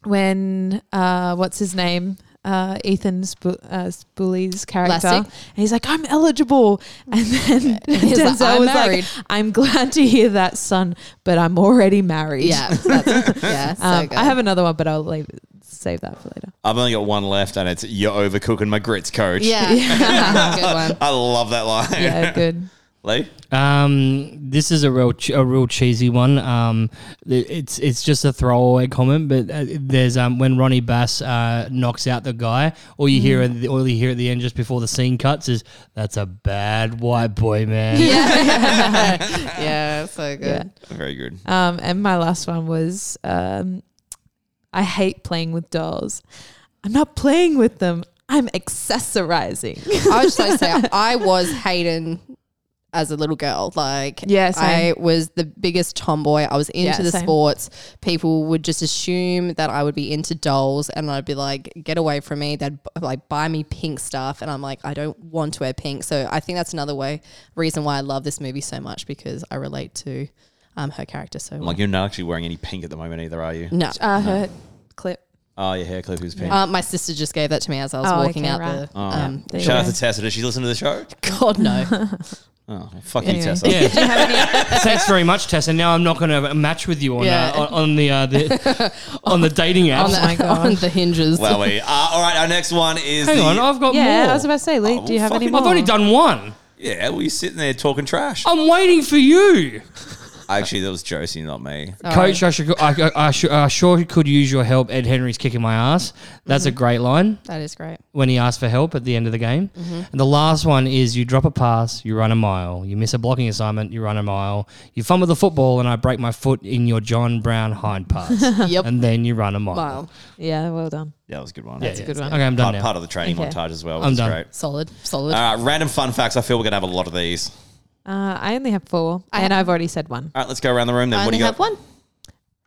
[SPEAKER 5] when uh, what's his name? Uh, Ethan Sp- uh, Spooley's character,
[SPEAKER 3] Lastic?
[SPEAKER 5] and he's like, "I'm
[SPEAKER 3] [laughs]
[SPEAKER 5] eligible," and then
[SPEAKER 3] He's like,
[SPEAKER 5] Denzel
[SPEAKER 3] "I'm
[SPEAKER 5] was
[SPEAKER 3] married."
[SPEAKER 5] like, "I'm glad to hear that, son, but I'm already married."
[SPEAKER 3] Yeah,
[SPEAKER 5] [laughs]
[SPEAKER 3] that's, yeah. So
[SPEAKER 5] um,
[SPEAKER 3] good.
[SPEAKER 5] I have another one, but I'll leave save that for
[SPEAKER 3] [laughs]
[SPEAKER 5] later.
[SPEAKER 2] I've only got one left, and it's you're overcooking my grits, coach.
[SPEAKER 5] [laughs]
[SPEAKER 3] yeah, [laughs] yeah. good one.
[SPEAKER 2] I love that line.
[SPEAKER 5] Yeah, good.
[SPEAKER 2] Lee?
[SPEAKER 4] Um, this is a real ch- a real cheesy one. Um, th- it's it's just a throwaway comment, but uh, there's um when Ronnie Bass uh, knocks out the guy, all you
[SPEAKER 3] Mm.
[SPEAKER 4] hear at the, all you hear at the end just before the scene cuts is that's a bad white
[SPEAKER 3] [laughs]
[SPEAKER 4] boy man.
[SPEAKER 3] Yeah, [laughs] yeah, so good.
[SPEAKER 5] Yeah.
[SPEAKER 2] Very good.
[SPEAKER 5] Um, and my last one was um, I hate playing with dolls. I'm not playing with them. I'm accessorizing.
[SPEAKER 3] I was just say I was Hayden as a little girl. Like,
[SPEAKER 5] Yeah, same.
[SPEAKER 3] I was the biggest tomboy. I was into
[SPEAKER 5] Yeah,
[SPEAKER 3] the
[SPEAKER 5] same.
[SPEAKER 3] sports. People would just assume that I would be into dolls, and I'd be like, "Get away from me!" They'd b- like buy me pink stuff, and I'm like, "I don't want to wear pink." So I think that's another way reason why I love this movie so much because I relate to um, her character so.
[SPEAKER 2] I'm
[SPEAKER 3] Well.
[SPEAKER 2] like, you're not actually wearing any pink at the moment either, are you?
[SPEAKER 3] no,
[SPEAKER 5] Uh, her [laughs] clip.
[SPEAKER 2] Oh, your hair clip was pink.
[SPEAKER 3] Uh, my sister just gave that to me as I was
[SPEAKER 5] Oh,
[SPEAKER 3] walking
[SPEAKER 5] okay,
[SPEAKER 3] out
[SPEAKER 5] right.
[SPEAKER 3] the.
[SPEAKER 2] Oh.
[SPEAKER 3] Um,
[SPEAKER 5] There you
[SPEAKER 2] Shout out
[SPEAKER 5] go.
[SPEAKER 2] to Tessa. Did she listen to the show?
[SPEAKER 3] [laughs] God no.
[SPEAKER 2] Oh, fuck you,
[SPEAKER 5] Anyway.
[SPEAKER 2] Tessa.
[SPEAKER 4] Yeah. Thanks very much, Tess. And now I'm not going to match with you on
[SPEAKER 3] Yeah.
[SPEAKER 4] uh, on, on the, uh,
[SPEAKER 5] [laughs]
[SPEAKER 4] the on the dating
[SPEAKER 3] [laughs]
[SPEAKER 4] apps.
[SPEAKER 3] on, the,
[SPEAKER 5] my God.
[SPEAKER 3] on the hinges.
[SPEAKER 2] [laughs] Well, we. Uh, all right, our next one is.
[SPEAKER 4] Hang
[SPEAKER 2] the,
[SPEAKER 4] on, I've got
[SPEAKER 5] [laughs] Yeah,
[SPEAKER 4] more.
[SPEAKER 5] I was about to say, Lee,
[SPEAKER 2] Oh,
[SPEAKER 5] do you have any
[SPEAKER 2] fucking-
[SPEAKER 5] more?
[SPEAKER 4] I've only done one.
[SPEAKER 2] yeah, we're sitting there talking trash.
[SPEAKER 4] I'm waiting for you.
[SPEAKER 2] Actually, that was Josie, not me.
[SPEAKER 4] Coach, I should, I, I, I, should, I sure could use your help. Ed Henry's kicking my ass. That's
[SPEAKER 5] Mm-hmm.
[SPEAKER 4] a great line
[SPEAKER 3] that is great.
[SPEAKER 4] when he asked for help at the end of the game.
[SPEAKER 5] Mm-hmm.
[SPEAKER 4] And the last one is you drop a pass, you run a mile, you miss a blocking assignment, you run a mile, you fumble the football, and I break my foot in your John Brown hind
[SPEAKER 5] [laughs]
[SPEAKER 4] parts.
[SPEAKER 3] [laughs] Yep.
[SPEAKER 4] and then you run a mile.
[SPEAKER 3] Wow.
[SPEAKER 5] Yeah, well done.
[SPEAKER 2] Yeah, that was a good one.
[SPEAKER 4] Yeah, yeah.
[SPEAKER 5] good one.
[SPEAKER 4] Okay, I'm done
[SPEAKER 2] Part,
[SPEAKER 4] now.
[SPEAKER 2] part of the training
[SPEAKER 5] Okay.
[SPEAKER 2] montage as well. Which
[SPEAKER 4] I'm
[SPEAKER 2] is
[SPEAKER 4] done.
[SPEAKER 2] Great.
[SPEAKER 3] Solid. Solid.
[SPEAKER 2] All right, random fun facts. I feel we're gonna have a lot of these.
[SPEAKER 5] Uh, I only have four, and I've already said one.
[SPEAKER 2] All right, let's go around the room. Then
[SPEAKER 3] I
[SPEAKER 2] what do
[SPEAKER 3] only
[SPEAKER 2] you
[SPEAKER 3] have
[SPEAKER 2] got?
[SPEAKER 3] one.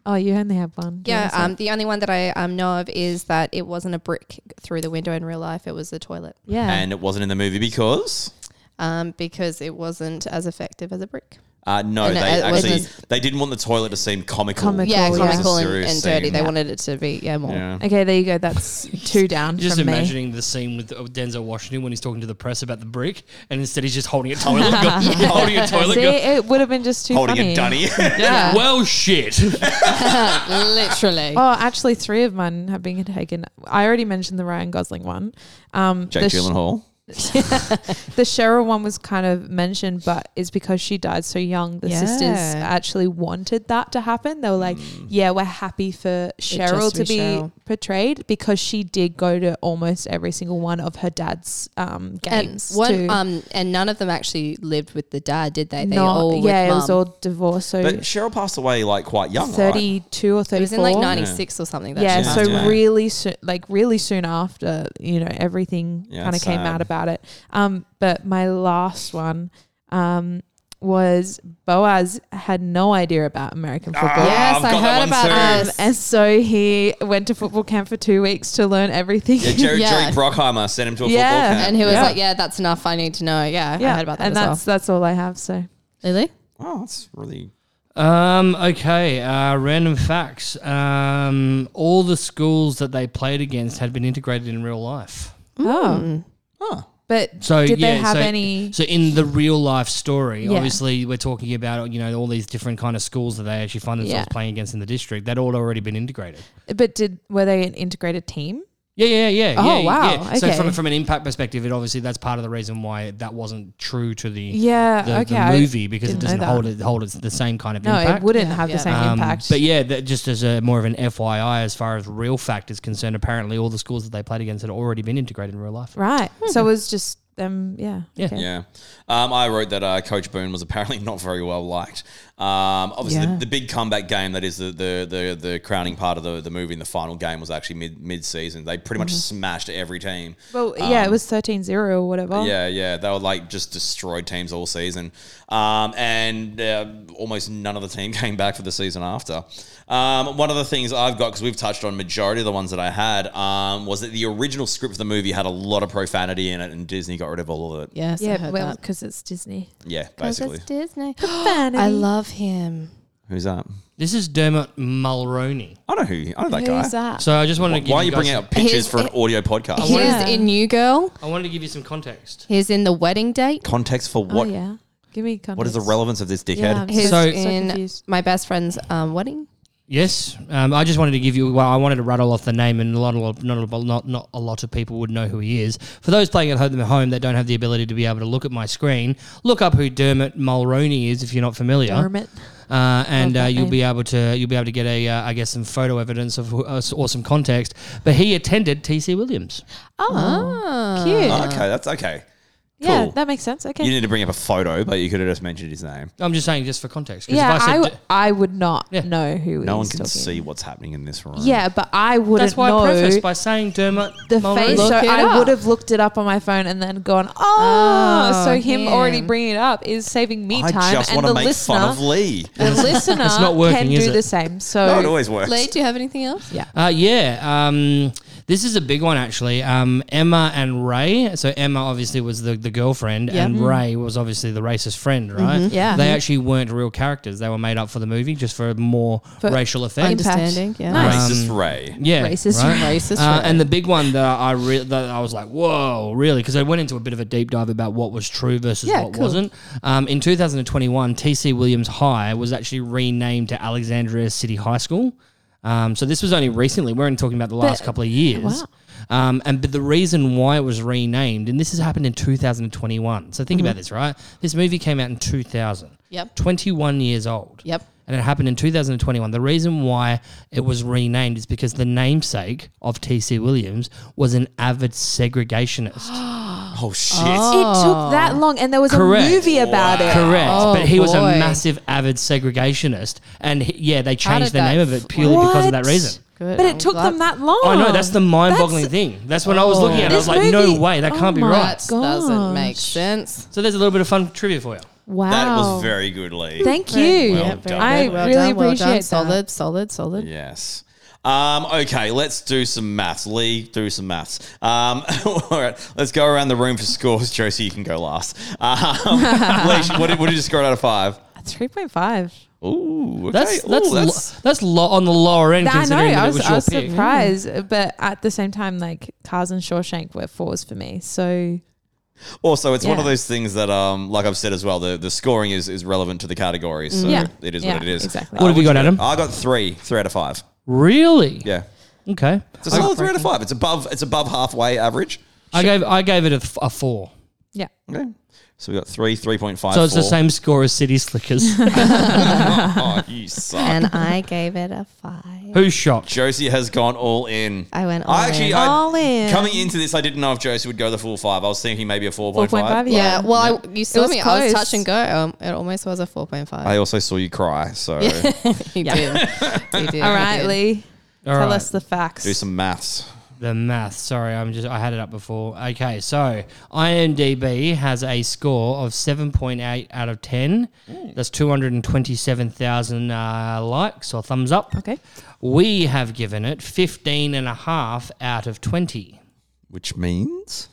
[SPEAKER 5] Oh, you only have one. You
[SPEAKER 3] Yeah.
[SPEAKER 5] wanna say-
[SPEAKER 3] Um, the only one that I um, know of is that it wasn't a brick through the window in real life. It was the toilet
[SPEAKER 5] yeah.
[SPEAKER 2] And it wasn't in the movie because
[SPEAKER 3] um, because it wasn't as effective as a brick.
[SPEAKER 2] Uh, no,
[SPEAKER 3] And
[SPEAKER 2] they
[SPEAKER 3] it
[SPEAKER 2] actually
[SPEAKER 3] wasn't-
[SPEAKER 2] they didn't want the toilet to seem comical.
[SPEAKER 5] Comical,
[SPEAKER 3] yeah,
[SPEAKER 5] Cool, yeah.
[SPEAKER 3] comical
[SPEAKER 2] It's a
[SPEAKER 3] and,
[SPEAKER 2] serious
[SPEAKER 3] and dirty.
[SPEAKER 2] scene.
[SPEAKER 3] They
[SPEAKER 2] Yeah.
[SPEAKER 3] wanted it to be yeah more.
[SPEAKER 2] Yeah.
[SPEAKER 5] Okay, there you
[SPEAKER 2] [laughs]
[SPEAKER 5] go. That's two down
[SPEAKER 4] Just
[SPEAKER 5] from me.
[SPEAKER 4] imagining the scene with uh, Denzel Washington when he's talking to the press about the brick, and instead he's just holding a [laughs] toilet, gun, holding a toilet.
[SPEAKER 5] See,
[SPEAKER 4] gun.
[SPEAKER 5] it would have been just too
[SPEAKER 2] Holding
[SPEAKER 5] funny.
[SPEAKER 2] a dunny.
[SPEAKER 3] Yeah.
[SPEAKER 4] Well, shit.
[SPEAKER 3] Literally.
[SPEAKER 5] Oh, actually, three of mine have been taken. I already mentioned the Ryan Gosling one. Um,
[SPEAKER 2] Jake
[SPEAKER 5] the, sh-
[SPEAKER 2] Gyllenhaal.
[SPEAKER 5] the Cheryl one was kind of mentioned, but it's because she died so young. The sisters
[SPEAKER 3] Yeah. Mm.
[SPEAKER 5] actually wanted that to happen. They were like, "Yeah, we're happy for Cheryl
[SPEAKER 3] just
[SPEAKER 5] to
[SPEAKER 3] be
[SPEAKER 5] be
[SPEAKER 3] Cheryl.
[SPEAKER 5] portrayed because she did go to almost every single one of her dad's um,
[SPEAKER 3] and
[SPEAKER 5] games."
[SPEAKER 3] one,
[SPEAKER 5] too.
[SPEAKER 3] um, and none of them actually lived with the dad, did they? They
[SPEAKER 5] Not-
[SPEAKER 3] all with
[SPEAKER 5] yeah, it was
[SPEAKER 3] mum.
[SPEAKER 5] all divorced. So
[SPEAKER 2] But Cheryl passed away like quite young, right?
[SPEAKER 5] thirty-two or
[SPEAKER 3] It
[SPEAKER 5] thirty-four.
[SPEAKER 3] was in like '96 or something. That
[SPEAKER 5] yeah,
[SPEAKER 3] she
[SPEAKER 5] so
[SPEAKER 3] passed away.
[SPEAKER 5] really soon, like really soon after, you know, everything
[SPEAKER 2] Yeah,
[SPEAKER 5] kind of
[SPEAKER 2] it's
[SPEAKER 5] came
[SPEAKER 2] sad.
[SPEAKER 5] out about it. Um, but my last one, um, was Boaz had no idea about American
[SPEAKER 2] Ah,
[SPEAKER 5] football.
[SPEAKER 3] Yes,
[SPEAKER 2] I've
[SPEAKER 3] I
[SPEAKER 2] got that
[SPEAKER 3] heard
[SPEAKER 2] one
[SPEAKER 3] about
[SPEAKER 2] too.
[SPEAKER 3] that.
[SPEAKER 5] Um, and so he went to football camp for two weeks to learn everything.
[SPEAKER 2] Yeah,
[SPEAKER 5] [laughs]
[SPEAKER 2] Jerry,
[SPEAKER 3] [laughs] Yeah.
[SPEAKER 2] Jerry Brockheimer sent him to a
[SPEAKER 5] Yeah.
[SPEAKER 2] football camp.
[SPEAKER 3] and he was
[SPEAKER 5] Yeah.
[SPEAKER 3] like, "Yeah, that's enough. I need to know." Yeah, I heard about that
[SPEAKER 5] and
[SPEAKER 3] as
[SPEAKER 5] that's that's all I have. So
[SPEAKER 3] well. Lily,
[SPEAKER 2] oh, that's really
[SPEAKER 4] [laughs] Um, okay, uh, random facts. Um, all the schools that they played against had been integrated in real life.
[SPEAKER 5] oh,
[SPEAKER 2] huh.
[SPEAKER 5] but
[SPEAKER 4] So
[SPEAKER 5] did
[SPEAKER 4] yeah,
[SPEAKER 5] they have
[SPEAKER 4] so,
[SPEAKER 5] any?
[SPEAKER 4] So in the real life story,
[SPEAKER 5] Yeah.
[SPEAKER 4] obviously we're talking about you know all these different kind of schools that they actually find themselves
[SPEAKER 5] Yeah.
[SPEAKER 4] playing against in the district. That all already been integrated.
[SPEAKER 5] But did were they an integrated team?
[SPEAKER 4] Yeah, yeah, yeah.
[SPEAKER 5] Oh,
[SPEAKER 4] yeah,
[SPEAKER 5] wow,
[SPEAKER 4] Yeah. So from
[SPEAKER 5] okay.
[SPEAKER 4] from an impact perspective, it obviously that's part of the reason why that wasn't true to the
[SPEAKER 5] Yeah.
[SPEAKER 4] the,
[SPEAKER 5] okay.
[SPEAKER 4] the
[SPEAKER 5] I-
[SPEAKER 4] movie because it
[SPEAKER 5] didn't know
[SPEAKER 4] doesn't
[SPEAKER 5] that.
[SPEAKER 4] hold it hold it's the same kind of
[SPEAKER 5] no,
[SPEAKER 4] impact.
[SPEAKER 5] it wouldn't
[SPEAKER 3] Yeah,
[SPEAKER 5] have
[SPEAKER 3] yeah.
[SPEAKER 5] the same
[SPEAKER 4] Um,
[SPEAKER 5] impact.
[SPEAKER 4] But yeah, that just as a more of an FYI, as far as real fact is concerned, apparently all the schools that they played against had already been integrated in real life.
[SPEAKER 5] Right. So it was just them. Yeah.
[SPEAKER 4] Yeah.
[SPEAKER 5] okay.
[SPEAKER 2] Yeah. Um, I wrote that uh, Coach Boone was apparently [laughs] not very well liked. Um, obviously,
[SPEAKER 5] Yeah.
[SPEAKER 2] the, the big comeback game that is the the, the, the crowning part of the, the movie in the final game was actually mid mid season. They pretty much
[SPEAKER 3] Mm-hmm.
[SPEAKER 2] smashed every team.
[SPEAKER 5] Well, yeah, it was 13 0 or whatever.
[SPEAKER 2] Um, Yeah, yeah, they were like just destroyed teams all season, um, and uh, almost none of the team [laughs] came back for the season after. Um, one of the things I've got because we've touched on majority of the ones that I had um, was that the original script for the movie had a lot of profanity in it, and Disney got rid of all of it.
[SPEAKER 3] yes, I
[SPEAKER 5] Yeah,
[SPEAKER 3] heard
[SPEAKER 5] well,
[SPEAKER 3] that.
[SPEAKER 5] because it's Disney.
[SPEAKER 2] Yeah,
[SPEAKER 3] Because
[SPEAKER 2] basically.
[SPEAKER 3] it's [gasps] Disney. I
[SPEAKER 5] I
[SPEAKER 3] love him.
[SPEAKER 2] Who's that?
[SPEAKER 4] This is Dermot Mulroney.
[SPEAKER 2] I know who. I know that guy.
[SPEAKER 5] Who's that?
[SPEAKER 4] So I just wanted to give
[SPEAKER 2] Why are
[SPEAKER 4] you
[SPEAKER 2] you
[SPEAKER 4] guys
[SPEAKER 2] bringing out pictures
[SPEAKER 3] He's-
[SPEAKER 2] for an audio podcast?
[SPEAKER 3] He
[SPEAKER 5] wanted-
[SPEAKER 3] was in New Girl.
[SPEAKER 4] I wanted to give you some context.
[SPEAKER 3] He's in the wedding date.
[SPEAKER 2] Context for what?
[SPEAKER 5] Oh, yeah. Give me context.
[SPEAKER 2] What is the relevance of this
[SPEAKER 5] Yeah,
[SPEAKER 2] dickhead?
[SPEAKER 5] I'm
[SPEAKER 3] He's
[SPEAKER 5] so,
[SPEAKER 4] So-
[SPEAKER 5] so
[SPEAKER 3] in
[SPEAKER 5] confused.
[SPEAKER 3] my best friend's um, wedding.
[SPEAKER 4] Yes, um, I just wanted to give you. Well, I wanted to rattle off the name, and a lot of not a, not not a lot of people would know who he is. For those playing at home, at home that don't have the ability to be able to look at my screen, look up who Dermot Mulroney is if you're not familiar.
[SPEAKER 5] Dermot. Oh,
[SPEAKER 4] uh, and
[SPEAKER 5] Love
[SPEAKER 4] uh,
[SPEAKER 5] that
[SPEAKER 4] you'll
[SPEAKER 5] name.
[SPEAKER 4] be able to you'll be able to get a uh, I guess some photo evidence of who- uh, or some context. But he attended TC Williams.
[SPEAKER 5] Oh, cute.
[SPEAKER 2] Oh, okay, that's okay.
[SPEAKER 5] Yeah,
[SPEAKER 2] cool.
[SPEAKER 5] that makes sense.
[SPEAKER 2] You
[SPEAKER 5] Okay.
[SPEAKER 2] need to bring up a photo, but you could have just mentioned his name.
[SPEAKER 4] I'm just saying, just for context. 'cause
[SPEAKER 5] Yeah,
[SPEAKER 4] if I
[SPEAKER 5] I,
[SPEAKER 4] said
[SPEAKER 5] w- I would not
[SPEAKER 4] Yeah.
[SPEAKER 5] know who
[SPEAKER 2] No one
[SPEAKER 5] he's
[SPEAKER 2] can
[SPEAKER 5] talking.
[SPEAKER 2] see what's happening in this room.
[SPEAKER 5] Yeah, but I wouldn't
[SPEAKER 4] that's why
[SPEAKER 5] know
[SPEAKER 4] I prefaced by saying Dermot
[SPEAKER 5] the
[SPEAKER 4] Mulroney.
[SPEAKER 5] face.
[SPEAKER 3] Look
[SPEAKER 5] So
[SPEAKER 3] it
[SPEAKER 5] I
[SPEAKER 3] up.
[SPEAKER 5] would have looked it up on my phone and then gone, oh,
[SPEAKER 3] Oh,
[SPEAKER 5] so him already
[SPEAKER 3] him.
[SPEAKER 5] bringing it up is saving me
[SPEAKER 2] I
[SPEAKER 5] time.
[SPEAKER 2] just
[SPEAKER 5] and
[SPEAKER 2] want
[SPEAKER 5] the
[SPEAKER 2] to make
[SPEAKER 5] listener,
[SPEAKER 2] fun of Lee.
[SPEAKER 5] The listener
[SPEAKER 4] not working,
[SPEAKER 5] can
[SPEAKER 4] is
[SPEAKER 5] do
[SPEAKER 4] it?
[SPEAKER 5] the same. So
[SPEAKER 2] No, it always works.
[SPEAKER 3] Lee, do you have anything else?
[SPEAKER 5] yeah.
[SPEAKER 4] Uh, yeah, um, this is a big one actually. Um, Emma and Ray. So Emma obviously was the, the girlfriend,
[SPEAKER 3] Yeah.
[SPEAKER 4] and Ray was obviously the racist friend, right?
[SPEAKER 5] Mm. Mm-hmm. Yeah.
[SPEAKER 4] they actually weren't real characters. They were made up for the movie just for more
[SPEAKER 5] For
[SPEAKER 4] racial effect.
[SPEAKER 5] impact.
[SPEAKER 3] Understanding. Yeah.
[SPEAKER 5] Nice.
[SPEAKER 2] Racist Ray.
[SPEAKER 5] Um,
[SPEAKER 4] Yeah,
[SPEAKER 5] Racist,
[SPEAKER 4] right?
[SPEAKER 3] Racist.
[SPEAKER 4] Uh, and the big one that I re- that I was like, whoa, really? Because I went into a bit of a deep dive about what was true versus
[SPEAKER 5] Yeah,
[SPEAKER 4] what
[SPEAKER 5] cool.
[SPEAKER 4] wasn't. Um, in 2021, TC Williams High was actually renamed to Alexandria City High School. Um, so this was only recently. We're only talking about the last
[SPEAKER 5] But-
[SPEAKER 4] couple of years.
[SPEAKER 5] Wow.
[SPEAKER 4] Um, and but the reason why it was renamed, and this has happened in 2021. So
[SPEAKER 5] Mm-hmm.
[SPEAKER 4] think about this, right? This movie came out in 2000.
[SPEAKER 3] Yep.
[SPEAKER 4] 21 years old
[SPEAKER 3] Yep.
[SPEAKER 4] and it happened in 2021. The reason why it was renamed is because the namesake of TC Williams was an avid
[SPEAKER 5] [gasps]
[SPEAKER 4] segregationist.
[SPEAKER 2] Oh shit.
[SPEAKER 5] It took that long, and there was
[SPEAKER 4] Oh. Correct.
[SPEAKER 5] a movie about it.
[SPEAKER 4] Correct,
[SPEAKER 3] Oh,
[SPEAKER 4] but he was a
[SPEAKER 3] boy.
[SPEAKER 4] massive avid segregationist, and he- yeah, they changed
[SPEAKER 3] did
[SPEAKER 4] the
[SPEAKER 3] that
[SPEAKER 4] name of it purely because of that reason.
[SPEAKER 3] Good.
[SPEAKER 5] But
[SPEAKER 3] I'm
[SPEAKER 5] it took
[SPEAKER 3] glad-
[SPEAKER 5] them that long.
[SPEAKER 4] I know that's the mind-boggling
[SPEAKER 5] Oh, That's- Oh,
[SPEAKER 4] thing. That's when I was looking at. it. I
[SPEAKER 5] This
[SPEAKER 4] was like, no
[SPEAKER 5] movie-
[SPEAKER 4] way, that
[SPEAKER 5] oh
[SPEAKER 4] can't be
[SPEAKER 5] my-
[SPEAKER 4] right.
[SPEAKER 3] That doesn't
[SPEAKER 5] Gosh.
[SPEAKER 3] make sense.
[SPEAKER 4] So there's a little bit of fun trivia for you.
[SPEAKER 5] Wow.
[SPEAKER 2] That was very good, Lee.
[SPEAKER 5] Thank you.
[SPEAKER 2] well Yeah, done.
[SPEAKER 5] I
[SPEAKER 2] Well done,
[SPEAKER 5] really appreciate that.
[SPEAKER 3] Solid, solid, solid.
[SPEAKER 2] Yes. Um, okay, let's do some maths. Lee, do some maths. Um, [laughs] all right, let's go
[SPEAKER 5] [laughs]
[SPEAKER 2] around the room for scores. Josie, you can go last. Um, Lee, what did, what did you score out of five?
[SPEAKER 5] I Three point five.
[SPEAKER 2] Ooh, okay.
[SPEAKER 4] That's
[SPEAKER 2] Ooh,
[SPEAKER 4] that's lo- that's lo- on the lower end.
[SPEAKER 5] I know.
[SPEAKER 4] considering that
[SPEAKER 5] I
[SPEAKER 4] it
[SPEAKER 5] was,
[SPEAKER 4] was
[SPEAKER 5] I
[SPEAKER 4] your
[SPEAKER 5] was
[SPEAKER 4] pick.
[SPEAKER 5] surprised, but at the same time, like Cars and Shawshank were fours for me. So
[SPEAKER 2] Also, it's one of
[SPEAKER 5] Yeah.
[SPEAKER 2] those things that, um, like I've said as well, the, the scoring is, is relevant to the category, so
[SPEAKER 5] Mm. Yeah.
[SPEAKER 2] it is
[SPEAKER 5] Yeah,
[SPEAKER 2] what it is.
[SPEAKER 5] exactly.
[SPEAKER 2] Uh,
[SPEAKER 4] What have you got, Adam?
[SPEAKER 2] I got three, three out of five.
[SPEAKER 4] Really?
[SPEAKER 2] Yeah,
[SPEAKER 4] Okay.
[SPEAKER 2] it's a solid three out of five. It's above, it's above halfway average.
[SPEAKER 4] I gave I gave it a, f- a four.
[SPEAKER 5] yeah,
[SPEAKER 2] Okay, so we got three, three point five.
[SPEAKER 4] So it's the same score as City
[SPEAKER 5] [laughs]
[SPEAKER 4] Slickers.
[SPEAKER 2] [laughs] oh, you suck.
[SPEAKER 3] and I gave it a [laughs] five.
[SPEAKER 4] Who's shocked?
[SPEAKER 2] Josie has gone all in.
[SPEAKER 3] I went all
[SPEAKER 2] I actually,
[SPEAKER 3] in.
[SPEAKER 2] I,
[SPEAKER 5] All in.
[SPEAKER 2] coming into this, I didn't know if Josie would go the full five. I was thinking maybe a four point
[SPEAKER 5] 4.5,
[SPEAKER 2] five.
[SPEAKER 5] yeah.
[SPEAKER 3] yeah, Uh, well, I, you saw
[SPEAKER 5] was
[SPEAKER 3] me. I was
[SPEAKER 5] close.
[SPEAKER 3] touch and go. Um, it almost was a 4.5.
[SPEAKER 2] I also saw you cry, so
[SPEAKER 3] you, did. you did.
[SPEAKER 5] All right,
[SPEAKER 3] you did.
[SPEAKER 5] Lee.
[SPEAKER 4] All
[SPEAKER 5] [laughs] tell
[SPEAKER 4] right.
[SPEAKER 5] us the facts.
[SPEAKER 2] do some maths.
[SPEAKER 4] The math. Sorry, I'm just I had it up before. Okay, so IMDb has a score of 7.8 out of 10. That's 227,000 uh, likes or thumbs up.
[SPEAKER 5] Okay.
[SPEAKER 4] We have given it 15 and a half out of 20,
[SPEAKER 2] Which means?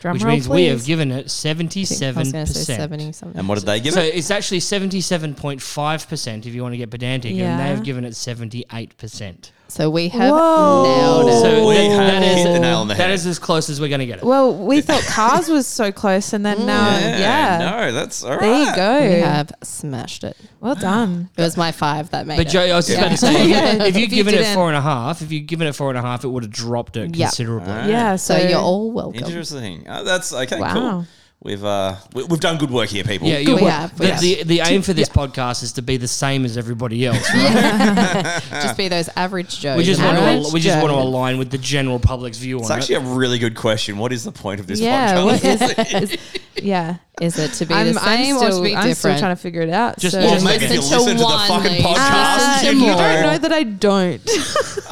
[SPEAKER 5] Drum
[SPEAKER 4] which
[SPEAKER 5] roll,
[SPEAKER 4] means
[SPEAKER 5] please.
[SPEAKER 4] we have given it
[SPEAKER 3] I think I
[SPEAKER 4] 77%.
[SPEAKER 3] was gonna say 70 something.
[SPEAKER 2] And what did they give
[SPEAKER 4] So
[SPEAKER 2] it?
[SPEAKER 4] it's actually 77.5% if you want to get pedantic, and
[SPEAKER 5] Yeah.
[SPEAKER 4] they have given it 78%.
[SPEAKER 3] So we have
[SPEAKER 5] Whoa.
[SPEAKER 3] nailed it.
[SPEAKER 4] So
[SPEAKER 2] Oh, we
[SPEAKER 4] that-
[SPEAKER 2] have
[SPEAKER 4] that is-
[SPEAKER 2] hit the nail on the
[SPEAKER 4] That
[SPEAKER 2] head.
[SPEAKER 4] is as close as we're going to get it.
[SPEAKER 5] well,
[SPEAKER 2] [laughs]
[SPEAKER 5] we thought Cars was so close, and then now, yeah,
[SPEAKER 2] Mm, No, that's all right.
[SPEAKER 5] there you go.
[SPEAKER 3] we have smashed it.
[SPEAKER 5] Well done.
[SPEAKER 3] It was my five that made
[SPEAKER 4] But
[SPEAKER 3] it.
[SPEAKER 4] Joe, I was just
[SPEAKER 3] Yeah.
[SPEAKER 4] about to say,
[SPEAKER 5] Yeah.
[SPEAKER 4] if
[SPEAKER 5] If you
[SPEAKER 4] you'd given it
[SPEAKER 5] didn't-
[SPEAKER 4] four and a half, if you'd given it four and a half, it would have dropped it
[SPEAKER 3] Yeah.
[SPEAKER 4] considerably.
[SPEAKER 2] Ah.
[SPEAKER 5] Yeah,
[SPEAKER 3] so
[SPEAKER 5] so,
[SPEAKER 3] you're all welcome.
[SPEAKER 2] Interesting. Uh, that's okay. Cool.
[SPEAKER 5] Wow.
[SPEAKER 2] We've uh, we, we've done good work here, people.
[SPEAKER 4] Yeah, you
[SPEAKER 3] We have, we
[SPEAKER 4] the,
[SPEAKER 3] have.
[SPEAKER 4] the, the aim for this podcast is to be the same as everybody else.
[SPEAKER 3] Just be those average Joes.
[SPEAKER 4] We just
[SPEAKER 3] am I
[SPEAKER 4] want to
[SPEAKER 3] right?
[SPEAKER 4] al- we just want to
[SPEAKER 3] Joe.
[SPEAKER 4] align with the general public's view
[SPEAKER 2] It's
[SPEAKER 4] on
[SPEAKER 2] actually
[SPEAKER 4] it.
[SPEAKER 2] a really good question. What is the point of this
[SPEAKER 5] yeah.
[SPEAKER 2] podcast?
[SPEAKER 5] What is,
[SPEAKER 2] [laughs]
[SPEAKER 5] is, yeah.
[SPEAKER 3] Is it to be
[SPEAKER 5] I'm,
[SPEAKER 3] the
[SPEAKER 5] I'm
[SPEAKER 3] same
[SPEAKER 5] still,
[SPEAKER 3] or to be
[SPEAKER 5] I'm still
[SPEAKER 3] different?
[SPEAKER 5] trying to figure it out.
[SPEAKER 4] Just-
[SPEAKER 5] so.
[SPEAKER 4] Well,
[SPEAKER 2] Well,
[SPEAKER 4] Just
[SPEAKER 2] maybe if you
[SPEAKER 3] listen to
[SPEAKER 2] listen to the
[SPEAKER 3] one,
[SPEAKER 2] fucking
[SPEAKER 3] Lee.
[SPEAKER 5] Uh,
[SPEAKER 2] podcast,
[SPEAKER 3] Just
[SPEAKER 5] you
[SPEAKER 2] you'd
[SPEAKER 3] listen to
[SPEAKER 2] know.
[SPEAKER 3] one.
[SPEAKER 5] don't know that I don't.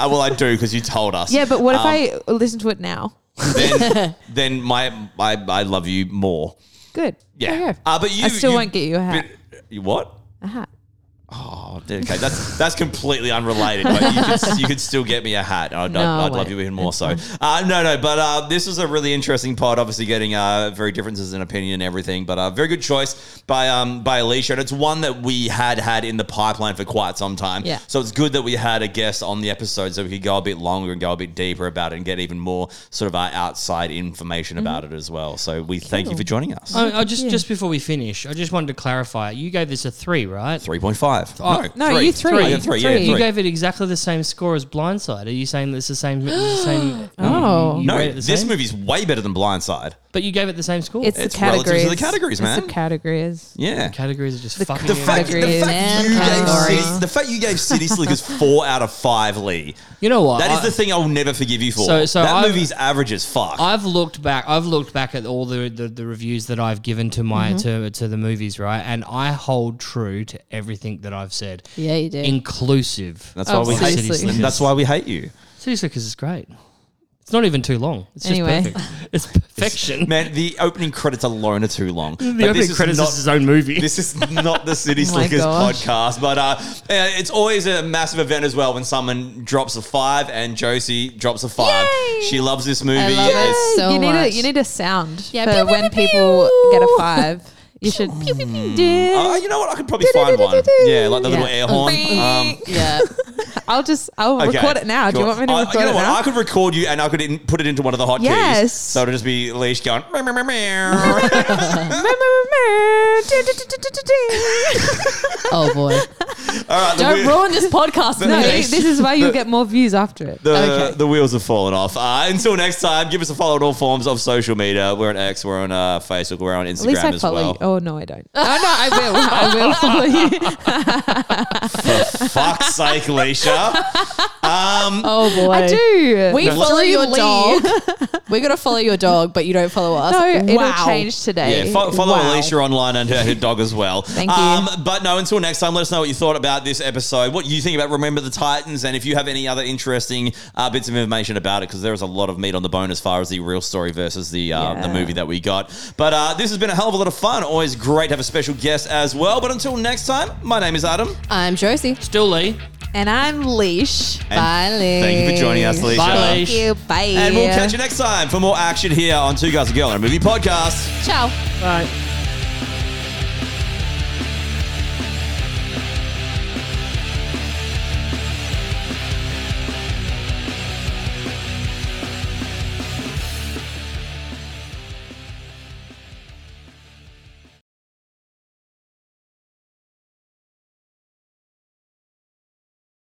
[SPEAKER 2] Uh, well, I do because you told us.
[SPEAKER 5] yeah, but what
[SPEAKER 2] Um,
[SPEAKER 5] if I listen to it now?
[SPEAKER 2] then, then my, my I love you more.
[SPEAKER 5] Good. There
[SPEAKER 2] Yeah.
[SPEAKER 5] you go.
[SPEAKER 2] Uh, but you,
[SPEAKER 5] Oh, I still
[SPEAKER 2] you-
[SPEAKER 5] won't get you a hat.
[SPEAKER 2] but- you what?
[SPEAKER 5] a hat.
[SPEAKER 2] Oh, okay. That's that's completely unrelated. But you could you could still get me a hat. I'd,
[SPEAKER 5] No,
[SPEAKER 2] I'd, I'd
[SPEAKER 5] wait.
[SPEAKER 2] love you even more. So uh, no, no. But uh, this was a really interesting pod. Obviously, getting uh, very differences in opinion and everything. But uh, very good choice by um by Alicia, and it's one that we had had in the pipeline for quite some time.
[SPEAKER 3] Yeah.
[SPEAKER 2] So it's good that we had a guest on the episode, so we could go a bit longer and go a bit deeper about it, and get even more sort of our outside
[SPEAKER 5] Mm-hmm.
[SPEAKER 2] information about it as well. So we thank you for joining us.
[SPEAKER 4] I, I just just before we finish, I just wanted to clarify. You gave this a three, right?
[SPEAKER 2] Three point five. Oh,
[SPEAKER 5] No, you three.
[SPEAKER 2] Three. Yeah, three. Yeah,
[SPEAKER 5] Three.
[SPEAKER 4] You
[SPEAKER 2] three.
[SPEAKER 4] gave it exactly the same score as Blindside. Are you saying it's the same? it's the same
[SPEAKER 5] Oh.
[SPEAKER 4] you, you
[SPEAKER 2] No,
[SPEAKER 4] rate it the
[SPEAKER 2] this
[SPEAKER 4] same?
[SPEAKER 2] movie's way better than Blindside.
[SPEAKER 4] But you gave it the same score.
[SPEAKER 5] It's,
[SPEAKER 2] It's
[SPEAKER 5] the
[SPEAKER 2] relative to the
[SPEAKER 5] categories.
[SPEAKER 2] categories, man.
[SPEAKER 5] It's the categories.
[SPEAKER 2] Yeah.
[SPEAKER 4] categories are just fucking.
[SPEAKER 2] the
[SPEAKER 4] it.
[SPEAKER 2] fact, the,
[SPEAKER 5] Categories
[SPEAKER 2] fact
[SPEAKER 3] and
[SPEAKER 2] you gave
[SPEAKER 3] categories.
[SPEAKER 2] City, the fact you gave City Slickers four out of five, Lee.
[SPEAKER 4] you know what?
[SPEAKER 2] That is
[SPEAKER 4] I-
[SPEAKER 2] the thing I'll never forgive you for.
[SPEAKER 4] So- so
[SPEAKER 2] that
[SPEAKER 4] I've-
[SPEAKER 2] movie's average as fuck.
[SPEAKER 4] I've looked back. I've looked back at all the, the, the reviews that I've given to my to, to the movies, right? And I hold true to everything that I've said,
[SPEAKER 3] Yeah, you do.
[SPEAKER 4] inclusive. Uh,
[SPEAKER 2] that's why we hate
[SPEAKER 5] Absolutely.
[SPEAKER 2] City Slickers. That's why we hate you,
[SPEAKER 4] City Slickers is great. It's not even too long. It's just
[SPEAKER 5] Anyway.
[SPEAKER 4] perfect.
[SPEAKER 2] [laughs]
[SPEAKER 4] It's perfection.
[SPEAKER 2] man. The opening credits alone are too long. But
[SPEAKER 4] the
[SPEAKER 2] this
[SPEAKER 4] opening
[SPEAKER 2] is
[SPEAKER 4] credits
[SPEAKER 2] not-
[SPEAKER 4] is his own movie.
[SPEAKER 2] [laughs] This is not the City
[SPEAKER 5] [laughs] Oh my
[SPEAKER 2] Slickers
[SPEAKER 5] gosh.
[SPEAKER 2] podcast, but uh, yeah, it's always a massive event as well when someone drops a five, and Josie drops a five.
[SPEAKER 5] Yay!
[SPEAKER 2] She loves this movie.
[SPEAKER 3] I love
[SPEAKER 2] It's-
[SPEAKER 3] it so
[SPEAKER 5] you need
[SPEAKER 3] much.
[SPEAKER 5] a you need a sound
[SPEAKER 3] Yeah,
[SPEAKER 5] for
[SPEAKER 3] pew, pew,
[SPEAKER 5] when
[SPEAKER 3] pew,
[SPEAKER 5] people
[SPEAKER 3] pew.
[SPEAKER 5] get a five. You should do. [laughs]
[SPEAKER 2] Uh, you know what? I could probably find one. Yeah, like the little
[SPEAKER 3] Yeah.
[SPEAKER 2] air horn. Um,
[SPEAKER 5] [laughs]
[SPEAKER 3] yeah.
[SPEAKER 5] I'll just I'll
[SPEAKER 2] okay.
[SPEAKER 5] record it now. Do you
[SPEAKER 2] Cool.
[SPEAKER 5] want me to
[SPEAKER 2] I-
[SPEAKER 5] record
[SPEAKER 2] you know
[SPEAKER 5] it
[SPEAKER 2] what?
[SPEAKER 5] now?
[SPEAKER 2] I could record you and I could in, put it into one of the hotkeys.
[SPEAKER 5] Yes.
[SPEAKER 2] So it'll just be Leash going. "Meow, meow, meow,
[SPEAKER 5] [laughs]
[SPEAKER 2] meow."
[SPEAKER 3] Oh boy.
[SPEAKER 2] All right, the
[SPEAKER 3] Don't
[SPEAKER 2] wheel-
[SPEAKER 3] ruin this podcast. for
[SPEAKER 5] no,
[SPEAKER 3] me.
[SPEAKER 5] this is why you'll get more views after it.
[SPEAKER 2] The,
[SPEAKER 3] Okay.
[SPEAKER 2] the wheels have fallen off. Uh, until next time, give us a follow on all forms of social media. We're on X, we're on uh, Facebook, we're on
[SPEAKER 5] At least
[SPEAKER 2] Instagram
[SPEAKER 5] I
[SPEAKER 2] as
[SPEAKER 5] follow
[SPEAKER 2] well.
[SPEAKER 5] you. Oh no, I don't. No, no, I will. I will follow [laughs] you. Oh.
[SPEAKER 2] For fuck's sake,
[SPEAKER 5] [laughs]
[SPEAKER 2] Leisha. Um,
[SPEAKER 3] [laughs] Oh boy.
[SPEAKER 5] I do.
[SPEAKER 3] We follow
[SPEAKER 5] True
[SPEAKER 3] your
[SPEAKER 5] league.
[SPEAKER 3] dog.
[SPEAKER 5] [laughs]
[SPEAKER 3] We're gonna follow your dog, but you don't follow us.
[SPEAKER 5] No,
[SPEAKER 3] Wow.
[SPEAKER 5] it'll change today.
[SPEAKER 2] Yeah, fo- follow
[SPEAKER 5] Wow.
[SPEAKER 2] Alicia online and her, her dog as well. Um,
[SPEAKER 5] Thank you.
[SPEAKER 2] but no, until next time, let us know what you thought about this episode, what you think about Remember the Titans, and if you have any other interesting uh, bits of information about it, because there is a lot of meat on the bone as far as the real story versus the uh, the
[SPEAKER 5] Yeah.
[SPEAKER 2] movie that we got. But uh, this has been a hell of a lot of fun. Always great to have a special guest as well. But until next time, my name is Adam.
[SPEAKER 3] I'm Josie.
[SPEAKER 4] Still Lee.
[SPEAKER 5] And I'm Leash.
[SPEAKER 2] And
[SPEAKER 3] Bye, Lee.
[SPEAKER 2] Thank you for joining us, Alicia.
[SPEAKER 4] Bye, Lee.
[SPEAKER 5] Thank you. Bye.
[SPEAKER 2] And we'll catch you next time for more action here on Two Guys a Girl and a Movie podcast.
[SPEAKER 3] Ciao.
[SPEAKER 4] Bye.